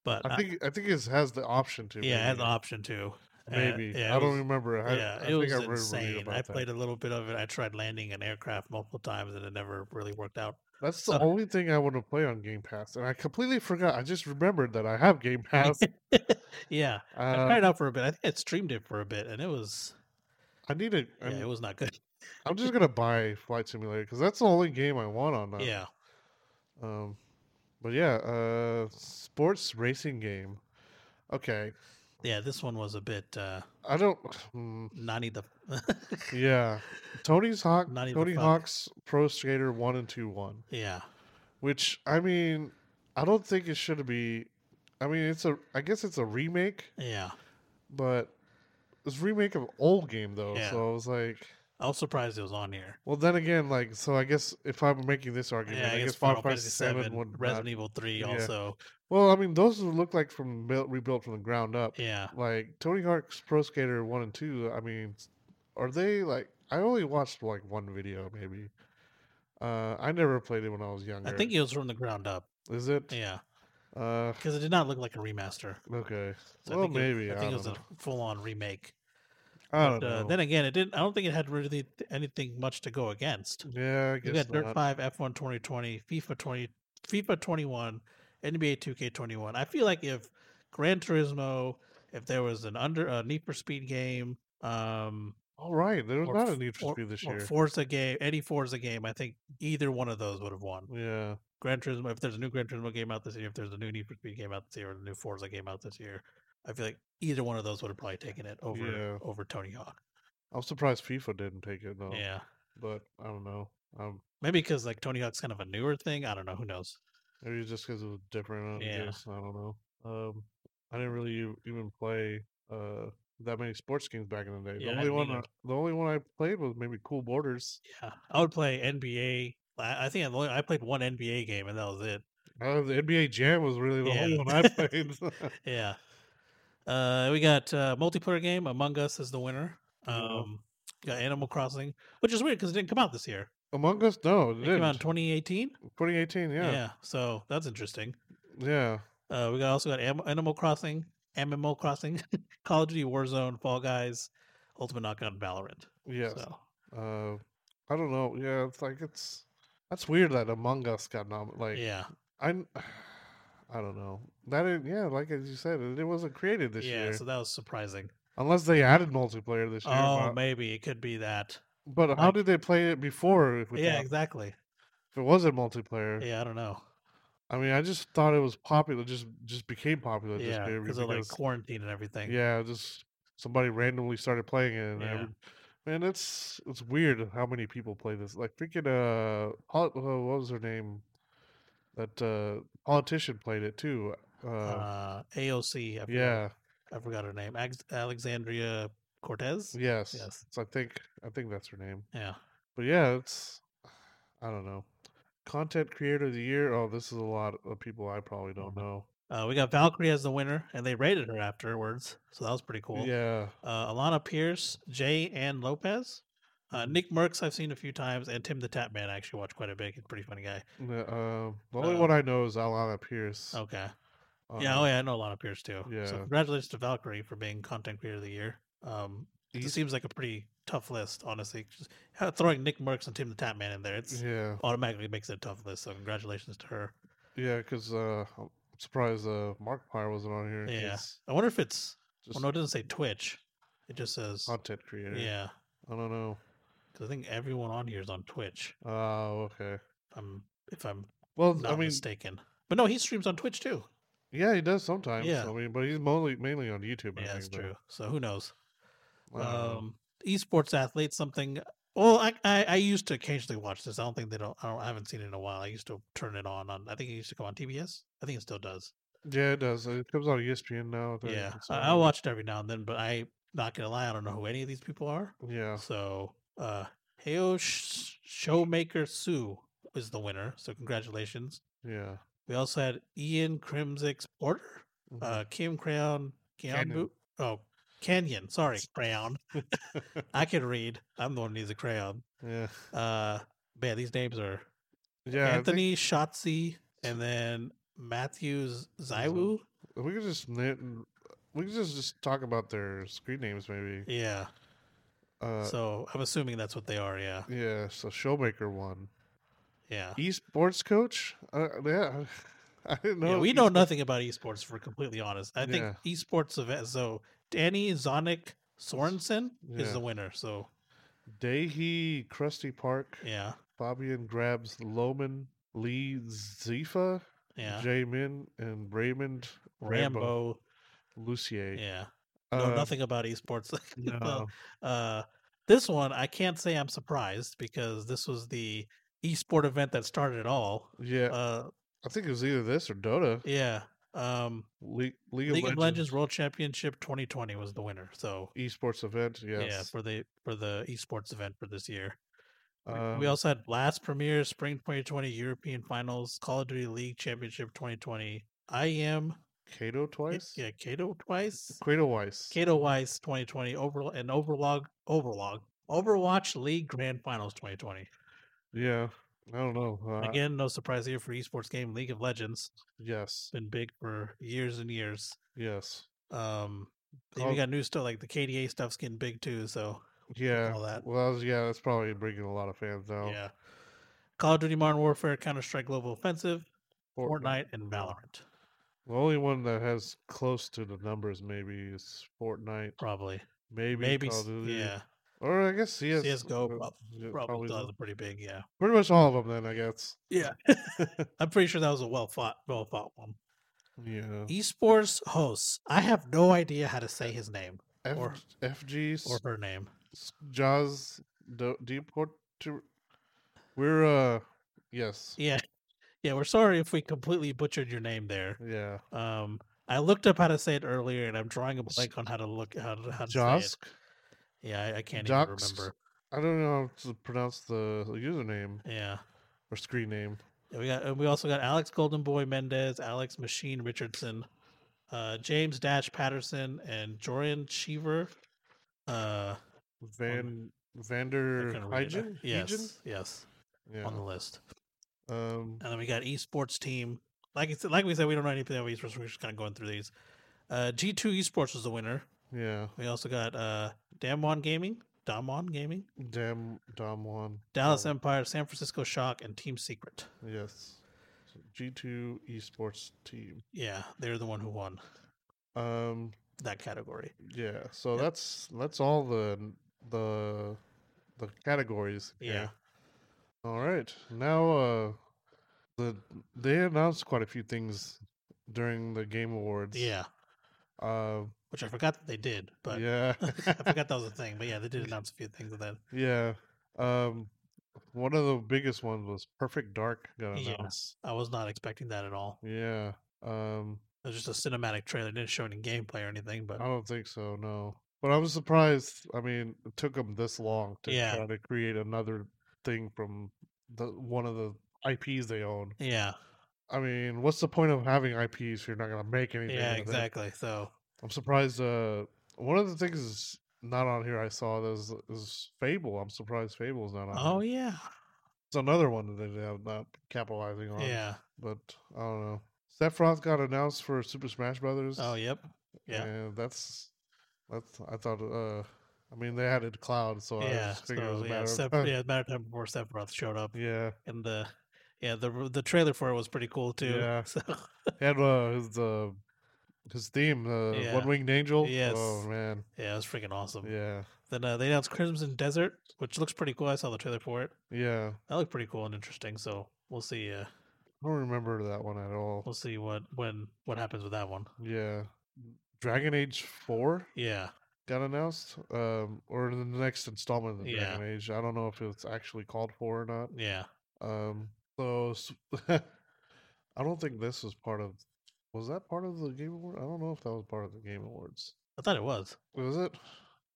[SPEAKER 1] but
[SPEAKER 2] I think I think it has the option to.
[SPEAKER 1] uh yeah, it had
[SPEAKER 2] maybe.
[SPEAKER 1] the option to. Uh,
[SPEAKER 2] Maybe
[SPEAKER 1] yeah,
[SPEAKER 2] I
[SPEAKER 1] it
[SPEAKER 2] don't
[SPEAKER 1] was-
[SPEAKER 2] remember. I,
[SPEAKER 1] yeah,
[SPEAKER 2] I
[SPEAKER 1] it
[SPEAKER 2] think
[SPEAKER 1] was
[SPEAKER 2] I remember reading
[SPEAKER 1] insane.
[SPEAKER 2] about
[SPEAKER 1] I
[SPEAKER 2] that.
[SPEAKER 1] played a little bit of it. I tried landing an aircraft multiple times, and it never really worked out.
[SPEAKER 2] That's the
[SPEAKER 1] So-
[SPEAKER 2] only thing I want to play on Game Pass, and I completely forgot. I just remembered that I have Game Pass.
[SPEAKER 1] yeah, I tried
[SPEAKER 2] Uh,
[SPEAKER 1] it out for a bit. I think I streamed it for a bit, and it was
[SPEAKER 2] I need it.
[SPEAKER 1] yeah, it was not good.
[SPEAKER 2] I'm just gonna buy Flight Simulator because that's the only game I want on that.
[SPEAKER 1] yeah,
[SPEAKER 2] Um, but yeah, uh, sports racing game. Okay,
[SPEAKER 1] yeah, this one was a bit uh,
[SPEAKER 2] I don't. Hmm,
[SPEAKER 1] not the
[SPEAKER 2] yeah, Tony's Hawk,
[SPEAKER 1] Not even
[SPEAKER 2] Tony
[SPEAKER 1] fuck.
[SPEAKER 2] Hawk's Pro Skater One and Two One,
[SPEAKER 1] yeah
[SPEAKER 2] which I mean, I don't think it should be. I mean, it's a. I guess it's a remake,
[SPEAKER 1] yeah.
[SPEAKER 2] but it's a remake of old game though.
[SPEAKER 1] Yeah.
[SPEAKER 2] So I was like,
[SPEAKER 1] I was surprised it was on here.
[SPEAKER 2] well, then again, like, so I guess if I'm making this argument,
[SPEAKER 1] Yeah, I guess
[SPEAKER 2] Final
[SPEAKER 1] Final Fantasy
[SPEAKER 2] VII
[SPEAKER 1] Seven,
[SPEAKER 2] would not
[SPEAKER 1] Resident Evil Three,
[SPEAKER 2] yeah.
[SPEAKER 1] also
[SPEAKER 2] Well, I mean, those look like from built, rebuilt from the ground up.
[SPEAKER 1] yeah.
[SPEAKER 2] Like Tony Hawk's Pro Skater One and Two. I mean, are they like? I only watched like one video, maybe. Uh, I never played it when I was younger.
[SPEAKER 1] I think it was from the ground up.
[SPEAKER 2] is it?
[SPEAKER 1] Yeah,
[SPEAKER 2] Uh,
[SPEAKER 1] because it did not look like a remaster.
[SPEAKER 2] okay.
[SPEAKER 1] So I
[SPEAKER 2] well,
[SPEAKER 1] think it-
[SPEAKER 2] maybe.
[SPEAKER 1] I think it
[SPEAKER 2] don't
[SPEAKER 1] was
[SPEAKER 2] know.
[SPEAKER 1] a full on remake.
[SPEAKER 2] I don't
[SPEAKER 1] But, uh,
[SPEAKER 2] know.
[SPEAKER 1] then again, it didn't. I don't think it had really th- anything much to go against.
[SPEAKER 2] yeah, I
[SPEAKER 1] You
[SPEAKER 2] guess
[SPEAKER 1] got Dirt
[SPEAKER 2] not.
[SPEAKER 1] Five, F One 2020, FIFA 20, FIFA 21, NBA 2K 21. I feel like if Gran Turismo, if there was an under a Need for Speed game, um,
[SPEAKER 2] All right, there was
[SPEAKER 1] or
[SPEAKER 2] not a
[SPEAKER 1] f-
[SPEAKER 2] Need for Speed this
[SPEAKER 1] or
[SPEAKER 2] year.
[SPEAKER 1] Forza game, any Forza game, I think either one of those would have won.
[SPEAKER 2] Yeah,
[SPEAKER 1] Gran Turismo, if there's a new Gran Turismo game out this year, if there's a new Need for Speed game out this year, or a new Forza game out this year, I feel like either one of those would have probably taken it over
[SPEAKER 2] Yeah.
[SPEAKER 1] over Tony Hawk.
[SPEAKER 2] I'm surprised FIFA didn't take it though.
[SPEAKER 1] Yeah.
[SPEAKER 2] but I don't know. Um,
[SPEAKER 1] Maybe because like Tony Hawk's kind of a newer thing. I don't know. Who knows?
[SPEAKER 2] Maybe just because it was different. I
[SPEAKER 1] Yeah.
[SPEAKER 2] guess I don't know. Um, I didn't really e- even play uh that many sports games back in the day.
[SPEAKER 1] Yeah, I
[SPEAKER 2] the only
[SPEAKER 1] didn't
[SPEAKER 2] one,
[SPEAKER 1] either.
[SPEAKER 2] I- the only one I played was maybe Cool Borders.
[SPEAKER 1] Yeah, I would play NBA. I I think I've only, I played one NBA game and that was it.
[SPEAKER 2] Uh, the NBA Jam was really the
[SPEAKER 1] Yeah.
[SPEAKER 2] only one I played.
[SPEAKER 1] Yeah, Uh, we got uh, multiplayer game. Among Us is the winner.
[SPEAKER 2] Mm-hmm.
[SPEAKER 1] Um, got Animal Crossing, which is weird because it didn't come out this year.
[SPEAKER 2] Among Us, no, it
[SPEAKER 1] It came out in
[SPEAKER 2] didn't.
[SPEAKER 1] 2018.
[SPEAKER 2] 2018, yeah, yeah.
[SPEAKER 1] So that's interesting. Uh, we got also got Am- Animal Crossing, MMO Crossing, Call of Duty Warzone, Fall Guys, Ultimate Knockout, and Valorant.
[SPEAKER 2] Yes.
[SPEAKER 1] So
[SPEAKER 2] Uh, I don't know. Yeah, it's like it's that's weird that Among Us got nominated. Like,
[SPEAKER 1] yeah,
[SPEAKER 2] I, I don't know. That it, yeah, like as you said, it, it wasn't created this
[SPEAKER 1] yeah.
[SPEAKER 2] year
[SPEAKER 1] So that was surprising.
[SPEAKER 2] unless they added multiplayer this year.
[SPEAKER 1] oh,
[SPEAKER 2] but,
[SPEAKER 1] maybe it could be that.
[SPEAKER 2] but how
[SPEAKER 1] like-
[SPEAKER 2] did they play it before? If,
[SPEAKER 1] yeah,
[SPEAKER 2] yeah,
[SPEAKER 1] exactly.
[SPEAKER 2] if it wasn't multiplayer,
[SPEAKER 1] Yeah, I don't know.
[SPEAKER 2] I mean, I just thought it was popular. Just just became popular this
[SPEAKER 1] yeah,
[SPEAKER 2] year
[SPEAKER 1] because of like
[SPEAKER 2] because
[SPEAKER 1] quarantine and everything.
[SPEAKER 2] yeah, just somebody randomly started playing it. And
[SPEAKER 1] Yeah.
[SPEAKER 2] every, man, it's it's weird how many people play this. Like freaking uh, pol- uh, what was her name? That uh, politician played it too. Uh,
[SPEAKER 1] Uh, AOC. I forgot,
[SPEAKER 2] yeah,
[SPEAKER 1] I forgot her name. Ax- Alexandria Cortez.
[SPEAKER 2] yes.
[SPEAKER 1] Yes.
[SPEAKER 2] So I think I think that's her name.
[SPEAKER 1] Yeah.
[SPEAKER 2] But yeah, it's I don't know. Content creator of the year. Oh, this is a lot of people I probably don't know.
[SPEAKER 1] Uh, we got Valkyrie as the winner, and they rated her afterwards, so that was pretty cool.
[SPEAKER 2] Yeah,
[SPEAKER 1] Uh, Alana Pierce, Jay, and Lopez. Uh,
[SPEAKER 2] Mm-hmm.
[SPEAKER 1] Nick Merckx, I've seen a few times, and Tim the Tap Man. I actually watch quite a bit. He's a pretty funny guy.
[SPEAKER 2] n- uh, the only
[SPEAKER 1] Uh,
[SPEAKER 2] one I know is Alana Pierce.
[SPEAKER 1] Okay.
[SPEAKER 2] uh,
[SPEAKER 1] yeah. Oh, yeah. I know Alana Pierce too. So
[SPEAKER 2] yeah.
[SPEAKER 1] congratulations to Valkyrie for being Content Creator of the Year. Um, it
[SPEAKER 2] Easy-
[SPEAKER 1] seems like a pretty tough list, honestly. Just ha- throwing Nick Merckx and Tim the Tap Man in there, it's
[SPEAKER 2] yeah.
[SPEAKER 1] automatically makes it a tough list. So congratulations to her.
[SPEAKER 2] Yeah, because uh, I'm surprised uh, Mark Pyre wasn't on here.
[SPEAKER 1] Yeah.
[SPEAKER 2] He's
[SPEAKER 1] I wonder if it's.
[SPEAKER 2] just
[SPEAKER 1] well, no, it doesn't say Twitch. It just says.
[SPEAKER 2] content creator.
[SPEAKER 1] Yeah.
[SPEAKER 2] I don't know.
[SPEAKER 1] Because I think everyone on here is on Twitch.
[SPEAKER 2] Oh, okay.
[SPEAKER 1] If I'm if I'm
[SPEAKER 2] Well,
[SPEAKER 1] not
[SPEAKER 2] I mean,
[SPEAKER 1] mistaken. But no, he streams on Twitch too.
[SPEAKER 2] yeah, he does sometimes.
[SPEAKER 1] Yeah.
[SPEAKER 2] I mean, but he's mainly mainly on YouTube. I
[SPEAKER 1] Yeah, that's
[SPEAKER 2] think,
[SPEAKER 1] true. So who knows?
[SPEAKER 2] but I don't know.
[SPEAKER 1] Um, esports athlete, something. Well, I, I I used to occasionally watch this. I don't think they don't. I, don't, I haven't seen it in a while. I used to turn it on on. I think it used to come on TBS. I think it still does.
[SPEAKER 2] yeah, it does. It comes on E ESPN now. I think,
[SPEAKER 1] Yeah,
[SPEAKER 2] so-
[SPEAKER 1] I, I watch it every now and then. But I not gonna lie, I don't know who any of these people are.
[SPEAKER 2] Yeah.
[SPEAKER 1] So, uh, Heo Sh- Showmaker Sue is the winner. So congratulations.
[SPEAKER 2] Yeah.
[SPEAKER 1] We also had Ian Crimsix Porter,
[SPEAKER 2] Mhm.
[SPEAKER 1] uh, Kim Crayon, Canyon.
[SPEAKER 2] Canyon.
[SPEAKER 1] oh, Canyon. Sorry, Crayon. I can read. I'm the one who needs a crayon.
[SPEAKER 2] mm-hmm, yeah.
[SPEAKER 1] Uh, man, these names are
[SPEAKER 2] Yeah. I think
[SPEAKER 1] Anthony Shotzi and then Matthews Zaiwu.
[SPEAKER 2] we could just na- we could just just talk about their screen names maybe.
[SPEAKER 1] Yeah.
[SPEAKER 2] Uh,
[SPEAKER 1] so I'm assuming that's what they are. Yeah.
[SPEAKER 2] yeah. So Showmaker won.
[SPEAKER 1] Yeah.
[SPEAKER 2] Esports coach. Uh, yeah. I didn't know.
[SPEAKER 1] yeah, we
[SPEAKER 2] esports-
[SPEAKER 1] know nothing about esports. If we're completely honest, I think
[SPEAKER 2] Yeah.
[SPEAKER 1] esports event. So Danny Zonic Sorensen is
[SPEAKER 2] Yeah.
[SPEAKER 1] the winner. So
[SPEAKER 2] Dahee, Krusty Park,
[SPEAKER 1] yeah,
[SPEAKER 2] Fabian Grabs, Loman, Lee Zifa,
[SPEAKER 1] yeah.
[SPEAKER 2] Jamin, and Raymond Rambo,
[SPEAKER 1] Rambo
[SPEAKER 2] Lucier.
[SPEAKER 1] Yeah. Know
[SPEAKER 2] Uh,
[SPEAKER 1] nothing about esports.
[SPEAKER 2] no.
[SPEAKER 1] uh, this one, I can't say I'm surprised because this was the esport event that started it all.
[SPEAKER 2] Yeah,
[SPEAKER 1] Uh,
[SPEAKER 2] I think it was either this or Dota.
[SPEAKER 1] yeah. Um,
[SPEAKER 2] Le- League,
[SPEAKER 1] League,
[SPEAKER 2] of
[SPEAKER 1] of Legends World Championship 2020 was the winner. So
[SPEAKER 2] esports event.
[SPEAKER 1] yeah,
[SPEAKER 2] Yes.
[SPEAKER 1] for the for the esports event for this year. We- we
[SPEAKER 2] Um,
[SPEAKER 1] also had last premiere spring 2020 European Finals Call of Duty League Championship 2020. I am
[SPEAKER 2] Kato twice.
[SPEAKER 1] yeah, Kato twice.
[SPEAKER 2] Kato Weiss.
[SPEAKER 1] Kato Weiss 2020 over and Overlog Overlog Overwatch League Grand Finals 2020.
[SPEAKER 2] yeah, I don't know. Uh,
[SPEAKER 1] Again, no surprise here for esports game League of Legends.
[SPEAKER 2] yes,
[SPEAKER 1] Been big for years and years.
[SPEAKER 2] yes,
[SPEAKER 1] Um, then we
[SPEAKER 2] Call-
[SPEAKER 1] got new stuff like the KDA stuff's getting big too. So
[SPEAKER 2] yeah.
[SPEAKER 1] all that.
[SPEAKER 2] Well, that was- yeah, that's probably bringing a lot of fans down.
[SPEAKER 1] yeah, Call of Duty Modern Warfare, Counter Strike Global Offensive,
[SPEAKER 2] Fortnite. Mm-hmm.
[SPEAKER 1] Fortnite, and Valorant
[SPEAKER 2] The only one that has close to the numbers maybe is Fortnite.
[SPEAKER 1] probably.
[SPEAKER 2] Maybe,
[SPEAKER 1] Maybe
[SPEAKER 2] Call
[SPEAKER 1] s-
[SPEAKER 2] of Duty.
[SPEAKER 1] yeah,
[SPEAKER 2] Or I guess CS,
[SPEAKER 1] CS:GO
[SPEAKER 2] uh,
[SPEAKER 1] prob-
[SPEAKER 2] yeah,
[SPEAKER 1] probably
[SPEAKER 2] the-
[SPEAKER 1] those are pretty big. Yeah,
[SPEAKER 2] Pretty much all of them then, I guess.
[SPEAKER 1] yeah. I'm pretty sure that was a well fought, well fought one.
[SPEAKER 2] Yeah.
[SPEAKER 1] E esports hosts. I have no idea how to say his name
[SPEAKER 2] F-
[SPEAKER 1] or-
[SPEAKER 2] FG,
[SPEAKER 1] or her name.
[SPEAKER 2] s- Jaws, Do- Deport. to- We're, uh, yes.
[SPEAKER 1] Yeah, yeah. We're sorry if we completely butchered your name there.
[SPEAKER 2] Yeah.
[SPEAKER 1] Um, I looked up how to say it earlier, and I'm drawing a blank on how to look how to, how to say
[SPEAKER 2] Josk?
[SPEAKER 1] it. Yeah, I, I can't
[SPEAKER 2] Josk?
[SPEAKER 1] even remember.
[SPEAKER 2] I don't know how to pronounce the username
[SPEAKER 1] Yeah.
[SPEAKER 2] or screen name.
[SPEAKER 1] Yeah, We got and we also got Alex Golden Boy Mendez, Alex Machine Richardson, uh, James Dash Patterson and Jorian Cheever. Uh,
[SPEAKER 2] Van
[SPEAKER 1] I
[SPEAKER 2] Vander
[SPEAKER 1] couldn't read it.
[SPEAKER 2] Hygen?
[SPEAKER 1] yes, yes,
[SPEAKER 2] Yeah.
[SPEAKER 1] on the list.
[SPEAKER 2] Um,
[SPEAKER 1] And then we got esports team. Like I said, like we said, we don't know anything about esports. We're just kind of going through these. Uh, G2 esports was the winner.
[SPEAKER 2] yeah.
[SPEAKER 1] We also got uh, Damwon Gaming, Damwon Gaming,
[SPEAKER 2] Damn Dom Juan.
[SPEAKER 1] Dallas
[SPEAKER 2] Oh,
[SPEAKER 1] Empire, San Francisco Shock, and Team Secret.
[SPEAKER 2] Yes. G2 esports team.
[SPEAKER 1] Yeah, they're the one who won
[SPEAKER 2] Um,
[SPEAKER 1] that category.
[SPEAKER 2] yeah. So
[SPEAKER 1] Yep.
[SPEAKER 2] that's that's all the the the categories.
[SPEAKER 1] Yeah.
[SPEAKER 2] here. All right. Now uh the they announced quite a few things during the game awards.
[SPEAKER 1] Yeah,
[SPEAKER 2] Uh
[SPEAKER 1] which I forgot that they did, but
[SPEAKER 2] yeah.
[SPEAKER 1] I forgot that was a thing. But yeah, they did announce a few things of that.
[SPEAKER 2] yeah. Um one of the biggest ones was Perfect Dark got
[SPEAKER 1] Yeah.
[SPEAKER 2] announced.
[SPEAKER 1] I was not expecting that at all.
[SPEAKER 2] Yeah. Um
[SPEAKER 1] It was just a cinematic trailer. It didn't show any gameplay or anything, but
[SPEAKER 2] I don't think so, no. But I was surprised. I mean, it took them this long to
[SPEAKER 1] Yeah.
[SPEAKER 2] try to create another thing from the one of the IPs they own.
[SPEAKER 1] yeah,
[SPEAKER 2] I mean, what's the point of having IPs if you're not going to make anything?
[SPEAKER 1] yeah,
[SPEAKER 2] with it?
[SPEAKER 1] exactly. So
[SPEAKER 2] I'm surprised. Uh, one of the things is not on here I saw that is, is Fable. I'm surprised Fable's not on.
[SPEAKER 1] oh
[SPEAKER 2] here.
[SPEAKER 1] yeah,
[SPEAKER 2] it's another one that they have not capitalizing on.
[SPEAKER 1] yeah.
[SPEAKER 2] but I don't know. Sephiroth got announced for Super Smash Brothers.
[SPEAKER 1] Oh yep. yeah.
[SPEAKER 2] and that's that's. I thought. Uh, I mean, they added Cloud, so I
[SPEAKER 1] yeah,
[SPEAKER 2] just figured it
[SPEAKER 1] so,
[SPEAKER 2] was a
[SPEAKER 1] yeah,
[SPEAKER 2] matter
[SPEAKER 1] Seph-
[SPEAKER 2] of
[SPEAKER 1] yeah, it's a matter of time before Sephiroth showed up,
[SPEAKER 2] yeah.
[SPEAKER 1] and the yeah the the trailer for it was pretty cool too.
[SPEAKER 2] Yeah.
[SPEAKER 1] So
[SPEAKER 2] He had uh, his uh, his theme, uh,
[SPEAKER 1] Yeah.
[SPEAKER 2] One Winged Angel. Oh
[SPEAKER 1] Yes.
[SPEAKER 2] man,
[SPEAKER 1] yeah, it was freaking awesome.
[SPEAKER 2] yeah,
[SPEAKER 1] Then uh, they announced Crimson Desert, which looks pretty cool. I saw the trailer for it.
[SPEAKER 2] yeah.
[SPEAKER 1] That looked pretty cool and interesting. So we'll see. Uh,
[SPEAKER 2] I don't remember that one at all.
[SPEAKER 1] we'll see what when what happens with that one.
[SPEAKER 2] Yeah. Dragon Age 4
[SPEAKER 1] Yeah,
[SPEAKER 2] got announced, um, or the next installment of the
[SPEAKER 1] Yeah.
[SPEAKER 2] Dragon Age. I don't know if it's actually called for or not.
[SPEAKER 1] yeah.
[SPEAKER 2] Um, so s- I don't think this was part of. Was that part of the Game Award? I don't know if that was part of the Game Awards.
[SPEAKER 1] I thought it was.
[SPEAKER 2] Was it?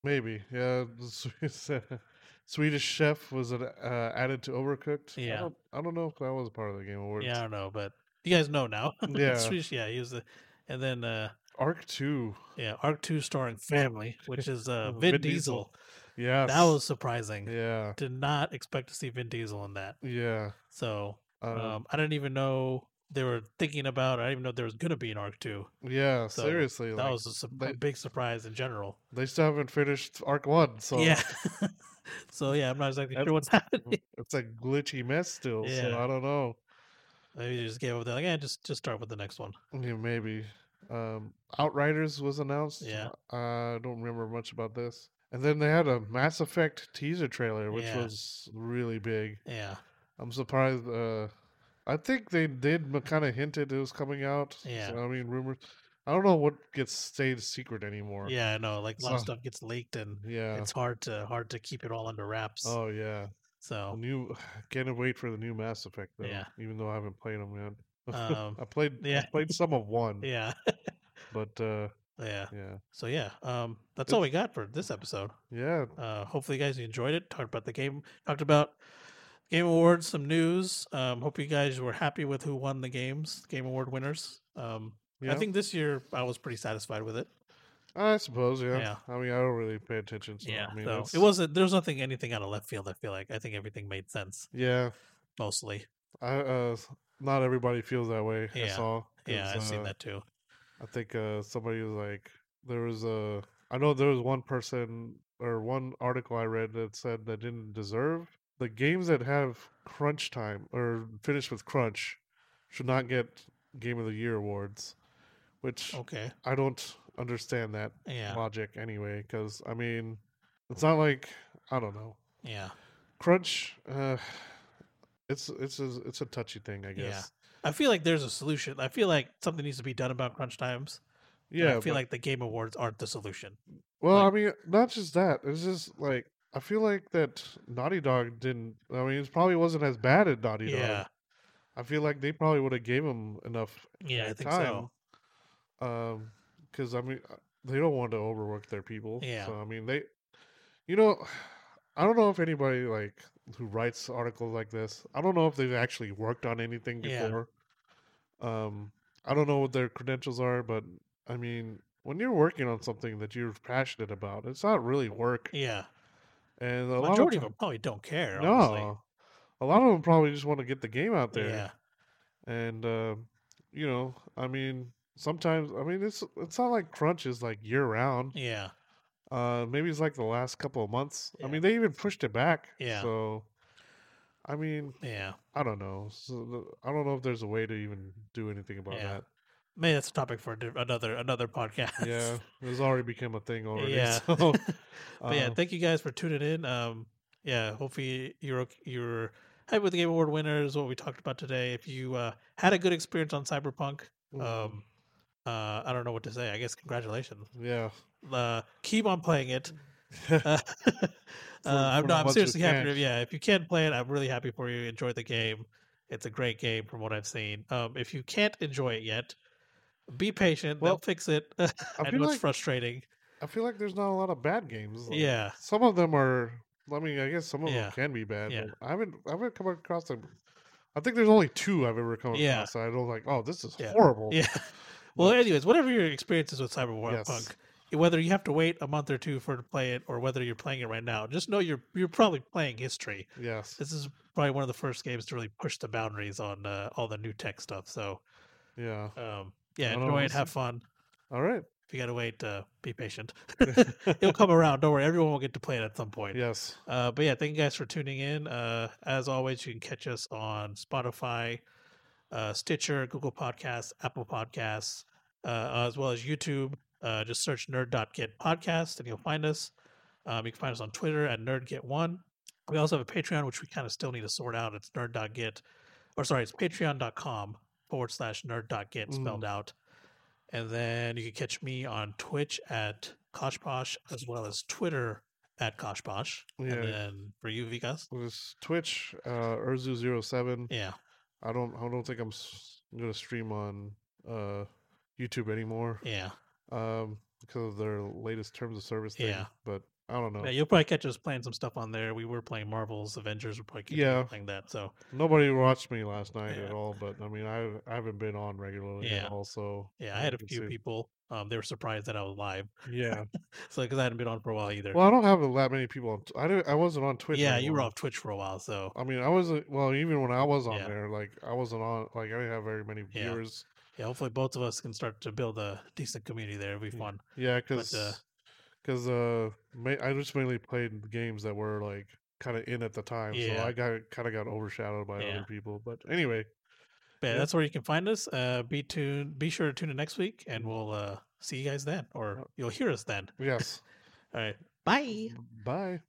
[SPEAKER 2] Maybe. Yeah. the Swe- Swedish Chef was an, uh, added to Overcooked. I
[SPEAKER 1] Yeah.
[SPEAKER 2] don't, I don't know if that was part of the Game Awards.
[SPEAKER 1] Yeah, I don't know, but you guys know now.
[SPEAKER 2] Yeah.
[SPEAKER 1] Swedish, yeah. He was the, and then uh,
[SPEAKER 2] Arc 2.
[SPEAKER 1] yeah, Arc Two starring Family, which is uh,
[SPEAKER 2] Oh, Vin
[SPEAKER 1] Vin,
[SPEAKER 2] Diesel.
[SPEAKER 1] Diesel.
[SPEAKER 2] Yeah.
[SPEAKER 1] That was surprising.
[SPEAKER 2] Yeah.
[SPEAKER 1] Did not expect to see Vin Diesel in that.
[SPEAKER 2] Yeah.
[SPEAKER 1] So
[SPEAKER 2] Um,
[SPEAKER 1] um, I didn't even know they were thinking about. It. I didn't even know there was going to be an arc two.
[SPEAKER 2] yeah.
[SPEAKER 1] so
[SPEAKER 2] seriously.
[SPEAKER 1] that
[SPEAKER 2] like,
[SPEAKER 1] was a, su- a
[SPEAKER 2] they-
[SPEAKER 1] big surprise in general.
[SPEAKER 2] They still haven't finished Arc One, so
[SPEAKER 1] yeah. so yeah, I'm not exactly
[SPEAKER 2] That-
[SPEAKER 1] sure what's happening.
[SPEAKER 2] it's a glitchy mess still. So
[SPEAKER 1] Yeah.
[SPEAKER 2] I don't know.
[SPEAKER 1] Maybe they just gave up. They're like, yeah, just just start with the next one.
[SPEAKER 2] Yeah, maybe. Um, Outriders was announced.
[SPEAKER 1] Yeah.
[SPEAKER 2] I don't remember much about this. And then they had a Mass Effect teaser trailer, which
[SPEAKER 1] Yeah.
[SPEAKER 2] was really big.
[SPEAKER 1] Yeah,
[SPEAKER 2] I'm surprised. Uh, I think they did kind of hinted it was coming out.
[SPEAKER 1] Yeah.
[SPEAKER 2] So, I mean, rumors. I don't know what gets stayed secret anymore.
[SPEAKER 1] yeah, I know. Like a lot of
[SPEAKER 2] So-
[SPEAKER 1] stuff gets leaked, and
[SPEAKER 2] Yeah.
[SPEAKER 1] it's hard to hard to keep it all under wraps.
[SPEAKER 2] Oh yeah. The
[SPEAKER 1] so
[SPEAKER 2] New. Can't wait for the new Mass Effect though.
[SPEAKER 1] Oh. Yeah.
[SPEAKER 2] Even though I haven't played them yet.
[SPEAKER 1] Um,
[SPEAKER 2] I played.
[SPEAKER 1] yeah.
[SPEAKER 2] I played some of one.
[SPEAKER 1] yeah,
[SPEAKER 2] But uh,
[SPEAKER 1] yeah.
[SPEAKER 2] yeah.
[SPEAKER 1] So yeah, um, that's all we got for this episode.
[SPEAKER 2] Yeah.
[SPEAKER 1] Uh, hopefully, you guys enjoyed it. Talked about the game. Talked about game awards, some news. Um, hope you guys were happy with who won the games, game award winners. Um,
[SPEAKER 2] Yeah.
[SPEAKER 1] I think this year I was pretty satisfied with it.
[SPEAKER 2] I suppose, yeah.
[SPEAKER 1] Yeah.
[SPEAKER 2] I mean, I don't really pay attention. So, I mean,
[SPEAKER 1] so
[SPEAKER 2] it's-
[SPEAKER 1] it wasn't. There's nothing, anything out of left field. I feel like I think everything made sense
[SPEAKER 2] Yeah,
[SPEAKER 1] mostly.
[SPEAKER 2] I uh, s- not everybody feels that way. I
[SPEAKER 1] Yeah,
[SPEAKER 2] saw.
[SPEAKER 1] Yeah,
[SPEAKER 2] 'cause,
[SPEAKER 1] I've seen
[SPEAKER 2] uh,
[SPEAKER 1] that too.
[SPEAKER 2] I think uh, somebody was like, there was a. I know there was one person or one article I read that said that didn't deserve the games that have crunch time or finish with crunch should not get game of the year awards, which
[SPEAKER 1] Okay,
[SPEAKER 2] I don't understand that
[SPEAKER 1] Oh. yeah,
[SPEAKER 2] logic anyway. Because I mean, it's not like I don't know.
[SPEAKER 1] yeah.
[SPEAKER 2] crunch uh it's it's a, it's a touchy thing i guess
[SPEAKER 1] I feel like there's a solution. I feel like something needs to be done about crunch times. and
[SPEAKER 2] yeah,
[SPEAKER 1] I feel
[SPEAKER 2] but-
[SPEAKER 1] like the game awards aren't the solution.
[SPEAKER 2] well
[SPEAKER 1] like-
[SPEAKER 2] i mean not just that it's just like i feel like that naughty dog didn't i mean it probably wasn't as bad at naughty
[SPEAKER 1] yeah,
[SPEAKER 2] dog i feel like they probably would have gave him enough
[SPEAKER 1] yeah, I think so.
[SPEAKER 2] so um because i mean uh, they don't want to overwork their people
[SPEAKER 1] Yeah.
[SPEAKER 2] so i mean they you know i don't know if anybody like who writes articles like this i don't know if they've actually worked on anything
[SPEAKER 1] Yeah.
[SPEAKER 2] before um i don't know what their credentials are but I mean, when you're working on something that you're passionate about, it's not really work.
[SPEAKER 1] Yeah.
[SPEAKER 2] And a lot of
[SPEAKER 1] Majority of them probably don't care.
[SPEAKER 2] no,
[SPEAKER 1] honestly.
[SPEAKER 2] a lot of them probably just want to get the game out there.
[SPEAKER 1] Yeah.
[SPEAKER 2] And uh, you know, I mean, sometimes I mean it's it's not like crunch is like year round.
[SPEAKER 1] Yeah.
[SPEAKER 2] Uh, maybe it's like the last couple of months. I
[SPEAKER 1] Yeah.
[SPEAKER 2] mean, they even pushed it back.
[SPEAKER 1] Yeah.
[SPEAKER 2] So, I mean,
[SPEAKER 1] Yeah.
[SPEAKER 2] I don't know. So the- I don't know if there's a way to even do anything about
[SPEAKER 1] Yeah. Maybe that's a topic for a diff- another another podcast.
[SPEAKER 2] that. Yeah, it's already become a thing already.
[SPEAKER 1] Yeah.
[SPEAKER 2] So,
[SPEAKER 1] But yeah,
[SPEAKER 2] uh,
[SPEAKER 1] thank you guys for tuning in. Um, yeah, hopefully you're ok- you're happy with the Game Award winners. What we talked about today. If you uh, had a good experience on Cyberpunk,
[SPEAKER 2] mm,
[SPEAKER 1] um, uh, I don't know what to say. I guess congratulations.
[SPEAKER 2] yeah.
[SPEAKER 1] Uh, keep on playing it. Uh, uh,
[SPEAKER 2] for
[SPEAKER 1] I'm,
[SPEAKER 2] the
[SPEAKER 1] no, I'm
[SPEAKER 2] ones who
[SPEAKER 1] seriously happy.
[SPEAKER 2] can't.
[SPEAKER 1] To, yeah, if you can play it, I'm really happy for you. Enjoy the game. It's a great game from what I've seen. Um, if you can't enjoy it yet, be patient.
[SPEAKER 2] Well,
[SPEAKER 1] They'll fix it. I
[SPEAKER 2] feel
[SPEAKER 1] know it's
[SPEAKER 2] like-
[SPEAKER 1] frustrating.
[SPEAKER 2] I feel like there's not a lot of bad games. like,
[SPEAKER 1] Yeah,
[SPEAKER 2] Some of them are. I mean, I guess some of
[SPEAKER 1] Yeah.
[SPEAKER 2] them can be bad.
[SPEAKER 1] Yeah.
[SPEAKER 2] but I haven't. I haven't come across them. I think there's only two I've ever come across.
[SPEAKER 1] Yeah.
[SPEAKER 2] that I don't like. Oh, this is
[SPEAKER 1] Yeah.
[SPEAKER 2] horrible.
[SPEAKER 1] yeah. Well,
[SPEAKER 2] But-
[SPEAKER 1] anyways, whatever your experience is with Cyberpunk,
[SPEAKER 2] Yes.
[SPEAKER 1] whether you have to wait a month or two for it to play it, or whether you're playing it right now, just know you're you're probably playing history.
[SPEAKER 2] Yes.
[SPEAKER 1] This is probably one of the first games to really push the boundaries on uh, all the new tech stuff. So,
[SPEAKER 2] Yeah.
[SPEAKER 1] um, yeah,
[SPEAKER 2] I don't know,
[SPEAKER 1] enjoy it,
[SPEAKER 2] listen.
[SPEAKER 1] have fun.
[SPEAKER 2] All right.
[SPEAKER 1] If you gotta wait, uh, be patient. It'll come around. Don't worry, everyone will get to play it at some point.
[SPEAKER 2] Yes.
[SPEAKER 1] Uh, but yeah, thank you guys for tuning in. Uh, as always, you can catch us on Spotify, uh, Stitcher, Google Podcasts, Apple Podcasts, uh, as well as YouTube. Uh, just search nerd.get podcast and you'll find us. Um, you can find us on Twitter at nerdget1. We also have a Patreon, which we kind of still need to sort out. It's nerd.get, or sorry, it's patreon.com forward slash nerd.get spelled out. And then you can catch me on Twitch at Koshposh as well as Twitter at Koshposh.
[SPEAKER 2] Yeah.
[SPEAKER 1] And then for E you, Vikas?
[SPEAKER 2] It was Twitch, uh, Urzu07.
[SPEAKER 1] Yeah.
[SPEAKER 2] I don't. I don't think I'm s- gonna stream on uh, YouTube anymore
[SPEAKER 1] Yeah.
[SPEAKER 2] um, because of their latest terms of service thing.
[SPEAKER 1] Yeah.
[SPEAKER 2] But I don't know.
[SPEAKER 1] Yeah, you'll probably catch us playing some stuff on there. We were playing Marvel's Avengers. We're probably continue
[SPEAKER 2] Yeah.
[SPEAKER 1] playing that. So
[SPEAKER 2] Nobody watched me last night
[SPEAKER 1] Yeah.
[SPEAKER 2] at all. But I mean, I, I haven't been on regularly
[SPEAKER 1] Yeah.
[SPEAKER 2] at all. So
[SPEAKER 1] yeah, I had a
[SPEAKER 2] can
[SPEAKER 1] few
[SPEAKER 2] see-
[SPEAKER 1] people. Um, they were surprised that I was live.
[SPEAKER 2] Yeah.
[SPEAKER 1] So because I hadn't been on for a while either.
[SPEAKER 2] Well, I don't have that many people. On t- I didn't, I wasn't on Twitch.
[SPEAKER 1] yeah, you were
[SPEAKER 2] anymore.
[SPEAKER 1] off Twitch for a while. So
[SPEAKER 2] I mean, I wasn't. Well, even when I was on
[SPEAKER 1] Yeah.
[SPEAKER 2] there, like I wasn't on. Like I didn't have very many
[SPEAKER 1] Yeah.
[SPEAKER 2] viewers.
[SPEAKER 1] yeah, hopefully both of us can start to build a decent community there. It'll be
[SPEAKER 2] Yeah.
[SPEAKER 1] fun.
[SPEAKER 2] Yeah,
[SPEAKER 1] But,
[SPEAKER 2] because
[SPEAKER 1] uh,
[SPEAKER 2] because uh, ma- I just mainly played the games that were like kind of in at the time,
[SPEAKER 1] Yeah.
[SPEAKER 2] so I got kind of got overshadowed by
[SPEAKER 1] Yeah.
[SPEAKER 2] other people. But anyway,
[SPEAKER 1] But yeah,
[SPEAKER 2] Yeah.
[SPEAKER 1] that's where you can find us. Uh, be tuned. Be sure to tune in next week, and we'll uh, see you guys then, or you'll hear us then.
[SPEAKER 2] yes.
[SPEAKER 1] All right. Bye.
[SPEAKER 2] Bye.